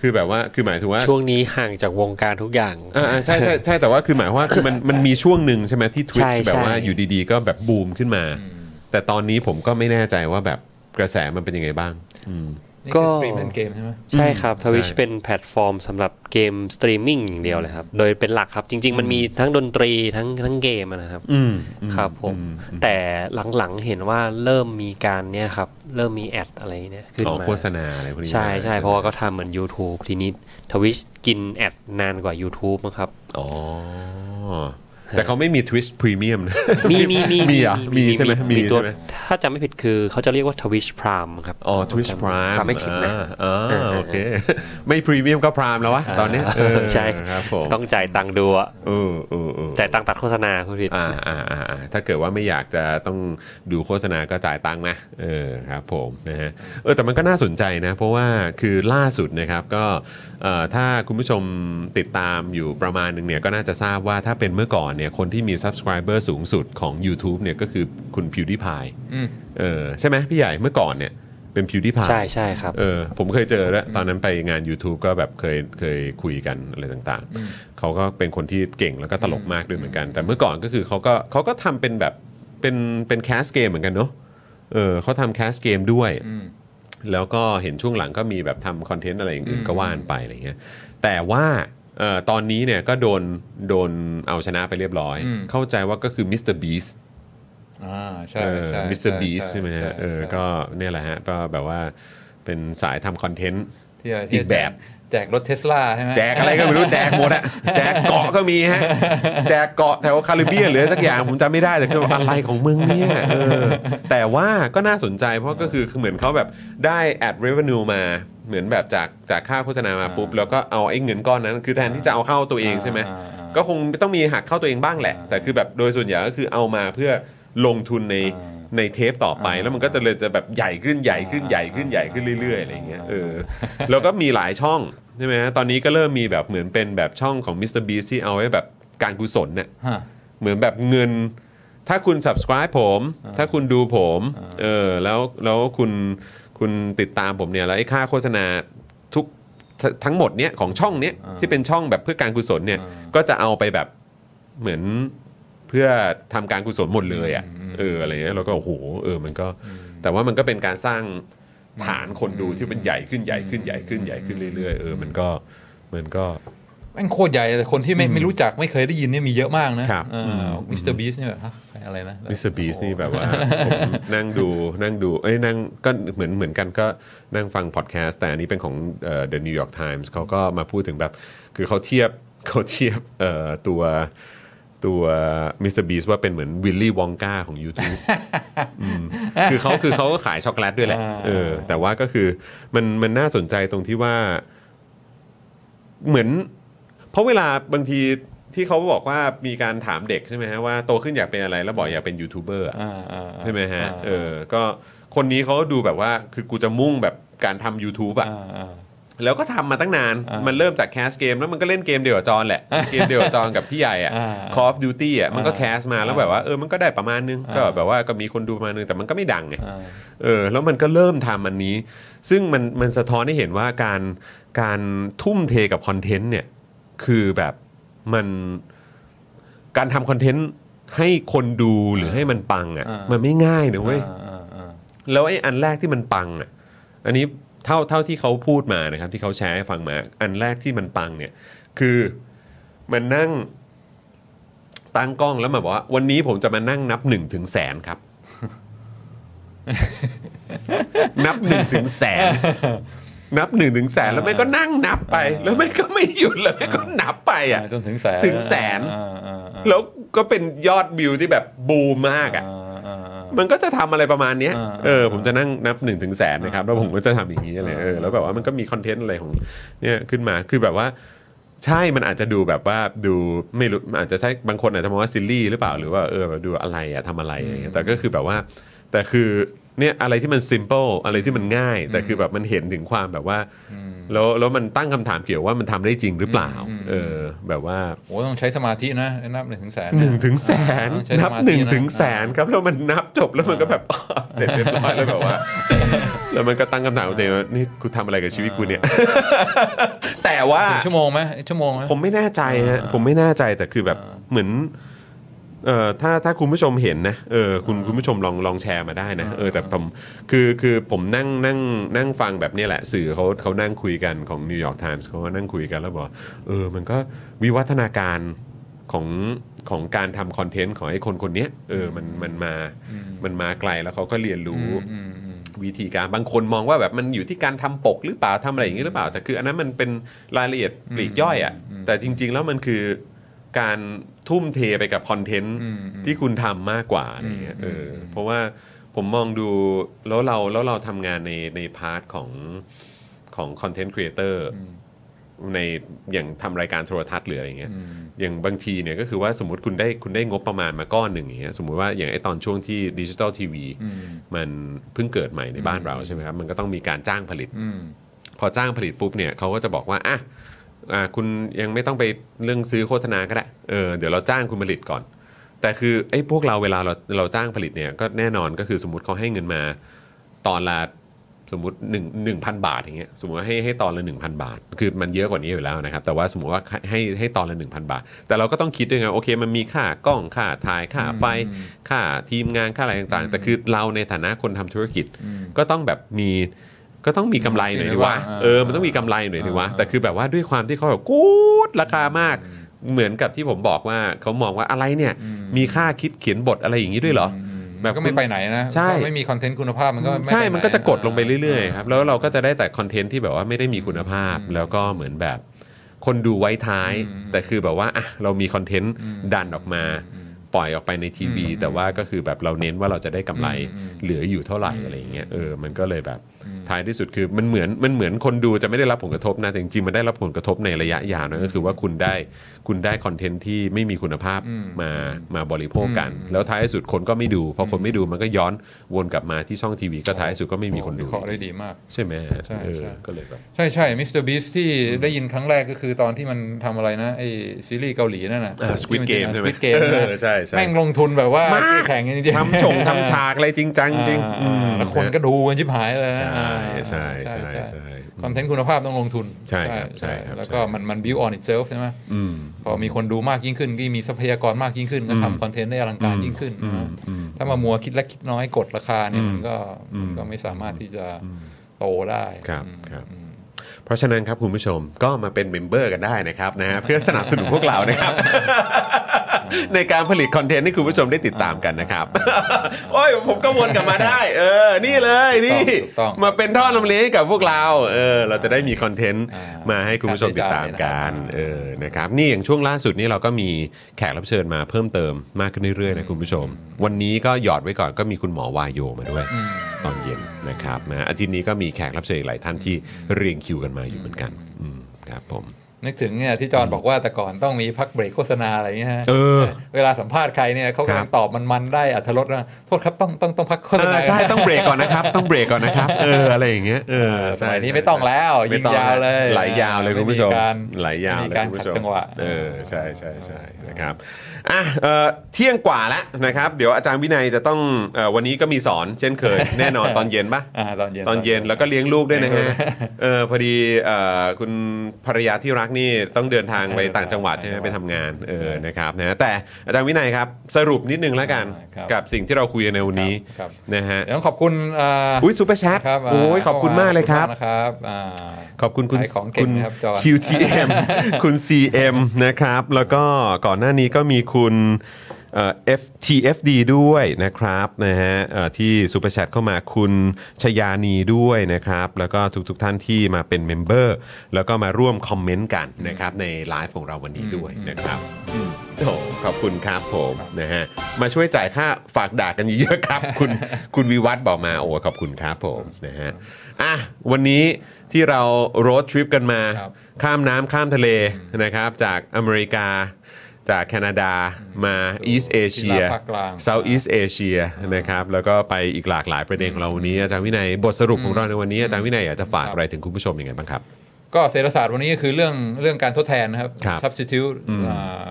คือแบบว่าคือหมายถึงว่า ช่วงนี้ห่างจากวงการทุกอย่าง อ่าๆใช่ใช่ใช่แต่ว่าคือหมายความว่าคือมันมันมีช่วงหนึ่งใช่ไหมที่ Twitch ใช่ แบบว่า ใช่ อยู่ดีๆ ก็แบบบูมขึ้นมา แต่ตอนนี้ผมก็ไม่แน่ใจว่าแบบกระแสมันเป็นยังไงบ้าง อืม นี่คือ ก็ สตรีมเล่นเกมใช่ไหม ใช่ครับทวิช ใช่ เป็นแพลตฟอร์มสำหรับเกมสตรีมมิ่งอย่างเดียวเลยครับ โดยเป็นหลักครับจริง ๆ มันมีทั้งดนตรีทั้งทั้งเกมอะนะครับ อืม ครับผม แต่หลังๆเห็นว่าเริ่มมีการเนี่ยครับ เริ่มมีแอดอะไรเนี่ยขึ้น อ๋อ มา โฆษณาอะไรพวกนี้ ใช่ น ใช่เพราะว่าก็ทำเหมือน YouTube ทีนี้ทวิชกินแอดนานกว่า YouTube มั้งครับ อ๋อแต่เขาไม่มี Twitch Premium นะ มีมีมี มีเหรอมีใช่ไหมมี ตัว ใช่ไหม ถ้าจำไม่ผิดคือเขาจะเรียกว่าทวิชพรามครับ อ๋อ Twitch จำ Prime จำไม่ผิดนะ อ่า เออ โอเค ไม่พรีเมียมก็พรามแล้ววะตอนเนี้ยเออ ใช่ ครับผม ต้องจ่ายตังค์ดูอะ เออเออเออ จ่ายตังค์ตัดโฆษณาคุณผิด อ่าอ่าอ่าอ่าถ้าเกิดว่าไม่อยากจะต้องดูโฆษณาก็จ่ายตังค์นะเออครับผมนะฮะเออแต่มันก็น่าสนใจนะเพราะว่าคือล่าสุดนะครับก็เอ่อถ้าคุณผู้ชมติดตามอยู่ประมาณหนึ่งเนี่ยก็น่าจะทราบว่าถ้าเป็นเมื่อก่อนเนี่ยคนที่มี subscriber สูงสุดของ YouTube เนี่ยก็คือคุณ PewDiePie อืม เออใช่ไหมพี่ใหญ่เมื่อก่อนเนี่ยเป็น PewDiePie ใช่ใช่ครับ เออผมเคยเจอแล้วยตอนนั้นไปงาน YouTube ก็แบบเคยเคยคุยกันอะไรต่างๆ เขาก็เป็นคนที่เก่งแล้วก็ตลกมากด้วยเหมือนกัน แต่เมื่อก่อนก็คือเขาก็เขาก็ทำเป็นแบบเป็นเป็นแคสเกมเหมือนกันเนาะเออเขาทำแคสเกมด้วย อืม แล้วก็เห็นช่วงหลังก็มีแบบทำคอนเทนต์อะไรอย่างอื่นก็ว่านไปอะไรเงี้ยแต่ว่าเอ่อตอนนี้เนี่ยก็โดนโดนเอาชนะไปเรียบร้อย อืม เข้าใจว่าก็คือมิสเตอร์บีส อ่าใช่ใช่ มิสเตอร์บีสใช่ไหมฮะ ใช่ เออ ใช่ ก็เนี่ยแหละฮะก็แบบว่าเป็นสายทำคอนเทนต์ ที่อะไร อี ที่ กแบบ แจกรถเทสลาใช่ไหม แจกอะไรก็ไม่รู้ แจกหมดอะแจกเกาะก็มีฮะ แจกเกาะแถวคาริบเบียนหรือสักอย่างผมจำไม่ได้แต่คืออะไรของมึงเนี่ยเออแต่ว่าก็น่าสนใจเพราะก็คือคือเหมือนเขาแบบได้ ad revenue มาเหมือนแบบจากจากค่าโฆษณามาปุ๊บ แล้วก็เอาไอ้เงินก้อนนั้น คือแทนที่จะเอาเข้าตัวเองใช่ไหม อ่าอ่า ก็คงต้องมีหักเข้าตัวเองบ้างแหละ แต่คือแบบโดยส่วนใหญ่ก็คือเอามาเพื่อลงทุนใน อ่า ในเทปต่อไป แล้วมันก็จะเลยจะแบบใหญ่ขึ้นใหญ่ขึ้น อ่า ใหญ่ขึ้นใหญ่ขึ้น อ่า เรื่อยๆอะไรอย่างเงี้ย อ่า เออแล้วก็มีหลายช่อง ใช่ไหมฮะตอนนี้ก็เริ่มมีแบบเหมือนเป็นแบบช่องของ Mr. Beast ที่เอาไว้แบบการกุศลเนี่ย ฮะ เหมือนแบบเงิน ถ้าคุณ subscribe ผม อ่า ถ้าคุณดูผม อ่า เออแล้วแล้วคุณคุณติดตามผมเนี่ยแล้วไอ้ค่าโฆษณาทุกททั้งหมดเนี้ยของช่องเนี้ยที่เป็นช่องแบบเพื่อการกุศลเนี่ยก็จะเอาไปแบบเหมือนเพื่อทำการกุศลหมดเลยอ่ะเอออะไรเงี้ยเราก็โอ้โหเออมันก็ แต่ว่ามันก็เป็นการสร้างฐานคนดูที่มันใหญ่ขึ้นใหญ่ขึ้นใหญ่ขึ้นใหญ่ขึ้นเรื่อยๆเออมันก็มันก็ แม่งโคตรใหญ่แต่คนที่ไม่ไม่รู้จักไม่เคยได้ยินเนี่ยมีเยอะมากนะครับ อืม มิสเตอร์บีสเนี่ยแบบฮะใครอะไรนะ มิสเตอร์บีสนี่แบบ ว่า ผมนั่งดูนั่งดูเอ้ยนั่งก็เหมือนเหมือนกันก็นั่งฟังพอดแคสต์แต่อันนี้เป็นของเอ่อ The New York Times เขาก็มาพูดถึงแบบ คือเขาเทียบเขาเทียบเอ่อตัวตัวมิสเตอร์บีสว่าเป็นเหมือนวิลลี่วองกาของ YouTube อืมคือเขาคือเขาก็ขายช็อกโกแลตด้วยแหละ อ่า เออแต่ว่าก็คือมันมันน่าสนใจตรงที่ว่า เหมือน เพราะเวลาบางทีที่เขาบอกว่ามีการถามเด็กใช่ไหมฮะว่าโตขึ้นอยากเป็นอะไรแล้วบอกอยากเป็นยูทูบเบอร์อะ อ่าอ่าอ่า ใช่ไหมฮะ า เออก็คนนี้เขาดูแบบว่าคือกูจะมุ่งแบบการทำ YouTube อะ อ่าอ่า แล้วก็ทำมาตั้งนาน อ่ามั มันเริ่มจากแคสเกม แล้วมันก็เล่นเกมเดียวกับจอนแหละ เกมเดียวกับจอนกับพี่ใหญ่อะ อ่า Call of Duty อะมันก็แคสมาแล้วแบบว่าเออมันก็ได้ประมาณนึง อ่า ก็แบบว่าก็มีคนดูประมาณนึงแต่มันก็ไม่ดังไง อ่า เออแล้วมันก็เริ่มทำอันนี้ ซึ่งมันมันสะท้อนให้เห็นว่าการการทุ่มเทกับคอนเทนต์เนี่ย คือแบบมันการทำคอนเทนต์ให้คนดูหรือให้มันปัง อ่า อะ่ะ มั มันไม่ง่ายนะเว้ย อ่าอ่าอ่า แล้วไอ้อันแรกที่มันปังอ่ะ อันนี้เท่าเท่าที่เขาพูดมานะครับ ที่เขาแชร์ให้ฟังมา อันแรกที่มันปังเนี่ย คือมันนั่งตั้งกล้องแล้วมาบอกว่า วันนี้ผมจะมานั่งนับหนึ่งถึงแสนครับ นับหนึ่งถึงแส น นับหนึ่งถึงแสนแล้วแม่ก็นั่งนับไป แล้วแม่ก็ไม่หยุดแล้วแม่ก็นับไปอ่ะ จนถึงแสน ถึงแสน อ่าอ่าอ่า แล้วก็เป็นยอดวิวที่แบบบูมมากอ่ะ อ่าอ่า มันก็จะทำอะไรประมาณเนี้ย อ่า เออ ผมจะนั่งนับ1นถึงแสนนะครับ แล้วผมก็จะทำอย่างนี้อะไร เออ แล้วแบบว่ามันก็มีคอนเทนต์อะไรของเนี่ยขึ้นมา คือแบบว่า ใช่ มันอาจจะดูแบบว่าดูไม่รู้ อาจจะใช่บางคนอาจจะมองว่าซิลลี่หรือเปล่า หรือว่าเออแบบดูอะไรอะทำอะไรอะไรอย่างเงี้ยแต่ก็คือแบบว่า แต่คือเนี่ยอะไรที่มันซิมเ l ิลอะไรที่มันง่าย แต่คือแบบมันเห็นถึงความแบบว่า แล้วแล้วมันตั้งคำถามเกี่ยวว่ามันทำได้จริงหรือเปล่า อืม เออ แบบว่า โอ้ต้องใช้สมาธินะนับหนึ่งถึงแสน หนึ่งถึงแสน ต้องใช้ส นับ มา ห ธิะ นึ่งถึงแสนครับแล้วมันนับจบแล้วมันก็ แบบอ๋อเสร็จเรียบร้อยแล้วแบบว่า แล้วมันก็ตั้งคำถามกับตัวเองว่านี่กูทำอะไรกับชีวิตกู เนี่ย แต่ว่า ถึงชั่วโมงไหมชั่วโมงไหม ผมไม่แน่ใจฮะผมไม่แน่ใจแต่คือแบบเหมือนเอ่อถ้าถ้าคุณผู้ชมเห็นนะเออคุณคุณผู้ชมลองลองแชร์มาได้นะเออแต่ผมคือคือผมนั่งนั่งนั่งฟังแบบเนี้ยแหละ สื่อเขาเขานั่งคุยกันของนิวยอร์กไทมส์เขาก็นั่งคุยกันแล้วบอกเออมันก็วิวัฒนาการ ของของการทำคอนเทนต์ของไอ้คนคนเนี้ยเออมันมันมามันมาไกลแล้วเขาก็เรียนรู้วิธีการบางคนมองว่าแบบมันอยู่ที่การทำปกหรือเปล่าทำอะไรอย่างนี้หรือเปล่าแต่คือ อันนั้นมันเป็นรายละเอียดปลีกย่อยอะ่ะแต่จริง ๆ แล้วมันคือการทุ่มเทไปกับคอนเทนต์ อืมอืม ที่คุณทำมากกว่าอะไรอย่างเงี้ย อืม เอออ ม เพราะว่าผมมองดูแล้วเราแล้วเราทำงานในในพาร์ทของของคอนเทนต์ครีเอเตอร์ในอย่างทำรายการโทรทัศน์หรืออะไรอย่างเงี้ย อืม อย่างบางทีเนี่ยก็คือว่าสมมติคุณได้คุณได้งบประมาณมาก้อนหนึ่งอย่างเงี้ยสมมุติว่าอย่างไอตอนช่วงที่ดิจิ t a ลทีวี อืม มันเพิ่งเกิดใหม่ในบ้านเราใช่ไหมครับ มันก็ต้องมีการจ้างผลิต อืม พอจ้างผลิตปุ๊บเนี่ยเขาก็จะบอกว่าอ่ะอ่าคุณยังไม่ต้องไปเรื่องซื้อโฆษณาก็ได้เออเดี๋ยวเราจ้างคุณผลิตก่อน แต่คือไอ้พวกเราเวลาเราเราจ้างผลิตเนี่ยก็แน่นอนก็คือสมมติเขาให้เงินมาตอนละสมมติ1 1 0 0 0 บาทอย่างเงี้ยสมมติว่าให้ให้ตอนละ 1,000 บาท คือมันเยอะกว่านี้อยู่แล้วนะครับ แต่ว่าสมมติว่าให้ให้ให้ตอนละ 1,000 บาท แต่เราก็ต้องคิดด้วยไงโอเค มันมีค่ากล้องค่าถ่ายค่าไฟค่าทีมงานค่าอะไรต่างๆ แต่คือเราในฐานะคนทำธุรกิจ ก็ต้องแบบมีก็ต้องมีกำไรหน่อยดีวะ อ่า เออมันต้องมีกำไรหน่อยดีวะแต่คือแบบว่าด้วยความที่เขาแบบกูดราคามาก เหมือนกับที่ผมบอกว่าเขามองว่าอะไรเนี่ย มีค่าคิดเขียนบทอะไรอย่างนี้ด้วยเหรอ แบ แบบ บก็ไม่ไปไหนนะ ใช่ ถ้าไม่มีคอนเทนต์คุณภาพมันก็ไไป ใช่ มันก็ ห จะกดลงไปเรื่อยๆครับแล้วเราก็จะได้แต่คอนเทนต์ที่แบบว่าไม่ได้มีคุณภาพ แล้วก็เหมือนแบบคนดูไว้ท้าย แต่คือแบบว่าอ่ะเรามีคอนเทนต์ดันออกมา ปล่อยออกไปในทีวี แต่ว่าก็คือแบบเราเน้นว่าเราจะได้กำไรเหลืออยู่เท่าไหร่อะไรอย่างเงี้ยเออมันก็เลยแบบ ท้ายที่สุดคือมันเหมือนมันเหมือนคนดูจะไม่ได้รับผลกระทบนะแต่จริงๆมันได้รับผลกระทบในระยะยาวนะก็คือว่าคุณได้คุณได้คอนเทนต์ที่ไม่มีคุณภาพ อืม มามาบริโภคกัน อืม แล้วท้ายที่สุดคนก็ไม่ดูพอคนไม่ดูมันก็ย้อนวนกลับมาที่ช่องทีวีก็ท้ายที่สุดก็ไม่มีคนดู วิเคราะห์ได้ดีมาก ใช่ไหม ใช่ เออ ใช่ ก็เลยแบบ ใช่ใช่มิสเตอร์บีสที่ได้ยินครั้งแรกก็คือตอนที่มันทำอะไรนะ ไอซีรีส์เกาหลีนั่นน่ะ สควิดเกมใช่ไหม สควิดเกม เออใช่ใช่ แม่งลงทุนแบบว่า มา แข่งจริงๆ ทำจงทำฉากอะไรจริงจังจริง อ่า อืม แล้วคนก็ดูกันชิบหายเลยนะ ใช่ใช่ อ่า ใช่ใช่ คอนเทนต์คุณภาพต้องลงทุน ใช่ครับใช่ครับ แล้วก็ ใช่ มันมัน build on itself ใช่ไหม อืม พอมีคนดูมากยิ่งขึ้นก็มีทรัพยากรมากยิ่งขึ้นก็ทำคอนเทนต์ได้อลังการยิ่งขึ้นนะถ้ามามัวคิดและคิดน้อยกดราคาเนี่ยมันก็มันก็ไม่สามารถที่จะโตได้ ครับ อืม ครับ เพราะฉะนั้นครับคุณผู้ชมก็มาเป็นเมมเบอร์กันได้นะครับนะฮะเพื่อสนับสนุนพวกเรา นะครับ ในการผลิตคอนเทนต์ให้คุณผู้ชมได้ติดตามกันนะครับ โอ้ยผมก็วนกลับมาได้ เออ นี่เลยนี่ ถูกต้อง มาเป็นท่อนำเลี้ยงให้กับพวกเราเออเราจะได้มีคอนเทนต์ อ่าม มาให้คุณผู้ชมติดตามกันเออนะครับนี่อย่างช่วงล่าสุดนี่เราก็มีแขกรับเชิญมาเพิ่มเติมมากขึ้นเรื่อยๆนะคุณผู้ชม วันนี้ก็หยอดไว้ก่อนก็มีคุณหมอวายโยมาด้วย ตอนเย็นนะครับนะอาทิตย์นี้ก็มีแขกรับเชิญอีกหลายท่านที่เรียงคิวกันมาอยู่เหมือนกันอืมครับผม นึกถึงเนี่ยที่จอนบอกว่าแต่ก่อนต้องมีพักเบรกโฆษณาอะไรเงี้ยฮะ เออ เวลาสัมภาษณ์ใครเนี่ยเขากำลังตอบมันๆได้อัธรสนะโทษครับต้องต้องต้องพักโฆษ เออ ณา ใช่ต้องเบรกก่อนนะครับ ต้องเบรกก่อนนะครับเอออะไรอย่างเงี้ยเออ ส ใช่ มัยนี้ไม่ต้องแล้วยิ ไม่ ง ต้อง ยาวเลย ไหลยาวเลยคุณผู้ชม ไการ ไหลยาว ไม่ เล มี ย การ คุณ ขัผู้ดชม จังหวะ เออใช่ใช่ใช่นะครับอ่ะเอ่อเที่ยงกว่าแล้วนะครับ เดี๋ยวอาจารย์วินัยจะต้องเอ่อวันนี้ก็มีสอนเช่นเคย แน่นอนตอนเย็นปะ อ่าตอนเย็น ตอนเย็นแล้วก็เลี้ยงลูกด้วยนะฮะ เออพอดีเอ่อคุณภรรยาที่รักนี่ต้องเดินทางไปต่างจังหวัดใช่ไหมไปทำงานเออนะครับนะแต่อาจารย์วินัยครับ สรุปนิดนึงแล้วกัน ครับ กับสิ่งที่เราคุยกันในวันนี้ ครับ นะฮะ เดี๋ยวต้องขอบคุณอ่า อุ้ยซูเปอร์แชท นะครับา โอ้ยขอบคุณมากเลยครับ ขอณนะครับอ่า ขอบคุณคุณ ขายของเก่ คุ ง ณ นะครับจ อห์น QTM คุณ CM นะครับ แล้วก็ก่อนหน้านี้ก็มีคุณเอ่อ FTFD ด้วยนะครับนะฮะเอ่อที่ซูเปอร์แชทเข้ามาคุณชยานีด้วยนะครับ แล้วก็ทุกๆทท่านที่มาเป็นเมมเบอร์แล้วก็มาร่วมคอมเมนต์กันนะครับในไลฟ์ของเราวันนี้ด้วยนะครับอืมโอ้ขอบคุณครับผมนะฮะมาช่วยจ่ายค่าฝากด่ากันเยอะๆครับ คุณคุณวิวัฒน์บอกมาโอ้ขอบคุณครับผมนะฮะอ่ะวันนี้ที่เราโรดทริปกันมา ครับ ข้ามน้ำข้ามทะเลนะครับ จากอเมริกา จากแคนาดามาอีสเอเชีย ที่ลาวภาคกลาง เซาท์อีสเอเชียนะครับแล้วก็ไปอีกหลากหลายประเด็นของเราวันนี้อาจารย์วินัยบทสรุปของเราในวันนี้อาจารย์วินัยอยากจะฝากอะไรถึงคุณผู้ชมยังไงบ้างครับ ก็เศรษฐศาสตร์วันนี้ก็คือเรื่องเรื่องการทดแทนนะครับ ครับ substitute อ่า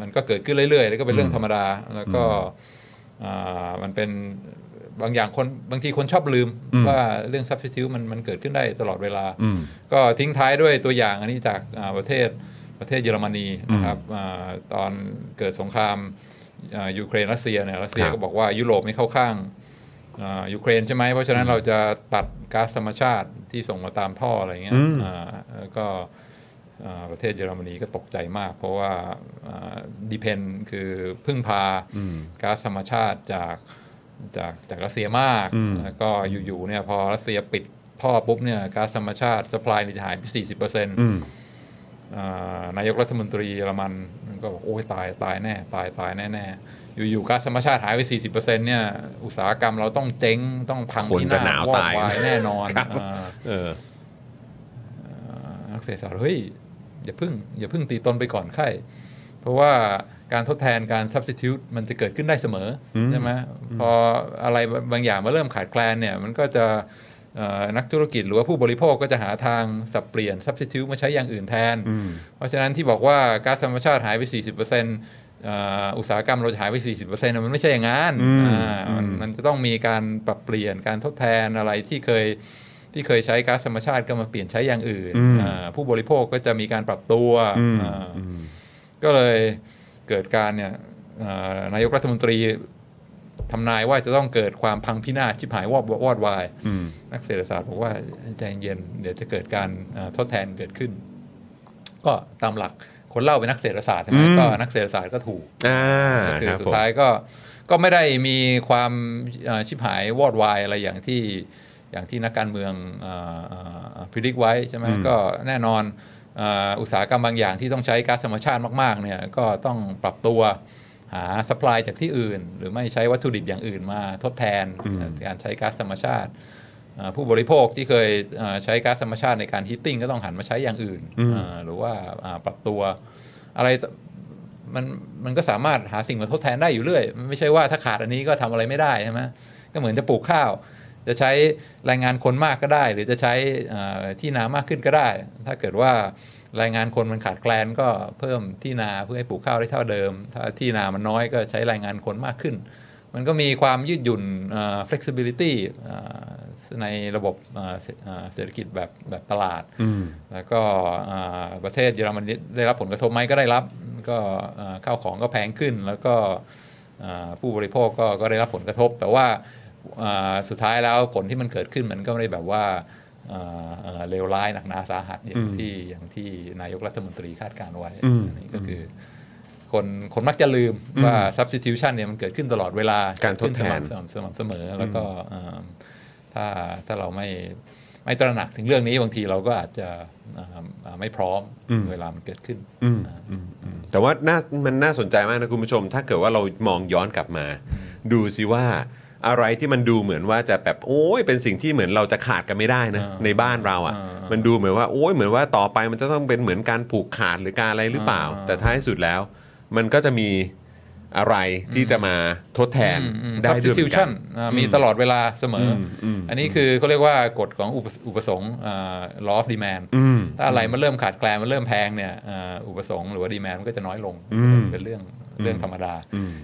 มันก็เกิดขึ้นเรื่อยๆ แล้วก็เป็นเรื่องธรรมดา แล้วก็อ่ามันเป็นบางอย่างคนบางทีคนชอบลืมว่าเรื่อง substitute มันมันเกิดขึ้นได้ตลอดเวลา ก็ทิ้งท้ายด้วยตัวอย่างอันนี้จากอ่าประเทศประเทศเยอรมนีนะครับอาตอนเกิดสงครามอ่ายูเครนรัสเซียเนี่ยรัสเซีย ครับ ก็บอกว่ายุโรปไม่เข้าข้าง อ่ายูเครนใช่ไหมเพราะฉะนั้นเราจะตัดก๊าซธรรมชาติที่ส่งมาตามท่ออะไรเงี้ยอ่าแล้วก็อ่าประเทศเยอรมนีก็ตกใจมาก เพราะว่าดิเพนคือพึ่งพาก๊าซธรรมชาติจากจากจากรัสเซียมากแล้วก็อยู่ๆเนี่ยพอรัสเซียปิดท่อปุ๊บเนี่ยก๊าซธรรมชาติสป라이เนี่ยจะหายไปสี่สิบเปอร์เซ็นต์ อ่านายกรัฐมนตรีเยอรมันก็บอกโอ้ยตายตายแน่ตายตายแน่แน่อยู่ๆก๊าซธรรมชาติหายไป 40%เนี่ยอุตสาหกรรมเราต้องเจ๊งต้องพัง คน พิ จะ นาศ หนาว วอด ตายว ายแน่นอน ครับ อ่า เออ อ่านักเศรษฐศาสตร์เฮ้ยอย่าเพึ่งอย่าเพึ่งตีตนไปก่อนไข้ เพราะว่าการทดแทนการ substitute มันจะเกิดขึ้นได้เสมออใช่ไหมพออะไรบางอย่างมาเริ่มขาดแคลนเนี่ยมันก็จะเอ่อนักธุรกิจหรือว่าผู้บริโภคก็จะหาทางสับเปลี่ยน substitute มาใช้อย่างอื่นแทน เพราะฉะนั้นที่บอกว่าก๊าซธรรมชาติหายไป 40%อ่าอุตสาหกรรมเราจะหายไป 40%น่ะมันไม่ใช่อย่างนั้นอ่ามันมันจะต้องมีการปรับเปลี่ยนการทดแทนอะไรที่เคยที่เคยใช้ก๊าซธรรมชาติก็มาเปลี่ยนใช้อย่างอื่นอ่าผู้บริโภคก็จะมีการปรับตัวอ่า ก็เลยเกิดการเนี่ยเอ่อนายกรัฐมนตรีทำนายว่าจะต้องเกิดความพังพินาศชิบหายวอดวอดวายนักเศรษฐศาสตร์บอกว่าใจเย็นๆเดี๋ยวจะเกิดการเอ่อทดแทนเกิดขึ้น ก็ตามหลักคนเล่าเป็นนักเศรษฐศาสตร์ใช่ไหม อืม ก็นักเศรษฐศาสตร์ก็ถูก อ่า ก็คื ค อ รับ สุ ผ ด ม ท้ายก็ก็ไม่ได้มีความเอ่อชิบหายวอดวายอะไรอย่างที่อย่างที่นักการเมืองพิจิกไว้ใช่ไหมก็แน่นอนเอ่ออุตสาหกรรมบางอย่างที่ต้องใช้ก๊าซธรรมชาติมากๆเนี่ยก็ต้องปรับตัวหาสป라이จากที่อื่น หรือไม่ใช้วัตถุดิบอย่างอื่นมาทดแทนการใช้ก๊าซธรรมชาติ อ่าผู้บริโภคที่เคยอ่าใช้ก๊าซธรรมชาติในการฮีตติ้งก็ต้องหันมาใช้อย่างอื่นอ่าหรือว่าอ่าปรับตัว อะไรมันมันก็สามารถหาสิ่งมาทดแทนได้อยู่เรื่อยมันไม่ใช่ว่าถ้าขาดอันนี้ก็ทำอะไรไม่ได้ใช่ไหมก็เหมือนจะปลูกข้าว จะใช้แรงงานคนมากก็ได้ หรือจะใช้อ่าที่นามากขึ้นก็ได้ ถ้าเกิดว่าแรงงานคนมันขาดแคลนก็เพิ่มที่นาเพื่อให้ปลูกข้าวได้เท่าเดิม ถ้าที่นามันน้อยก็ใช้แรงงานคนมากขึ้น มันก็มีความยืดหยุ่นเอ่อ flexibility เอ่อในระบบเอ่อเศรษเอ่อเศรษฐกิจแบบแบบตลาด แล้วก็เอ่อประเทศเยอรมนีได้รับผลกระทบไหมก็ได้รับก็เอ่อข้าวของก็แพงขึ้น แล้วก็เอ่อผู้บริโภคก็ก็ได้รับผลกระทบ แต่ว่าเอ่อสุดท้ายแล้วผลที่มันเกิดขึ้นมันก็ไม่ได้แบบว่าเอ่อเอ่อเลวร้ายหนักหนาสาหัสอย่างที่อย่างที่นายกรัฐมนตรีคาดการณ์ไว้อันนี้ก็คืออ คนคนมักจะลืมว่า substitution เนี่ยมันเกิดขึ้นตลอดเวลา การทดแทน เกิดขึ้สม่ำสม่ำเสมอแล้วก็เอิ่มถ้าถ้าเราไม่ไม่ตระหนักถึงเรื่องนี้บางทีเราก็อาจจะเอิ่มอ่าไม่พร้อมเวลามันเกิดขึ้น แต่ว่าน่ามันน่าสนใจมากนะคุณผู้ชม ถ้าเกิดว่าเรามองย้อนกลับมา ดูสิว่าอะไรที่มันดูเหมือนว่าจะแบบโอ้ยเป็นสิ่งที่เหมือนเราจะขาดกันไม่ได้นะ อ่า ในบ้านเรา อ่ อะ่ะ า มันดูเหมือนว่าโอ้ยเหมือนว่าต่อไปมันจะต้องเป็นเหมือนการผูกขาดหรือการอะไรหรือเปล่า อ่า แต่ท้ายสุดแล้ว มันก็จะมีอะไรที่จะมาทดแทนได้ด้วยเหมือนกั ั น นมีตลอดเวลาเสมอออันนี้คือเขาเรียกว่ากฎของอุปอุปสงค์อ่า law of demand ถ้าอะไรมันเริ่มขาดแคลนมันเริ่มแพงเนี่ยอ่าอุปสงค์หรือว่า demand มันก็จะน้อยลงเป็นเรื่องเรื่องธรรมดา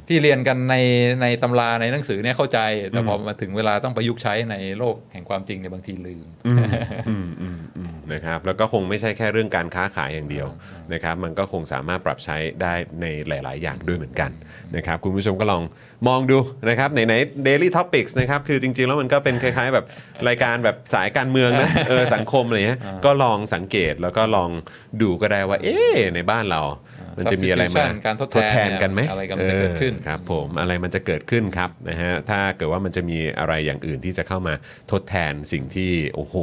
ที่เรียนกันในในตำราในหนังสือเนี่ยเข้าใจ แต่พอมาถึงเวลาต้องประยุกต์ใช้ในโลกแห่งความจริงเนี่ยบางทีลืม อืมอืมอืมนะครับแล้วก็คงไม่ใช่แค่เรื่องการค้าขายอย่างเดียวนะครับมันก็คงสามารถปรับใช้ได้ในหลาย ๆ อย่างด้วยเหมือนกันนะครับคุณผู้ชมก็ลองมองดูนะครับไหนไหน daily topics นะครับคือจริง ๆ แล้วมันก็เป็นคล้าย ๆ แบบรายการแบบสายการเมืองนะเออสังคมอะไรเงี้ยก็ลองสังเกตแล้วก็ลองดูก็ได้ว่า เอ๊ะในบ้านเรา มันจะมีอะไรมา Substitution การทดแทนเนี่ย กันไหม อะไรกำลังจะเกิดขึ้น ออครับ ผมอะไรมันจะเกิดขึ้นครับนะฮะถ้าเกิดว่ามันจะมีอะไรอย่างอื่นที่จะเข้ามาทดแทนสิ่งที่โอ้โห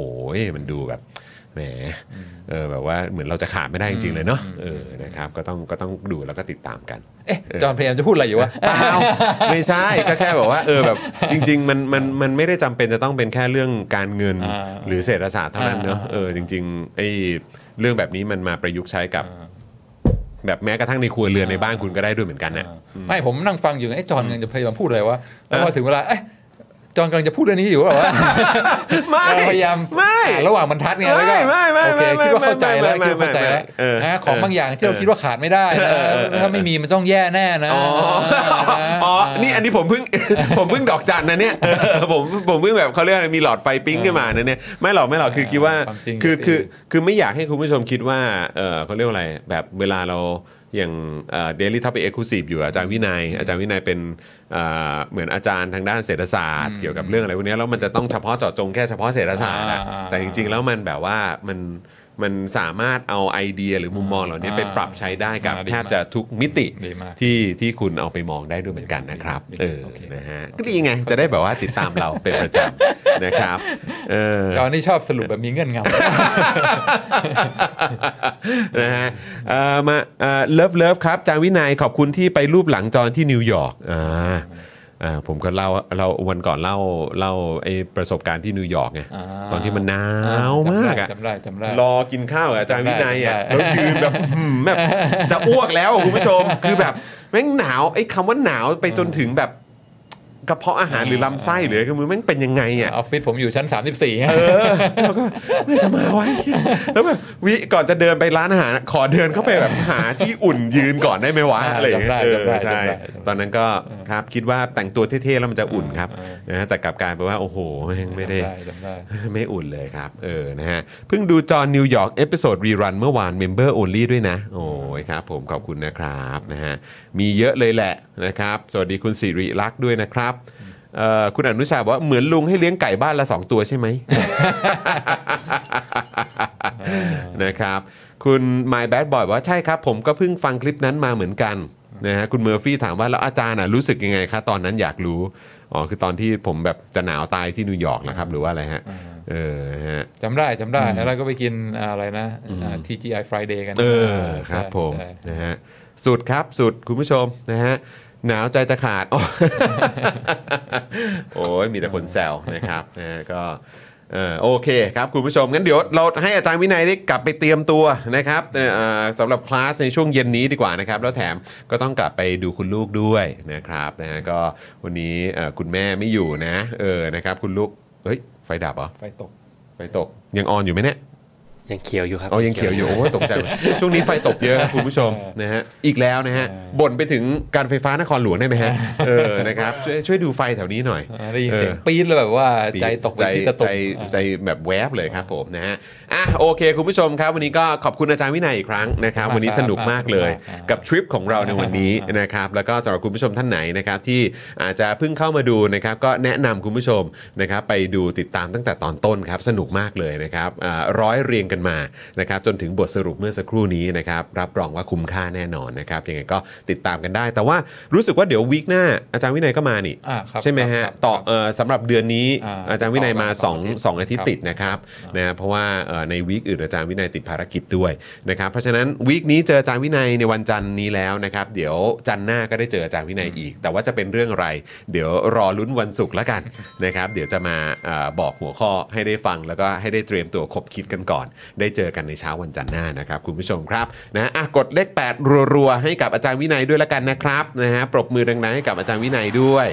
มันดูแบบแหมเออแบบว่าเหมือนเราจะขาดไม่ได้จริงๆเลยเนาะเออนะครับก็ต้องก็ต้องดูแล้วก็ติดตามกัน เอ๊ะจอห์นพยายามจะพูดอะไรอยู่วะ เป ล่าไม่ใช่ก็แค่แบบว่าเออแบบจริง ๆ มันมันมันไม่ได้จำเป็นจะต้องเป็นแค่เรื่องการเงิน อ่า หรือเศรษฐศาสตร์เท่านั้นเนาะ อ่า เออจริงๆไอ้เรื่องแบบนี้มันมาประยุกต์ใช้กับ แบบแม้กระทั่งในครัวเรือนในบ้านคุณก็ได้ด้วยเหมือนกันนะ ไม่ผมนั่งฟังอยู่ไอ้จอห์นกำลังจะพยายามพูดอะไรวะแต่พอถึงเวลาเอ๊ะจอห์นกำลังจะพูดเรื่องนี้อยู่ว่า ไม่ เราพยายาม ไม่ อ่านระหว่างบรรทัดไงแล้วก็ ไม่ไม่ไม่ โอเค ไม่ คิดว่าเข้าใจแล้ว ไม่ คิดว่าเข้าใจแล้ว ไม่ไม่ไม่ นะของบางอย่างที่เราคิดว่าขาดไม่ได้นะถ้าไม่มีมันต้องแย่แน่นะ อ๋ออ๋อนี่อันนี้ผมเพิ่ง ผมเพิ่งดอกจันนะเนี่ยเอ อผมผมเพิ่งแบบเขาเรียกอะไรมีหลอดไฟปิ้งขึ้นมานะเนี่ยไม่หรอกไม่หรอกคือคิดว่า ความจริง คือ จริง คือคือไม่อยากให้คุณผู้ชมคิดว่าเออเขาเรียกว่าอะไรแบบเวลาเราอย่างเดลิทัพเอ็กซ์คลูซีฟอยู่อาจารย์วินัย อาจารย์วินัยเป็นเอ่อเหมือนอาจารย์ทางด้านเศรษฐศาสตร์เกี่ยวกับเรื่องอะไรพวกเนี้ยแล้วมันจะต้องเฉพาะเจาะจงแค่เฉพาะเศรษฐศาสตร์อะ อ่า แต่จริง ๆ แล้วมันแบบว่ามันมันสามารถเอาไอเดียหรือมุมมองเหล่านี้ไปปรับใช้ได้กับแทบจะทุกมิติ ดีมาก ที่ที่คุณเอาไปมองได้ด้วยเหมือนกันนะครับ ดี เออ โอเค นะฮะ ก็ดีไง จะได้แบบว่าติดตามเราเป็นประจ ำ นะครับ เออ จอห์นนี่ชอบสรุปแบบมีเงื่อนงำ นะฮะเอ่อมาเลิฟเลิฟครับจางวินัยขอบคุณที่ไปรูปหลังจอนที่นิวยอร์กอ่าอ่าผมก็เล่าเราวันก่อนเล่าเล่าไอ้ประสบการณ์ที่นิวยอร์กไง อ่า ตอนที่มันหนาวมากอะ จำได้จำได้ รอกินข้าวกับอาจารย์วินัยอ่ะ ได้ แล้วยืน แบบอื้อหือแบบจะอ้วกแล้วอ่ะคุณผู้ชม คือแบบแม่งหนาวไอ้คำว่าหนาวไปจนถึงแบบกระเพาะอาหารหรือลำไส้หรืออะไรก็ไมือแม่งเป็นยังไง อ อ่ะ อฟฟิศผมอยู่ชั้น 34ฮะ ไม่จะมาวะแล้วแบบวิก่อนจะเดินไปร้านอาหารขอเดินเข้าไป แบบหาที่อุ่นยืนก่อนได้ไหมวะ อ่า อะไรอย่างเงี้ย จำได้ เออ จำได้ ใช่ จำได้จำได้ ตอนนั้นก็ครับคิดว่าแต่งตัวเท่ๆแล้วมันจะอุ่นครับนะฮะแต่กลับกลายไปนว่าโอ้โหแม่งไม่ได้ จำจำได้ ไม่อุ่นเลยครับ เออ นะฮะ เพิ่งดูจอห์นนิวยอร์กเอพิโซดรีรันเมื่อวานเมมเบอร์โอลี่ด้วยนะ โอ้ยครับ ผมขอบคุณนะครับ นะฮะ มีเยอะเลยแหละนะครับ สวัสดีคุณสิริลักษณ์ด้วยนะครับ เอ่อ คุณอนุชาบอกว่าเหมือนลุงให้เลี้ยงไก่บ้านละ 2 ตัวใช่ไหม นะครับ คุณ My Bad Boy บอกว่าใช่ครับ ผมก็เพิ่งฟังคลิปนั้นมาเหมือนกันนะฮะคุณเมอร์ฟี่ถามว่า แล้วอาจารย์อ่ะรู้สึกยังไงคะตอนนั้นอยากรู้ อ๋อ คือตอนที่ผมแบบจะหนาวตายที่นิวยอร์กนะครับ หรือว่าอะไรฮะ เออฮะ จำได้จำได้แล้วก็ไปกินอะไรนะอ่า TGI Friday กัน เออครับ ใช่ ผม ใช่ นะฮะสุดครับสุดคุณผู้ชมนะฮะหนาวใจจะ ขาดโอ้ โอ้ยมีแต่คนแซวนะครับนะฮะก็ เออโอเคครับคุณผู้ชมงั้นเดี๋ยวเราให้อาจารย์วินัยได้กลับไปเตรียมตัวนะครับเอ่อสำหรับคลาสในช่วงเย็นนี้ดีกว่านะครับ แล้วแถมก็ต้องกลับไปดูคุณลูกด้วยนะครับนะฮะก็วันนี้เอ่อคุณแม่ไม่อยู่นะ เออนะครับ คุณลูกเฮ้ยไฟดับเหรอ ไปตก ไฟตกยังออนอยู่ไหมเนี่ย ยังเขียวอยู่ครับ อ๋อยังเขียวอยู่โอ้ยตกใจหม ดช่วงนี้ไฟตกเยอะครับคุณผู้ชมนะฮะอีกแล้วนะฮะบ่นไปถึงการไฟฟ้านครหลวงได้ไหมฮะเออนะครับช่วยช่วยดูไฟแถวนี้หน่อย อ่าได้ยินเสียงปี๊ดเลยแบบว่าใจตกไป ใจ ที่ตะตุ่ ใจ ม ใจแบบแวบเลยครับผมนะฮะอ่ะโอเค คุณผู้ชมครับ วันนี้ก็ขอบคุณอาจารย์วินัยอีกครั้งนะครับ วันนี้สนุกมากเลย กับทริปของเราในวันนี้นะครับแล้วก็สำหรับคุณผู้ชมท่านไหนนะครับที่อาจจะเพิ่งเข้ามาดูนะครับก็แนะนำคุณผู้ชมนะครับไปดูติดตามตั้งแต่ตอนต้นครับสนุกมากเลยนะครับอ่าร้อยเรียงกันมานะครับจนถึงบทสรุปเมื่อสักครู่นี้นะครับรับรองว่าคุ้มค่าแน่นอนนะครับยังไงก็ติดตามกันได้ แต่ว่ารู้สึกว่าเดี๋ยววีคหน้าอาจารย์วินัยก็มานี่ อ่าครับ ใช่ไหมฮะ ครับ ต่อเอ่อสำหรับเดือนนี้ อ่า อาจารย์วินัยมา ต่อกัน สอง สองอาทิตย์ สองอาทิตย์ คติดรับนะครับนะฮะเพราะว่าเอ่อในวีคอื่นอาจารย์วินัยติดภารกิจด้วยนะครับเพราะฉะนั้นวีคนี้เจออาจารย์วินัยในวันจันทร์นี้แล้วนะครับเดี๋ยวจันทร์หน้าก็ได้เจออาจารย์วินัยอีก แต่ว่าจะเป็นเรื่องอะไร เดี๋ยวรอลุ้นวันศุกร์ละกัน นะครับเดี๋ยวจะมาเอ่อบอกหัวข้อให้ได้ฟังแล้วก็ให้ได้เตรียมตัวคบคิดกันก่อน ได้เจอกันในเช้าวันจันทร์หน้านะครับคุณผู้ชมครับนะอ่ะกดเลข8รัวๆให้กับอาจารย์วินัยด้วยละกันนะครับนะฮะปรบมือดังๆให้กับอาจารย์วินัยด้วย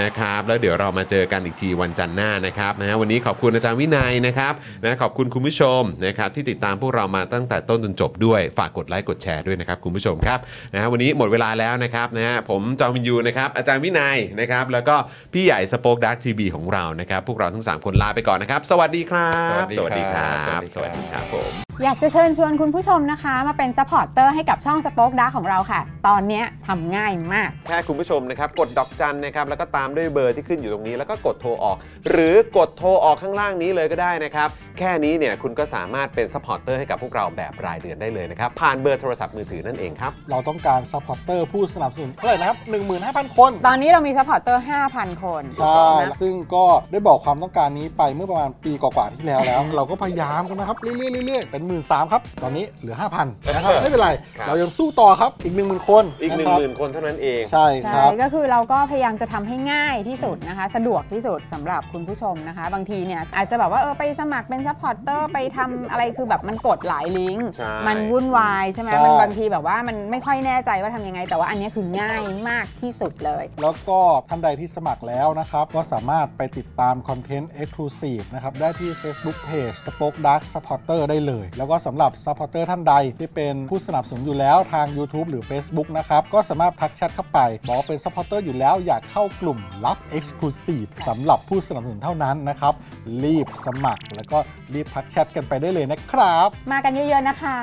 นะครับแล้วเดี๋ยวเรามาเจอกันอีกทีวันจันทร์หน้านะครับนะฮะวันนี้ขอบคุณอาจารย์วินัยนะครับนะขอบคุณคุณผู้ชมนะครับที่ติดตามพวกเรามาตั้งแต่ต้นจนจบด้วยฝากกดไลค์กดแชร์ด้วยนะครับคุณผู้ชมครับนะฮะวันนี้หมดเวลาแล้วนะครับนะฮะผมจอมินยูนะครับอาจารย์วินัยนะครับแล้วก็พี่ใหญ่สป็อคดักทีวีของเรานะครับพวกเราทั้งสามคนลาไปก่อนนะครับสวัสดีครับ สวัสดีครับ สวัสดีครับผม อยากจะเชิญชวนคุณผู้ชมนะคะ มาเป็นซัพพอร์ตเตอร์ให้กับช่องสป็อคดาของเราค่ะ ตอนเนี้ยทำง่ายมาก แค่คุณผู้ชมนะครับ กดดอกจันนะครับ แล้วก็ตามด้วยเบอร์ที่ขึ้นอยู่ตรงนี้ แล้วก็กดโทรออก หรือกดโทรออกข้างล่างนี้เลยก็ได้นะครับ แค่นี้เนี่ยคุณก็สามารถเป็นซัพพอร์ตเตอร์ให้กับพวกเราแบบรายเดือนได้เลยนะครับ ผ่านเบอร์โทรศัพท์มือถือนั่นเองครับ เราต้องการซัพพอร์เตอร์ผู้สนับสนุนเท่าไหร่นะครับ 15,000 คน ตอนนี้เรามีซัพพอร์ตเตอร์5,000 คน ใช่ นะ ซึ่งก็ได้บอกความต้องการนี้ไปเมื่อประมาณปีกว่าๆที่แล้วแล้ว เราก็พยายามกันนะครับ เรื่อยๆเรื่อยๆเป็น 1 3ื่นครับ ตอนนี้เหลือ 5,000นะครับ ไม่เป็นไร ครับ เรายังสู้ต่อครับอีก 1 0,000 คน อีก1 ะครับ 0,000 คนเท่านั้นเอง ใช่ค ใช่ รับ ก็คือเราก็พยายามจะทำให้ง่ายที่สุดนะคะ สะดวกที่สุดสำหรับคุณผู้ชมนะคะ บางทีเนี่ยอาจจะแบบว่าเออไปสมัครเป็นซัพพอร์ตเตอร์ไปทำอะไรคือแบบมันกดหลายลิงก์ ใช่ มันวุ่นวายใช่ไหม ใช่ มันบางทีแบบว่ามันไม่ค่อยแน่ใจว่าทำยังไง แต่ว่าอันเนี้ยคือง่ายมากที่สุดเลย แล้วก็ท่านใดที่สมัครแล้วนะครับ ก็สามารถไปติดตามคอนเทนต์ Exclusive นะครับ ได้ที่ Facebook Page Spoke Dark Supporter ได้เลย แล้วก็สำหรับ Supporter ท่านใดที่เป็นผู้สนับสนุนอยู่แล้วทาง YouTube หรือ Facebook นะครับ ก็สามารถทักแชทเข้าไป บอกเป็น Supporter อยู่แล้วอยากเข้ากลุ่มลับ Exclusive สำหรับผู้สนับสนุนเท่านั้นนะครับ รีบสมัคร แล้วก็รีบทักแชทกันไปได้เลยนะครับ มากันเยอะๆนะคะ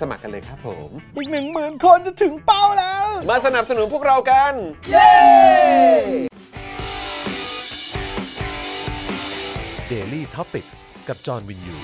สมัครกันเลยครับผม อีก 1 0,000 คนจะถึงเป้าแล้ว มาสนับสนุนพวกเรากัน Daily t o p i c กกับจอห์นวินยู